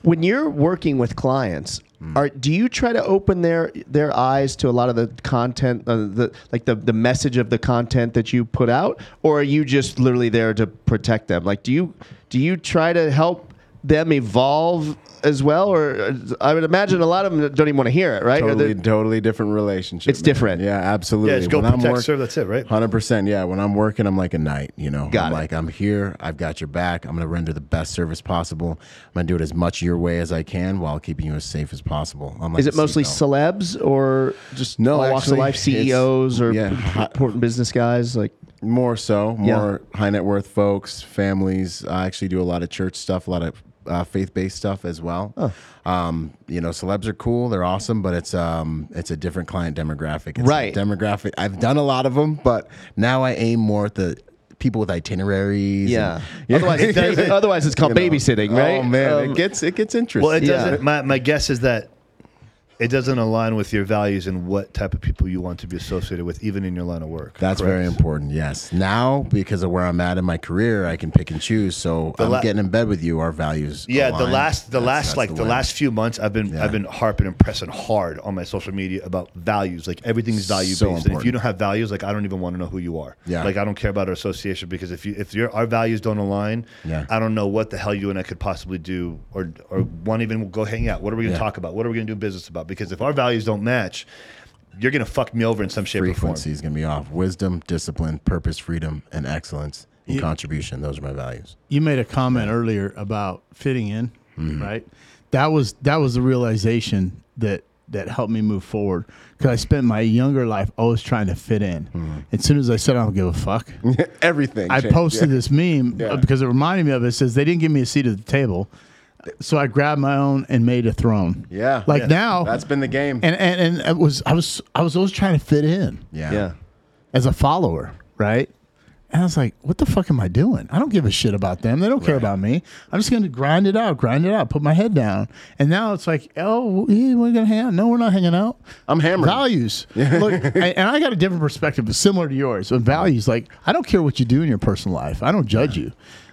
A: when you're working with clients
D: Hmm.
A: are do you try to open their their eyes to a lot of the content uh, the like the, the message of the content that you put out or are you just literally there to protect them like do you do you try to help them evolve as well? Or uh, I would imagine a lot of them don't even want to hear it, right? Or
D: Totally,
A: they're-
D: totally different relationship.
A: It's different.
D: Yeah, absolutely.
E: Yeah, just go protect, serve, that's it, right?
D: Hundred percent. Yeah, when I'm working, I'm like a knight. You know,
A: Got
D: I'm
A: it.
D: like I'm here. I've got your back. I'm gonna render the best service possible. I'm gonna do it as much your way as I can while keeping you as safe as possible. I'm like
A: is
D: a
A: it mostly
D: seatbelt.
A: celebs or just
D: No,
A: all walks of
D: actually,
A: life,
D: it's-
A: CEOs or
D: yeah.
A: p- important business guys? Like,
D: More so,
A: Yeah.
D: more high net worth folks, families. I actually do a lot of church stuff, a lot of uh, faith based stuff as well. Um, you know, celebs are cool; they're awesome, but it's um, it's a different client demographic. It's a
A: Right.
D: demographic. I've done a lot of them, but now I aim more at the people with itineraries. and-
A: yeah. Otherwise,
D: [laughs]
A: it's, otherwise it's called
D: You know.
A: babysitting, right?
D: Oh man,
A: Um,
D: it gets it gets interesting.
E: Well, it
A: Yeah.
E: doesn't. My, my guess is that it doesn't align with your values and what type of people you want to be associated with, even in your line of work.
D: That's
E: correct?
D: very important. Yes. Now, because of where I'm at in my career, I can pick and choose. So I'm
E: la-
D: getting in bed with you. Our values.
E: Yeah, the
D: align.
E: last, the
D: That's-
E: last,
D: that's
E: like the,
D: way.
E: last few months, I've been,
D: Yeah.
E: I've been harping and pressing hard on my social media about values. Like everything's
D: So
E: value based, and if you
D: important.
E: don't have values, like I don't even want to know who you are.
D: Yeah.
E: like I don't care about our association because if you, if your our values don't align,
D: Yeah.
E: I don't know what the hell you and I could possibly do, or or want to even go hang out. What are we going to
D: Yeah.
E: talk about? What are we going to do business about? Because if our values don't match, you're going to fuck me over in some shape or form.
D: frequency is going to be off. Wisdom, discipline, purpose, freedom, and excellence and contribution. Those are my values.
B: you made a comment earlier about fitting in, right? That was that was the realization that that helped me move forward because I spent my younger life always trying to fit in. As soon as I said I don't give a fuck,
D: Everything.
B: I
D: changed.
B: posted
D: Yeah.
B: this meme uh,
D: Yeah.
B: because it reminded me of it. It Says they didn't give me a seat at the table, so I grabbed my own and made a throne.
D: Yeah.
B: like
D: Yeah.
B: now
D: That's been the game.
B: and and and it was I was I was always trying to fit in
D: yeah.
A: yeah.
B: as a follower, right? And I was like, what the fuck am I doing? I don't give a shit about them. They don't care about me. I'm just going to grind it out, grind it out, put my head down. And now it's like, oh, yeah, we're going to hang out. No, we're not hanging out.
D: I'm hammered.
B: Values. Look, and and I got a different perspective, but similar to yours. On values, like, I don't care what you do in your personal life, I don't judge you.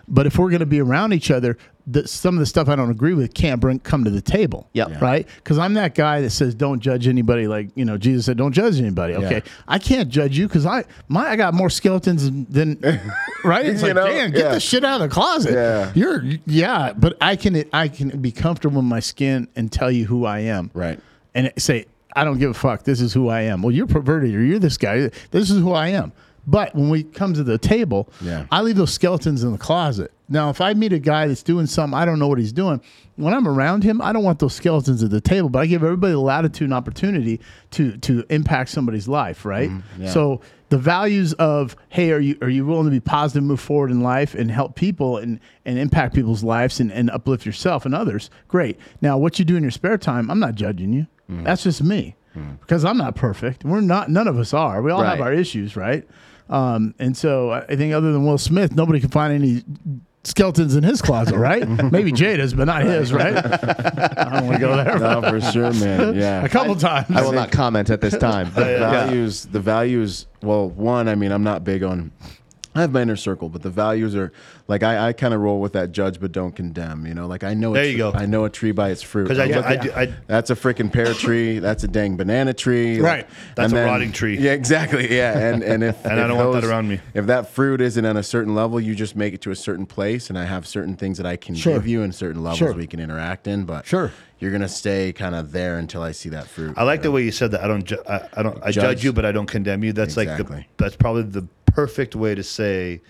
B: But if we're going to be around each other, the, some of the stuff I don't agree with can't bring come to the table.
A: Yep. Yeah.
B: Right? Because I'm that guy that says, don't judge anybody. Like, you know, Jesus said, don't judge anybody. Okay. I can't judge you because I my I got more skeletons
D: [laughs]
B: than right. It's
D: You
B: like,
D: know?
B: damn, get
D: Yeah.
B: the shit out of the closet.
D: Yeah.
B: You're yeah, but I can I can be comfortable in my skin and tell you who I am.
D: Right.
B: And say I don't give a fuck. This is who I am. Well, you're perverted or you're this guy. This is who I am. But when we come to the table,
D: Yeah.
B: I leave those skeletons in the closet. Now, if I meet a guy that's doing something, I don't know what he's doing. When I'm around him, I don't want those skeletons at the table, but I give everybody the latitude and opportunity to to impact somebody's life, right? So the values of hey, are you are you willing to be positive, move forward in life, and help people and and impact people's lives and, and uplift yourself and others? Great. Now, what you do in your spare time, I'm not judging you. That's just me. Because I'm not perfect. We're not. None of us are. We all have
A: Right.
B: our issues, right? Um, and so I I think other than Will Smith, nobody can find any skeletons in his closet, right? Maybe Jada's, but not his, right? I don't want to go there.
D: No, for sure, [laughs] man. Yeah.
B: A couple times.
A: I will not comment at this time. [laughs] but- uh,
D: the values the values well one i mean i'm not big on i have my inner circle but the values are like i, I kind of roll with that judge but don't condemn you know like i know
E: There
D: a
E: you
D: tr-
E: go.
D: i know a tree by its fruit
E: 'Cause I
D: I'm
E: do-
D: looking-
E: I do- I-
D: that's a freaking
E: [laughs]
D: pear tree that's a dang banana tree
B: Right.
E: That's
D: and
E: a rotting tree.
D: yeah exactly yeah and and if
E: [laughs] And I
D: if
E: don't want that around me.
D: if that fruit isn't at a certain level you just make it to a certain place and i have certain things that i can
B: Sure.
D: give you and certain levels
B: Sure.
D: we can interact in but
B: Sure.
D: you're gonna stay kind of there until i see that fruit
E: I like the way you said that. I don't. Ju- I, I don't. I judge.
D: Judge.
E: you, but I don't condemn you. That's like
D: Exactly.
E: the. That's probably the perfect way to say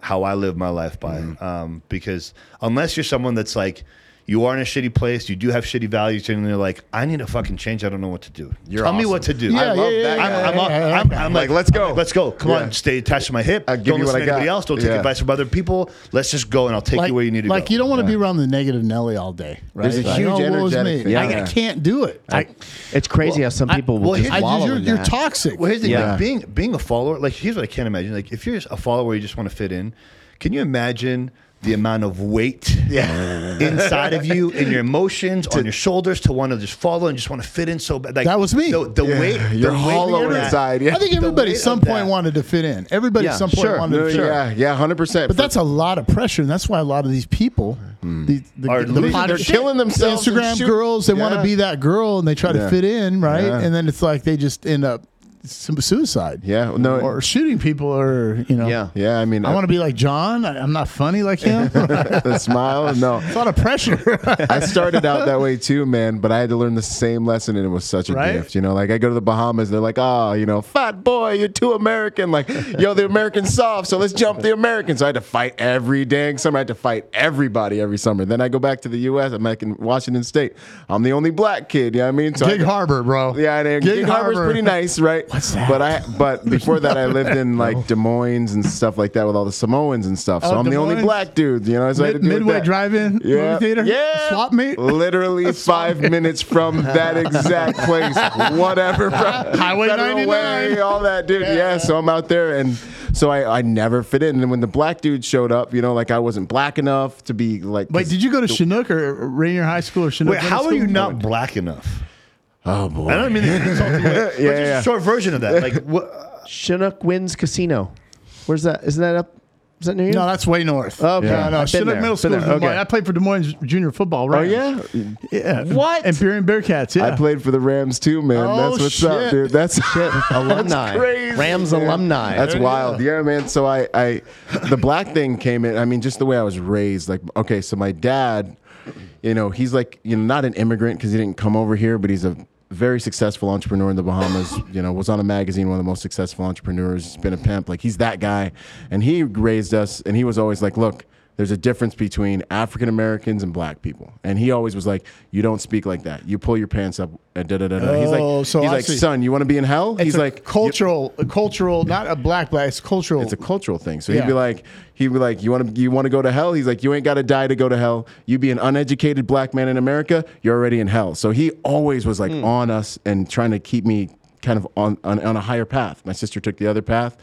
E: how I live my life by.
D: Mm-hmm.
E: Um, because unless you're someone that's like, you are in a shitty place, you do have shitty values, and you're like, I need to fucking change. I don't know what to do.
D: You're
E: Tell me
D: awesome.
E: what to do.
B: Yeah,
D: I love that
E: I'm,
D: guy.
E: I'm, I'm, I'm like,
D: Like, let's go.
E: I'm like, let's go. Come
D: Yeah.
E: on, stay attached to my hip.
D: I'll give
E: don't
D: you what
E: listen
D: I
E: to anybody
D: got.
E: else. Don't take
D: Yeah.
E: advice from other people. Let's just go, and I'll take you where you need to
B: like
E: go.
B: you don't want to be around the negative Nelly all day, right?
D: There's a
B: Like,
D: huge
B: oh, woe is
D: energetic
B: me.
D: thing.
B: I,
D: Yeah.
B: I can't do it. I,
A: it's crazy how some people will
E: well,
A: just
E: here's- I
B: I
A: wallow
B: just, you're,
A: in
B: you're
A: that.
B: toxic.
E: Well, here's the
A: Yeah.
E: thing: being being a follower, like here's what I can't imagine. Like if you're just a follower, you just want to fit in. Can you imagine the amount of weight [laughs] inside of you, in your emotions, on your shoulders, to want to just follow and just want to fit in so bad? Like,
B: That was me.
E: The, the weight, the
D: you're
E: weight
D: hollow
E: of that-
D: inside, yeah.
B: I think
E: The
B: everybody
E: weight
B: at some
E: of
B: point
E: that.
B: wanted to fit in. Everybody
A: Yeah,
B: at some point
A: sure.
B: wanted to fit in.
D: Yeah, yeah, hundred percent.
B: But that's a lot of pressure, and that's why a lot of these people, the, the,
E: Are
B: the,
E: losing
B: pod-
E: their
B: the
D: shit. killing themselves and
B: Instagram
D: shit.
B: girls, they want
D: Yeah.
B: to be that girl, and they try to
D: Yeah.
B: fit in, right?
D: Yeah.
B: And then it's like they just end up su- suicide.
D: Yeah, no-
B: or shooting people, or you know.
A: Yeah.
D: Yeah, I mean,
B: I want to be like John. I, I'm not funny like him. it's
D: [laughs] the smile. No,
B: a lot of pressure.
D: I started out that way too, man. But I had to learn the same lesson, and it was such a
B: Right?
D: gift. You know, like I go to the Bahamas, they're like, "Ah, you know, fat boy, you're too American." Like, yo, the Americans soft, so let's jump the Americans. So I had to fight every dang summer. I had to fight everybody every summer. Then I go back to the U.S. I'm back in Washington State. I'm the only black kid. You know what I mean? So I
B: Gig
D: go-
B: Harbor, bro.
D: Yeah, I know.
B: Gig
D: Gig, Harbor's
B: Harbor.
D: pretty nice, right?
B: What's that?
D: But I,
B: [laughs]
D: but before that, I lived in like Des Moines and stuff like that with all the Samoans and stuff. So
B: Oh,
D: I'm
B: Des
D: the only
B: Moines.
D: black dude, you know. So I had to
B: Mid-
D: deal with
B: Midway
D: that.
B: Drive-In
D: Yeah.
B: movie theater.
D: Yeah.
B: Swap meet. [laughs]
D: Literally five minutes from that exact place. Whatever. From
B: Highway
D: Federal
B: 99.
D: Way, all that, dude. Yeah. So I'm out there, and so I, I never fit in. And when the black dude showed up, you know, like I wasn't black enough to be like.
B: Wait, did you go to Chinook or Rainier High School or Chinook?
E: Wait,
B: Middle
E: how are
B: School?
E: you not black enough?
D: Oh boy.
E: I don't
D: [laughs]
E: mean the insulting way, but just
D: yeah.
E: a short version of that. Like, what,
A: Chinook Winds Casino. Where's that? Isn't that up? Is that near you?
B: No,
A: [laughs]
B: that's way north.
A: Okay.
B: no, no.
A: I've been
B: Chinook
A: there.
B: Middle
A: Been
B: School. is
A: there.
B: Des Moines.
A: Okay.
B: I played for Des Moines Junior Football.
D: Oh
B: Right?
D: yeah.
B: yeah.
A: What?
B: Imperium Bearcats. Yeah.
D: I played for the Rams too, man.
B: Oh,
D: That's what's up,
B: shit.
D: dude. That's
A: alumni.
D: crazy,
A: Rams
D: man.
A: alumni.
D: That's
B: There you
D: wild.
B: go.
D: Yeah, man. So I, I, the black thing came in. I mean, just the way I was raised. Like, okay, so my dad, you know, he's like, you know, not an immigrant because he didn't come over here, but he's a very successful entrepreneur in the Bahamas. You know, was on a magazine, one of the most successful entrepreneurs. He's been a pimp. Like, he's that guy. And he raised us, and he was always like, look. There's a difference between African Americans and black people. And he always was like, You don't speak like that. You pull your pants up. And da, da, da, da. he's
B: Oh,
D: like,
B: so
D: he's
B: I
D: like
B: see.
D: Son, you want to be in hell?
B: It's
D: he's
B: a
D: like, "You-
B: cultural, a cultural, not a black black. It's cultural.
D: it's a cultural thing. So
B: Yeah.
D: he'd be like, he'd be like, you want to, you want to go to hell? He's like, you ain't got to die to go to hell. You be an uneducated black man in America, you're already in hell. So he always was like on us and trying to keep me kind of on, on on a higher path. My sister took the other path,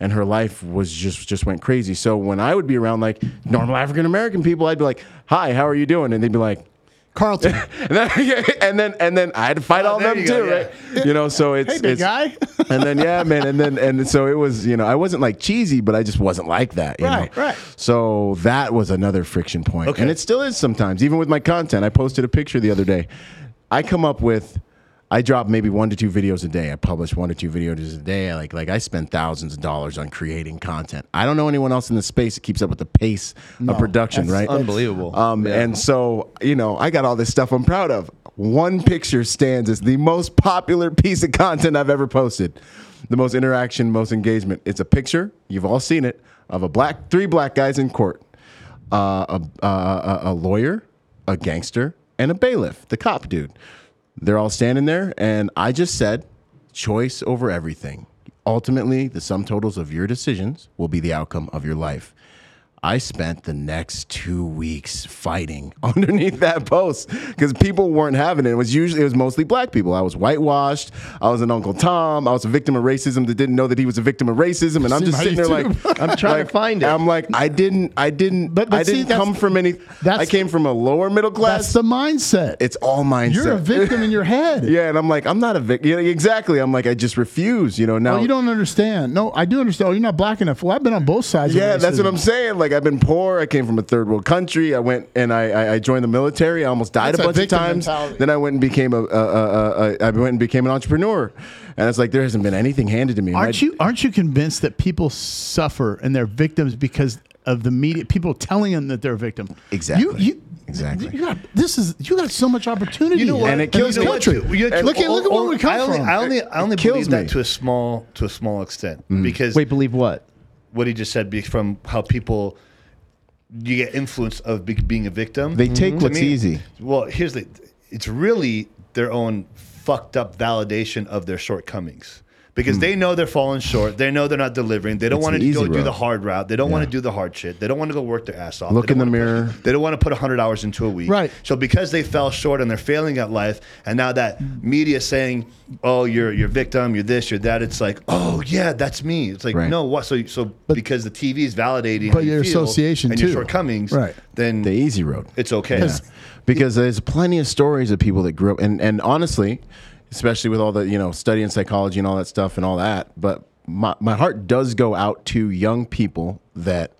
D: and her life was just just went crazy. So when I would be around like normal African American people, I'd be like, hi, how are you doing? And they'd be like.
B: Carlton. hey,
D: [laughs] And then, and then and then I had to fight all
E: there
D: them
E: you
D: too,
E: go, yeah.
D: right? You know, so it's
B: big
D: it's,
B: guy.
D: [laughs] and then yeah, man, and then and so it was, you know, I wasn't like cheesy, but I just wasn't like that, you
B: Right,
D: know.
B: right.
D: So that was another friction point.
E: Okay.
D: And it still is sometimes, even with my content. I posted a picture the other day. I come up with I drop maybe one to two videos a day. I publish one to two videos a day. I like like I spend thousands of dollars on creating content. I don't know anyone else in the space that keeps up with the pace of production, right?
A: Unbelievable.
D: Um, And so, you know, I got all this stuff I'm proud of. One picture stands as the most popular [laughs] piece of content I've ever posted. The most interaction, most engagement. It's a picture, you've all seen it, of a black, three black guys in court uh, a, a, a lawyer, a gangster, and a bailiff, the cop dude. They're all standing there, and I just said, choice over everything. Ultimately, the sum totals of your decisions will be the outcome of your life. I spent the next two weeks fighting [laughs] underneath that post because people weren't having it. It was usually it was mostly black people. I was whitewashed. I was an Uncle Tom. I was a victim of racism that didn't know that he was a victim of racism. And I'm just
B: on
D: sitting there like,
B: [laughs] YouTube.
A: I'm trying to find it.
D: I'm like, I didn't, I didn't,
B: But- but
D: I
B: see,
D: didn't
B: that's-
D: come from any.
B: that's-
D: I came from a lower middle class.
B: That's the mindset.
D: it's all mindset.
B: You're a victim in your head.
D: [laughs] yeah, and I'm like, I'm not a victim. Yeah, exactly. I'm like, I just refuse. You know now.
B: Well, Oh, you don't understand. No, I do understand. Oh, you're not black enough. Well, I've been on both sides.
D: yeah,
B: of
D: that's what I'm
B: racism.
D: saying. Like, I've been poor. I came from a third world country. I went and I, I, I joined the military. I almost died
B: That's a
D: a bunch of
B: victim
D: times.
B: mentality.
D: Then I went and became a, a, a, a, a. I went and became an entrepreneur, and it's like there hasn't been anything handed to me. And
B: Aren't
D: I-
B: you aren't you convinced that people suffer and they're victims because of the media people telling them that they're a victim?
D: Exactly.
B: You, you,
D: Exactly.
B: You got this is you got so much opportunity.
E: You know what?
D: And it kills
E: you
B: this
E: know
D: me.
E: what?
B: country.
E: You- you-
B: look at look at where we come
E: I only,
B: from.
E: I only, I only
D: It kills
E: believe
D: me.
E: that to a small to a small extent because
A: Wait, believe what?
E: what he just said be- from how people you get influence of be- being a victim.
D: They take
E: To
D: what's easy.
E: Well, here's the it's really their own fucked up validation of their shortcomings. Because they know they're falling short. They know they're not delivering. They don't
D: Hmm. It's the
E: want to go
D: easy
E: do
D: road.
E: the hard route. They don't want to do the hard shit. They don't want to go work their ass off.
D: Look
E: They don't
D: in the
E: wanna put-
D: mirror.
E: they don't want to put 100 hours into a week.
B: Right.
E: So because they fell short and they're failing at life, and now that media saying, "Oh, you're you're victim. You're this. You're that," it's like, "Oh yeah, that's me." It's like,
D: Right.
E: no, what? So so because the TV is validating,
B: But
E: how you
B: your
E: feel
B: association,
E: and
B: too.
E: your shortcomings,
B: Right.
E: Then
D: the easy road?
E: it's okay.
D: Yeah. Because there's plenty of stories of people that grew up, and, and honestly, especially with all the you know study in psychology and all that stuff and all that. But my my heart does go out to young people that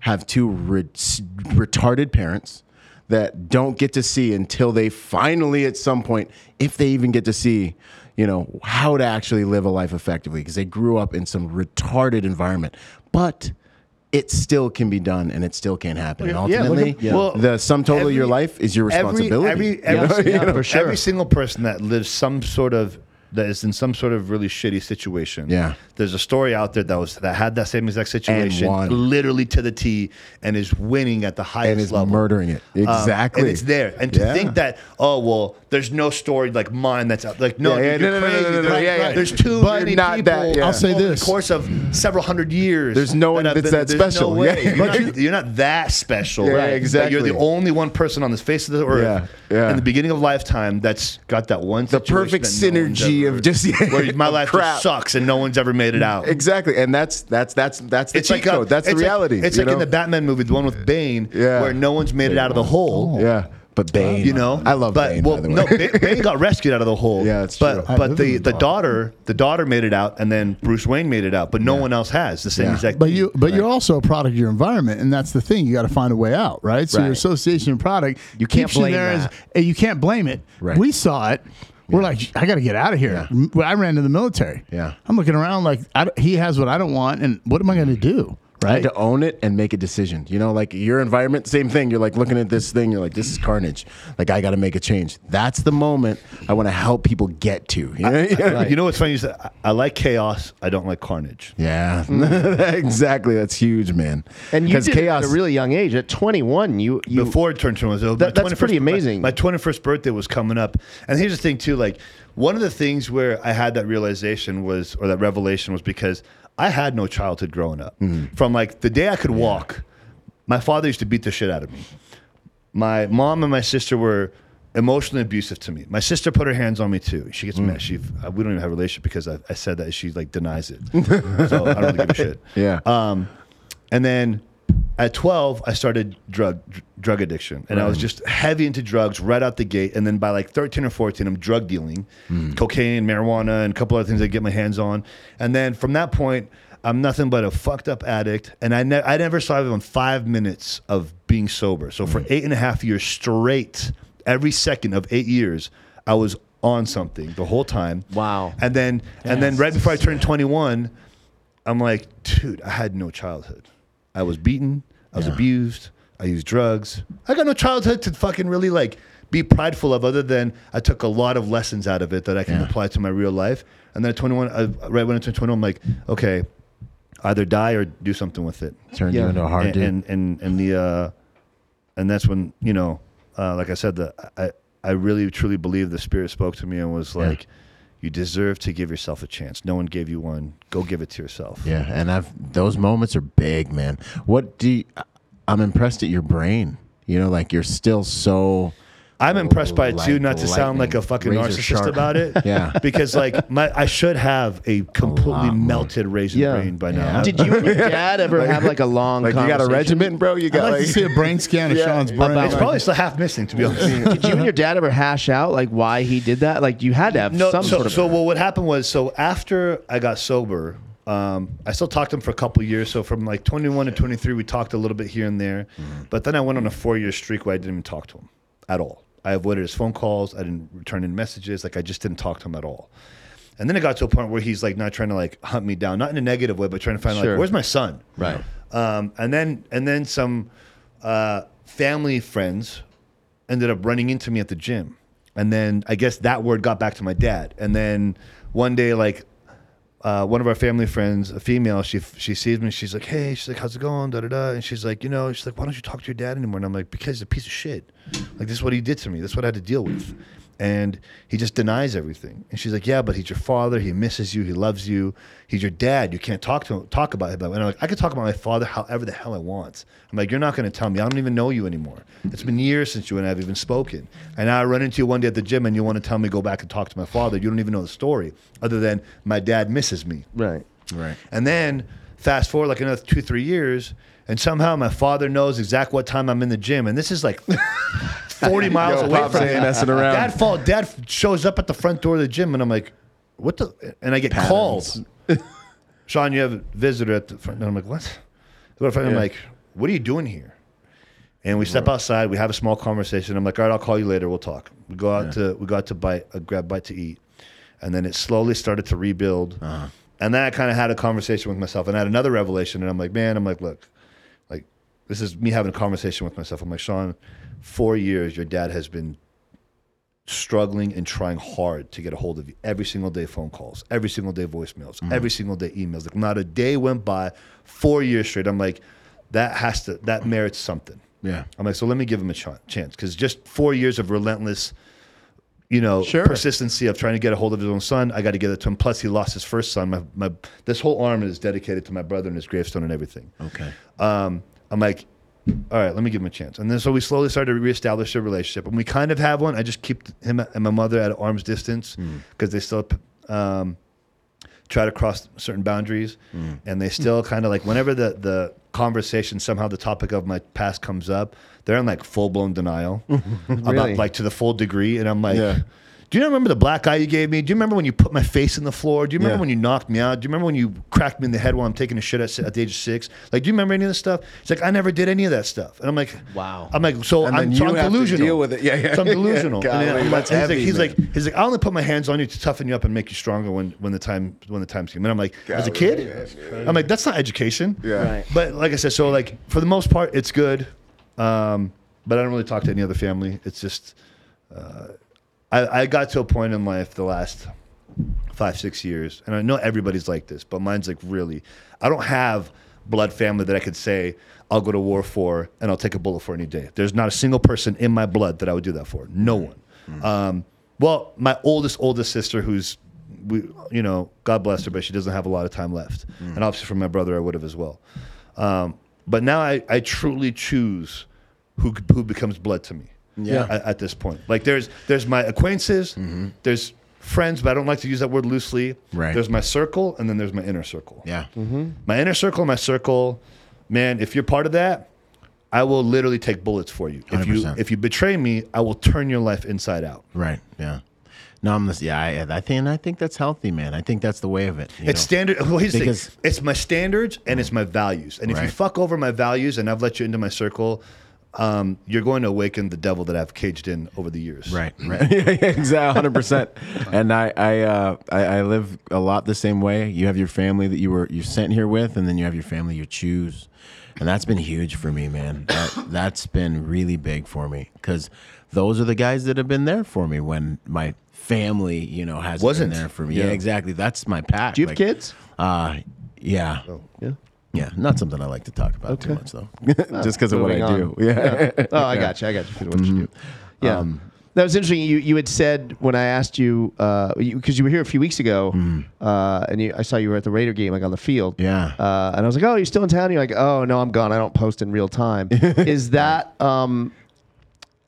D: have two re- s- retarded parents that don't get to see until they finally at some point, if they even get to see. you know, how to actually live a life effectively because they grew up in some retarded environment. But it still can be done and it still can happen. And
E: Yeah, look
D: ultimately,
E: at- well,
D: the sum total of your
E: every-
D: life is your responsibility.
E: Every, every,
D: You know? [laughs]
E: every,
D: You know?
E: for sure. every single person that lives some sort of that is in some sort of really shitty situation.
D: Yeah.
E: there's a story out there that was that had that same exact situation,
D: won.
E: literally to the T, and is winning at the highest
D: and is
E: level.
D: murdering it.
E: Um,
D: Exactly.
E: and it's there. And to
D: Yeah.
E: think that oh well, there's no story like mine that's out. like no,
C: Yeah,
E: dude,
C: yeah,
E: you're
C: no, no, no,
E: crazy.
C: no, no, no,
E: There's-
C: yeah, yeah.
E: There's too
C: But
E: many
C: not
E: people.
C: that, yeah.
B: I'll say
E: over
B: this.
E: the course of several hundred years,
C: There's no one
E: that have
C: that's that
E: there's
C: special.
E: No
C: Yeah,
E: way. You're,
C: but
E: not, e, you're not that special.
C: Yeah,
E: That You're
C: exactly.
E: the only one person on the face of the earth
C: Yeah, yeah.
E: in the beginning of lifetime that's got that one.
D: The perfect synergy of just-
E: [laughs] where
C: [laughs]
D: [laughs]
E: my
D: of
E: life
D: crap.
E: just sucks and no one's ever made it out.
C: Exactly, and that's that's that's that's the
E: It's
C: cheat
E: like
C: code.
E: a,
C: that's the
E: it's like-
C: reality.
E: it's
C: you
E: like in
C: know?
E: the Batman movie, the one with Bane,
C: Yeah.
E: where no one's made it out of the hole.
C: yeah,
D: But Bane,
E: You know,
D: I love
E: but
D: Bane.
E: well,
D: by the way.
E: no, Bane, Bane got rescued out of the hole.
C: Yeah, that's
E: but,
C: true.
E: But the, the daughter, the daughter made it out, and then Bruce Wayne made it out, but no one else has the same exact.
B: But you, but you're also a product of your environment, and that's the thing. You got to find a way out, right? So your
D: Right.
B: association and product,
A: You can't
B: keeps you
A: blame
B: there as-
A: that.
B: and you can't blame it.
D: Right.
B: We saw it. We're like, I got to get out of here. M- I ran to the military.
D: Yeah.
B: I'm looking around like I d he has what I don't want, and what am I going to do?
D: right?
B: Right.
D: to own it and make a decision. You know, like your environment, same thing. You're like looking at this thing, you're like, this is carnage. Like, I got to make a change. That's the moment I want to help people get to. [laughs] You know?
E: [laughs] You know what's funny is that I I like chaos. I don't like carnage.
D: yeah, [laughs] exactly. That's huge, man.
A: And you
D: 'Cause
A: did chaos, at a really young age. At 21, you, you
E: before it turned to one. So my
A: That- that's
E: 21st
A: pretty
E: my-
A: amazing.
E: My twenty first birthday was coming up, and here's the thing too. Like one of the things where I had that realization was, or that revelation was, because I had no childhood growing up.
A: Mm-hmm.
E: From like the day I could walk, my father used to beat the shit out of me. My mom and my sister were emotionally abusive to me. My sister put her hands on me too. She gets
A: Mm.
E: mad. She uh, we don't even have a relationship because I, I said that she like
A: [laughs]
E: denies it. so I don't really give a shit.
D: Yeah.
C: Uh,
E: Um, and then at 12, I started drug dr- drug addiction, and I was just heavy into drugs right out the gate. And then by like 13 or 14, I'm drug dealing, cocaine, marijuana, and a couple other things I get my hands on. And then from that point, I'm nothing but a fucked up addict, and I, ne- I never saw even five minutes of being sober. So for eight and a half years straight, every second of eight years, I was on something the whole time.
A: Wow.
E: And then and then right before I turned 21, I'm like, dude, I had no childhood. I was beaten. I was abused. I used drugs. I got no childhood to fucking really like be prideful of, other than I took a lot of lessons out of it that I can apply to my real life. And then at 21, I, right when I turned 21, I'm like, okay, either die or do something with it.
D: turned you
A: Yeah.
D: into a hard
E: and,
D: dude.
E: and and and the uh, and that's when you know, uh, like I said, the I I really truly believe the spirit spoke to me and was like, you deserve to give yourself a chance. No one gave you one. Go give it to yourself.
D: yeah, and I've those moments are big, man. What do you, I'm impressed at your brain. You know, like you're still so.
E: I'm impressed by it
D: Oh,
E: too,
D: Like
E: not to sound like a
D: lightning,
E: fucking
D: razor
E: narcissist
D: sharp.
E: about it.
D: [laughs] Yeah.
E: Because like my I should have a completely
D: more.
E: melted razor
A: Yeah.
E: brain by
D: Yeah.
A: [laughs]
E: now.
A: did you and your dad ever have like a long
C: like you got a
A: conversation?
C: regiment, bro. You
B: I'd
C: got
B: like
C: like, [laughs]
B: to see a brain scan of Sean's brain.
A: about-
E: it's probably still half missing to be honest.
A: Did you and your dad ever hash out like why he did that? Like you had to have
E: [laughs] No,
A: some
E: so,
A: sort of
E: so well, what happened was so after I got sober, um, I still talked to him for a couple years. So from like 21 to 23, we talked a little bit here and there,
D: Mm-hmm.
E: but then I went on a four year streak where I didn't even talk to him at all. I avoided his phone calls. I didn't return in messages. Like I just didn't talk to him at all. And then it got to a point where he's like not trying to like hunt me down, not in a negative way, but trying to find
A: Sure.
E: like where's my son,
A: Right.
E: Um, and then and then some uh, family friends ended up running into me at the gym. And then I guess that word got back to my dad. And then one day, like uh, one of our family friends, a female, she she sees me. She's like, "Hey," she's like, "How's it going?" Da da da. And she's like, "You know," she's like, "Why don't you talk to your dad anymore?" And I'm like, "Because he's a piece of shit. Like this is what he did to me. That's what I had to deal with." And he just denies everything. And she's like, "Yeah, but he's your father. He misses you. He loves you. He's your dad. You can't talk to him, talk about him." And I'm like, "I could talk about my father however the hell I want." I'm like, "You're not going to tell me. I don't even know you anymore. It's been years since you and I have even spoken. And now I run into you one day at the gym, and you want to tell me go back and talk to my father. You don't even know the story, other than my dad misses me."
A: right.
D: Right.
E: And then fast forward like another two, three years, and somehow my father knows exact what time I'm in the gym. And this is like [laughs] 40 miles
C: Yo,
E: away
C: Pops
E: from
C: ain't
E: him.
C: messing
E: [laughs]
C: around.
E: Dad, fall, dad shows up at the front door of the gym, and I'm like, what the? And I get called. [laughs] Sean, you have a visitor at the front. And I'm like, what? What if I'm like, what are you doing here? And we step outside. We have a small conversation. I'm like, all right, I'll call you later. We'll talk. We go out to we go out to bite, uh, grab bite to eat, and then it slowly started to rebuild. And then I kind of had a conversation with myself, and I had another revelation, and I'm like, man, I'm like, look, like this is me having a conversation with myself. I'm like, Sean, four years your dad has been struggling and trying hard to get a hold of you every single day phone calls every single day voicemails every single day emails like not a day went by four years straight i'm like that has to that merits something
D: Yeah.
E: i'm like so let me give him a chan- chance because just four years of relentless you know persistency of trying to get a hold of his own son i got to get it to him plus he lost his first son my, my this whole arm is dedicated to my brother and his gravestone and everything
D: Okay.
E: um, I'm like, all right, let me give him a chance. And then so we slowly started to reestablish a relationship, and we kind of have one. I just keep him and my mother at arm's distance because they still um, try to cross certain boundaries, and they still kind of like whenever the the conversation somehow the topic of my past comes up, they're in like full blown denial about
A: Really?
E: like to the full degree, and I'm like.
C: Yeah.
E: Do you remember the black eye you gave me? Do you remember when you put my face in the floor? Do you remember
C: Yeah.
E: when you knocked me out? Do you remember when you cracked me in the head while I'm taking a shit at, at the age of six? Like, do you remember any of this stuff? It's like I never did any of that stuff, and I'm like,
D: Wow.
E: I'm like, so
C: And
E: I'm,
C: then
E: so
C: you
E: I'm
C: have to
E: delusional.
C: deal with it. Yeah, [laughs] yeah.
E: So I'm delusional.
C: Golly,
E: And then I'm like-
C: that's
E: he's like,
C: heavy,
E: he's
C: man.
E: like, he's like, I only put my hands on you to toughen you up and make you stronger when when the time when the time's came. And I'm like, as a
C: Golly,
E: kid, I'm like, that's not education.
C: Yeah.
A: Right.
E: But like I said, so like for the most part, it's good. Um, but I don't really talk to any other family. It's just uh, I, I got to a point in life the last five six years, and I know everybody's like this, but mine's like really. I don't have blood family that I could say I'll go to war for and I'll take a bullet for any day. There's not a single person in my blood that I would do that for. No one. Um, well, my oldest oldest sister, who's we, you know, God bless her, but she doesn't have a lot of time left.
D: Mm.
E: And obviously, for my brother, I would have as well. Um, but now I, I truly choose who who becomes blood to me.
D: Yeah. Mm-hmm.
E: At, at this point, like there's there's my acquaintances, there's friends, but I don't like to use that word loosely.
D: Right.
E: There's my circle, and then there's my inner circle.
D: Yeah.
C: Mm-hmm.
E: My inner circle, my circle, man. If you're part of that, I will literally take bullets for you. If you
D: 100%.
E: if you betray me, I will turn your life inside out.
D: Right. Yeah. No, I'm this. Yeah, I, I think I think that's healthy, man. I think that's the way of it. you
E: It's
D: know?
E: standard. Well, here's the
D: Because-
E: thing. It's my standards and it's my values. And if you
D: Right.
E: fuck over my values and I've let you into my circle, um, you're going to awaken the devil that I've caged in over the
C: [laughs]
E: years.
D: right. Right.
C: yeah, yeah, exactly, hundred percent. And I, I, uh, I, I live a lot the same way. You have your family that you were you sent here with, and then you have your family you choose, and that's been huge for me, man. That, that's been really big for me because those are the guys that have been there for me when my family, you know, hasn't
E: Wasn't.
D: been there for me. Yeah, exactly. That's my pack.
A: Do you have
D: Like,
A: kids?
D: Uh, yeah.
A: Yeah.
D: Yeah, not something I like to talk about too much though.
C: [laughs] just because of what I
A: moving
C: do. Yeah,
A: [laughs] Oh, I got you. I got you. What you do.
C: Mm-hmm.
A: Yeah.
C: Um,
A: that was interesting. You you had said when I asked you because you, 'cause you were here a few weeks ago,
C: Mm.
A: uh, and you, I saw you were at the Raider game, like on the field.
D: Yeah.
A: Uh, and I was like, "Oh, you're still in town?" You're like, "Oh no, I'm gone. I don't post in real
C: [laughs]
A: time." Is that? Um,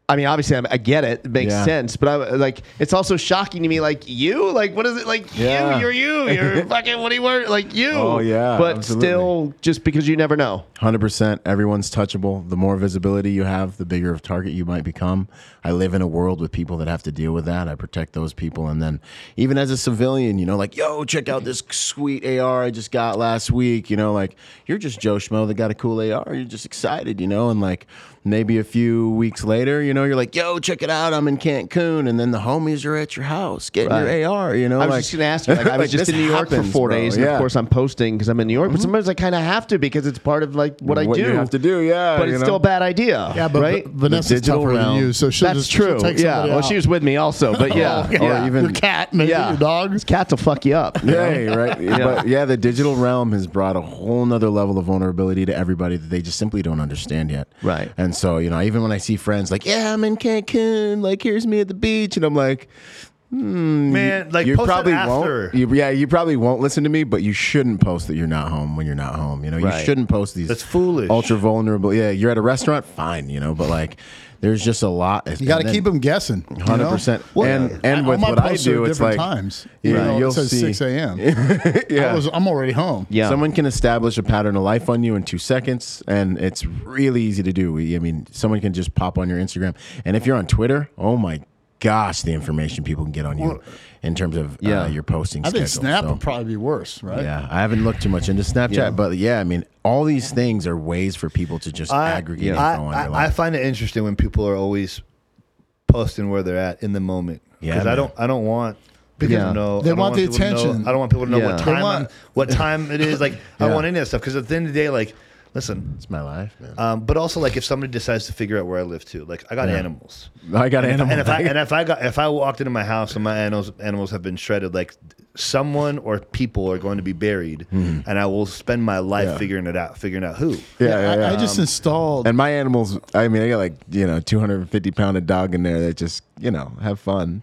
A: I mean, obviously, I'm, I get it. It makes
D: Yeah.
A: sense. But I like, it's also shocking to me. Like you, like what is it? Like
C: Yeah.
A: you, you're you.
C: [laughs]
A: You're fucking what do you were like you.
C: Oh, yeah,
A: But
C: absolutely.
A: still, just because you never know.
C: hundred percent. Everyone's touchable. The more visibility you have, the bigger of target you might become.
D: I live in a world with people that have to deal with that. I protect those people. And then even as a civilian, you know, like, yo, check out this sweet AR I just got last week. You know, like, you're just Joe Schmo that got a cool AR. You're just excited, you know? And like, maybe a few weeks later, you know, you're like, yo, check it out. I'm in Cancun. And then the homies are at your house getting
A: Right.
D: your AR, you know?
A: I was
D: like-
A: just going to ask you.
D: [laughs]
A: Like, I was
D: like,
A: just
D: this
A: in New York for
D: happens,
A: four
D: bro.
A: days, and
D: Yeah.
A: of course I'm posting because I'm in New York. But sometimes I kind of have to because it's part of like what I
C: What
A: do.
C: you have to do, yeah,
A: But
C: you
A: it's
C: know?
A: still a bad idea.
B: Yeah, but
A: right.
B: right? Vanessa's
C: digital
B: tougher
C: realm.
B: than you, so she'll
A: That's
B: just
A: true.
B: She'll take
A: yeah.
B: somebody
A: Well,
B: out. Oh,
A: she was with me also,
B: [laughs]
A: but yeah.
B: yeah.
C: or even-
B: your cat, maybe
A: Yeah.
B: your dog.
A: Cats will fuck you up.
C: Yeah,
E: [laughs]
C: right. But yeah, the digital realm has brought a whole nother level of vulnerability to everybody that they just simply don't understand yet.
A: Right.
C: And so, you know, even when I see friends like, yeah, I'm in Cancun, like, here's me at the beach. And I'm like,
E: Man, like
C: you
E: post
C: probably
E: it after.
C: won't. You, yeah, you probably won't listen to me, but you shouldn't post that you're not home when you're not home. You know,
A: Right.
C: you shouldn't post these.
E: That's foolish.
C: Ultra vulnerable. Yeah, you're at a restaurant, fine. You know, but like, there's just a lot.
B: You got to keep them guessing. you know?
C: 100%. And- and
B: all
C: with
B: my
C: what I
B: posts are
C: do, it's
B: different
C: like-
B: times.
C: Yeah,
B: you know,
C: you'll
B: it says
C: see.
B: six a.m. yeah, I was, I'm already home.
A: Yeah.
C: Someone can establish a pattern of life on you in two seconds, and it's really easy to do. We- I mean, someone can just pop on your Instagram, and if you're on Twitter, oh my gosh, the information people can get on you in terms of
A: Yeah.
C: uh, your posting
B: I
C: schedule.
B: think Snap
C: So-
B: would probably be worse, right?
C: yeah, I haven't looked too much into Snapchat,
A: Yeah.
C: but yeah, I mean, all these things are ways for people to just
E: I,
C: aggregate info
E: I,
C: on their
E: I, I
C: life.
E: find it interesting when people are always posting where they're at in the moment.
C: Yeah,
E: Because I
C: man.
E: don't I don't want because
D: Yeah.
E: no,
F: They
E: I don't
F: want the
E: people to know-
F: attention.
E: I don't want people to know
A: Yeah.
E: what
A: They
E: time
F: want-
E: I'm- what time it is. Like I
D: Yeah.
E: don't want any of that stuff because at the end of the day, like listen.
C: It's my life, man.
E: Um, but also, like, if somebody decides to figure out where I live too, like, I got animals.
D: I got
E: And if-
D: animal.
E: And
C: [laughs]
E: if I and if I got if I walked into my house and my animals animals have been shredded, like someone or people are going to be buried, and I will spend my life figuring it out, figuring out who.
D: yeah, yeah, yeah.
F: I, I just installed.
D: and [laughs] my animals, I mean, I got like, you know, 250 pound of dog in there that just, you know,
C: [laughs]
D: have fun.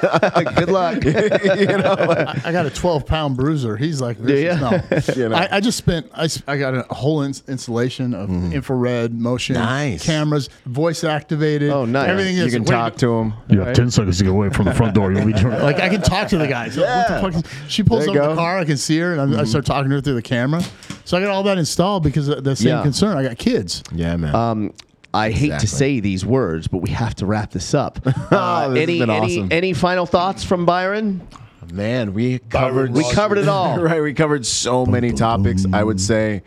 A: Good luck.
D: you know, like,
F: I, I got a 12 pound bruiser. He's like, this
A: ya?
F: is, no.
D: [laughs] You know.
F: I, I just spent, I, s- I got a whole ins- installation of
B: Mm-hmm.
F: infrared motion
C: Nice.
F: cameras, voice activated.
A: Oh, nice.
F: Everything
D: you
F: is
D: can
F: way-
D: talk to them.
B: You have ten seconds to get away from the front door. You'll
F: [laughs]
B: be doing
F: Like I can talk to the guys. What the fuck is- she pulls
D: There
F: up
D: you
F: in the
D: go.
F: car. I can see her, and
B: Mm-hmm.
F: I'm, I start talking to her through the camera. So I got all that installed because of that same
A: Yeah.
F: concern. I got kids.
D: Yeah, man.
A: Um, I hate to
D: Exactly.
A: say these words, but we have to wrap this up. Uh,
D: this has
A: any,
D: been
A: any,
D: awesome.
A: any final thoughts from Byron?
C: man, we covered.
A: We covered it
B: [laughs]
A: all.
D: [laughs] right, we covered so many topics. I would say,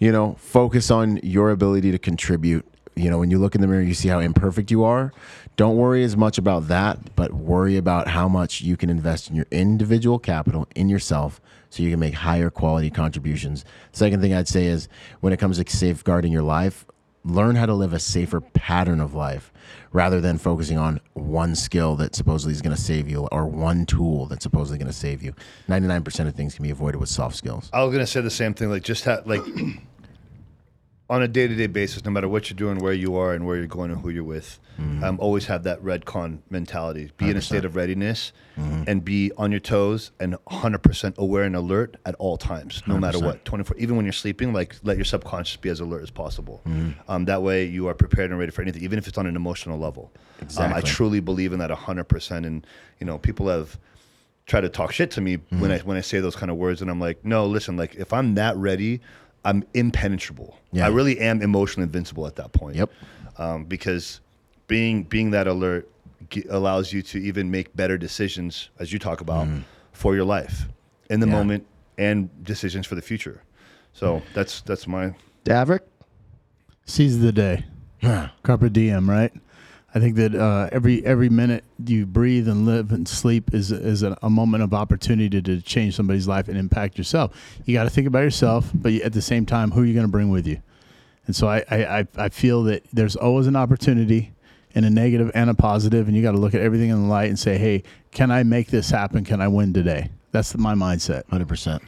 D: you know, focus on your ability to contribute. You know, when you look in the mirror, you see how imperfect you are. Don't worry as much about that, but worry about how much you can invest in your individual capital in yourself so you can make higher quality contributions. Second thing I'd say is when it comes to safeguarding your life, learn how to live a safer pattern of life rather than focusing on one skill that supposedly is going to save you or one tool that's supposedly going to save you 99% of things can be avoided with soft skills
E: I was gonna say the same thing. Like just ha- like [clears throat] on a day to day basis, no matter what you're doing, where you are, and where you're going, and who you're with, um, always have that red con mentality. Be in a state of readiness, and be on your toes and 100 percent aware and alert at all times, no matter what. 24, even when you're sleeping, like let your subconscious be as alert as possible. Um, that way, you are prepared and ready for anything, even if it's on an emotional level. Um, I
C: Exactly.
E: truly believe in that 100 percent, and you know, people have try to talk shit to me
A: Mm-hmm.
E: when I when I say those kind of words, and I'm like, no, listen, like if I'm that ready, I'm impenetrable.
C: Yeah.
E: I really am emotionally invincible at that point.
C: Yep.
E: Um, because being being that alert g- allows you to even make better decisions, as you talk about,
A: Mm-hmm.
E: for your life in the moment and decisions for the future.
A: Mm.
E: So that's that's my
A: Davrick?
B: seize the day. Carpe diem, right? I think that uh, every every minute you breathe and live and sleep is is a, a moment of opportunity to change somebody's life and impact yourself. You got to think about yourself, but you, at the same time, who are you going to bring with you? And so I, I I- I feel that there's always an opportunity and a negative and a positive, and you got to look at everything in the light and say, hey, can I make this happen? Can I win today? That's my mindset.
C: 100%.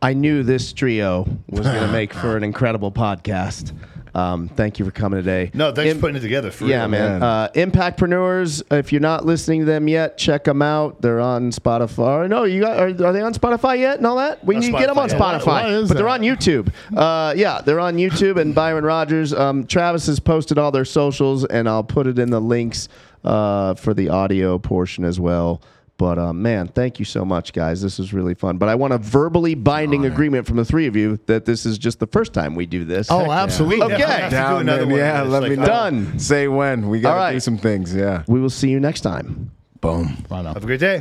A: I knew this trio was going
E: [laughs]
A: to make for an incredible podcast. Um, thank you for coming today.
E: no. Thanks
A: Im-
E: for putting it together. For
A: yeah,
E: real.
A: man. Uh, Impactpreneurs. If you're not listening to them yet, check them out. They're on Spotify. Or no, you got, are, are they on Spotify yet and all that? We
E: Not
A: need to get them on
E: Spotify yet.
A: Spotify,
F: Why- why is
A: but they're
F: that?
A: on YouTube. Uh, yeah, they're on YouTube. And Byron Rogers, um, Travis has posted all their socials, and I'll put it in the links uh, for the audio portion as well. But uh, man, thank you so much, guys. This was really fun. But I want a verbally binding agreement from the three of you that this is just the first time we do this.
F: Oh, absolutely.
E: We definitely
A: Okay.
E: have to do
D: Down,
E: another
D: man.
E: one of
D: yeah,
E: these,
D: let
E: like,
D: me know.
E: uh,
A: Done.
D: Say when we gotta
A: All right.
D: do some things. Yeah.
A: We will see you next time.
C: Boom.
E: Have a great day.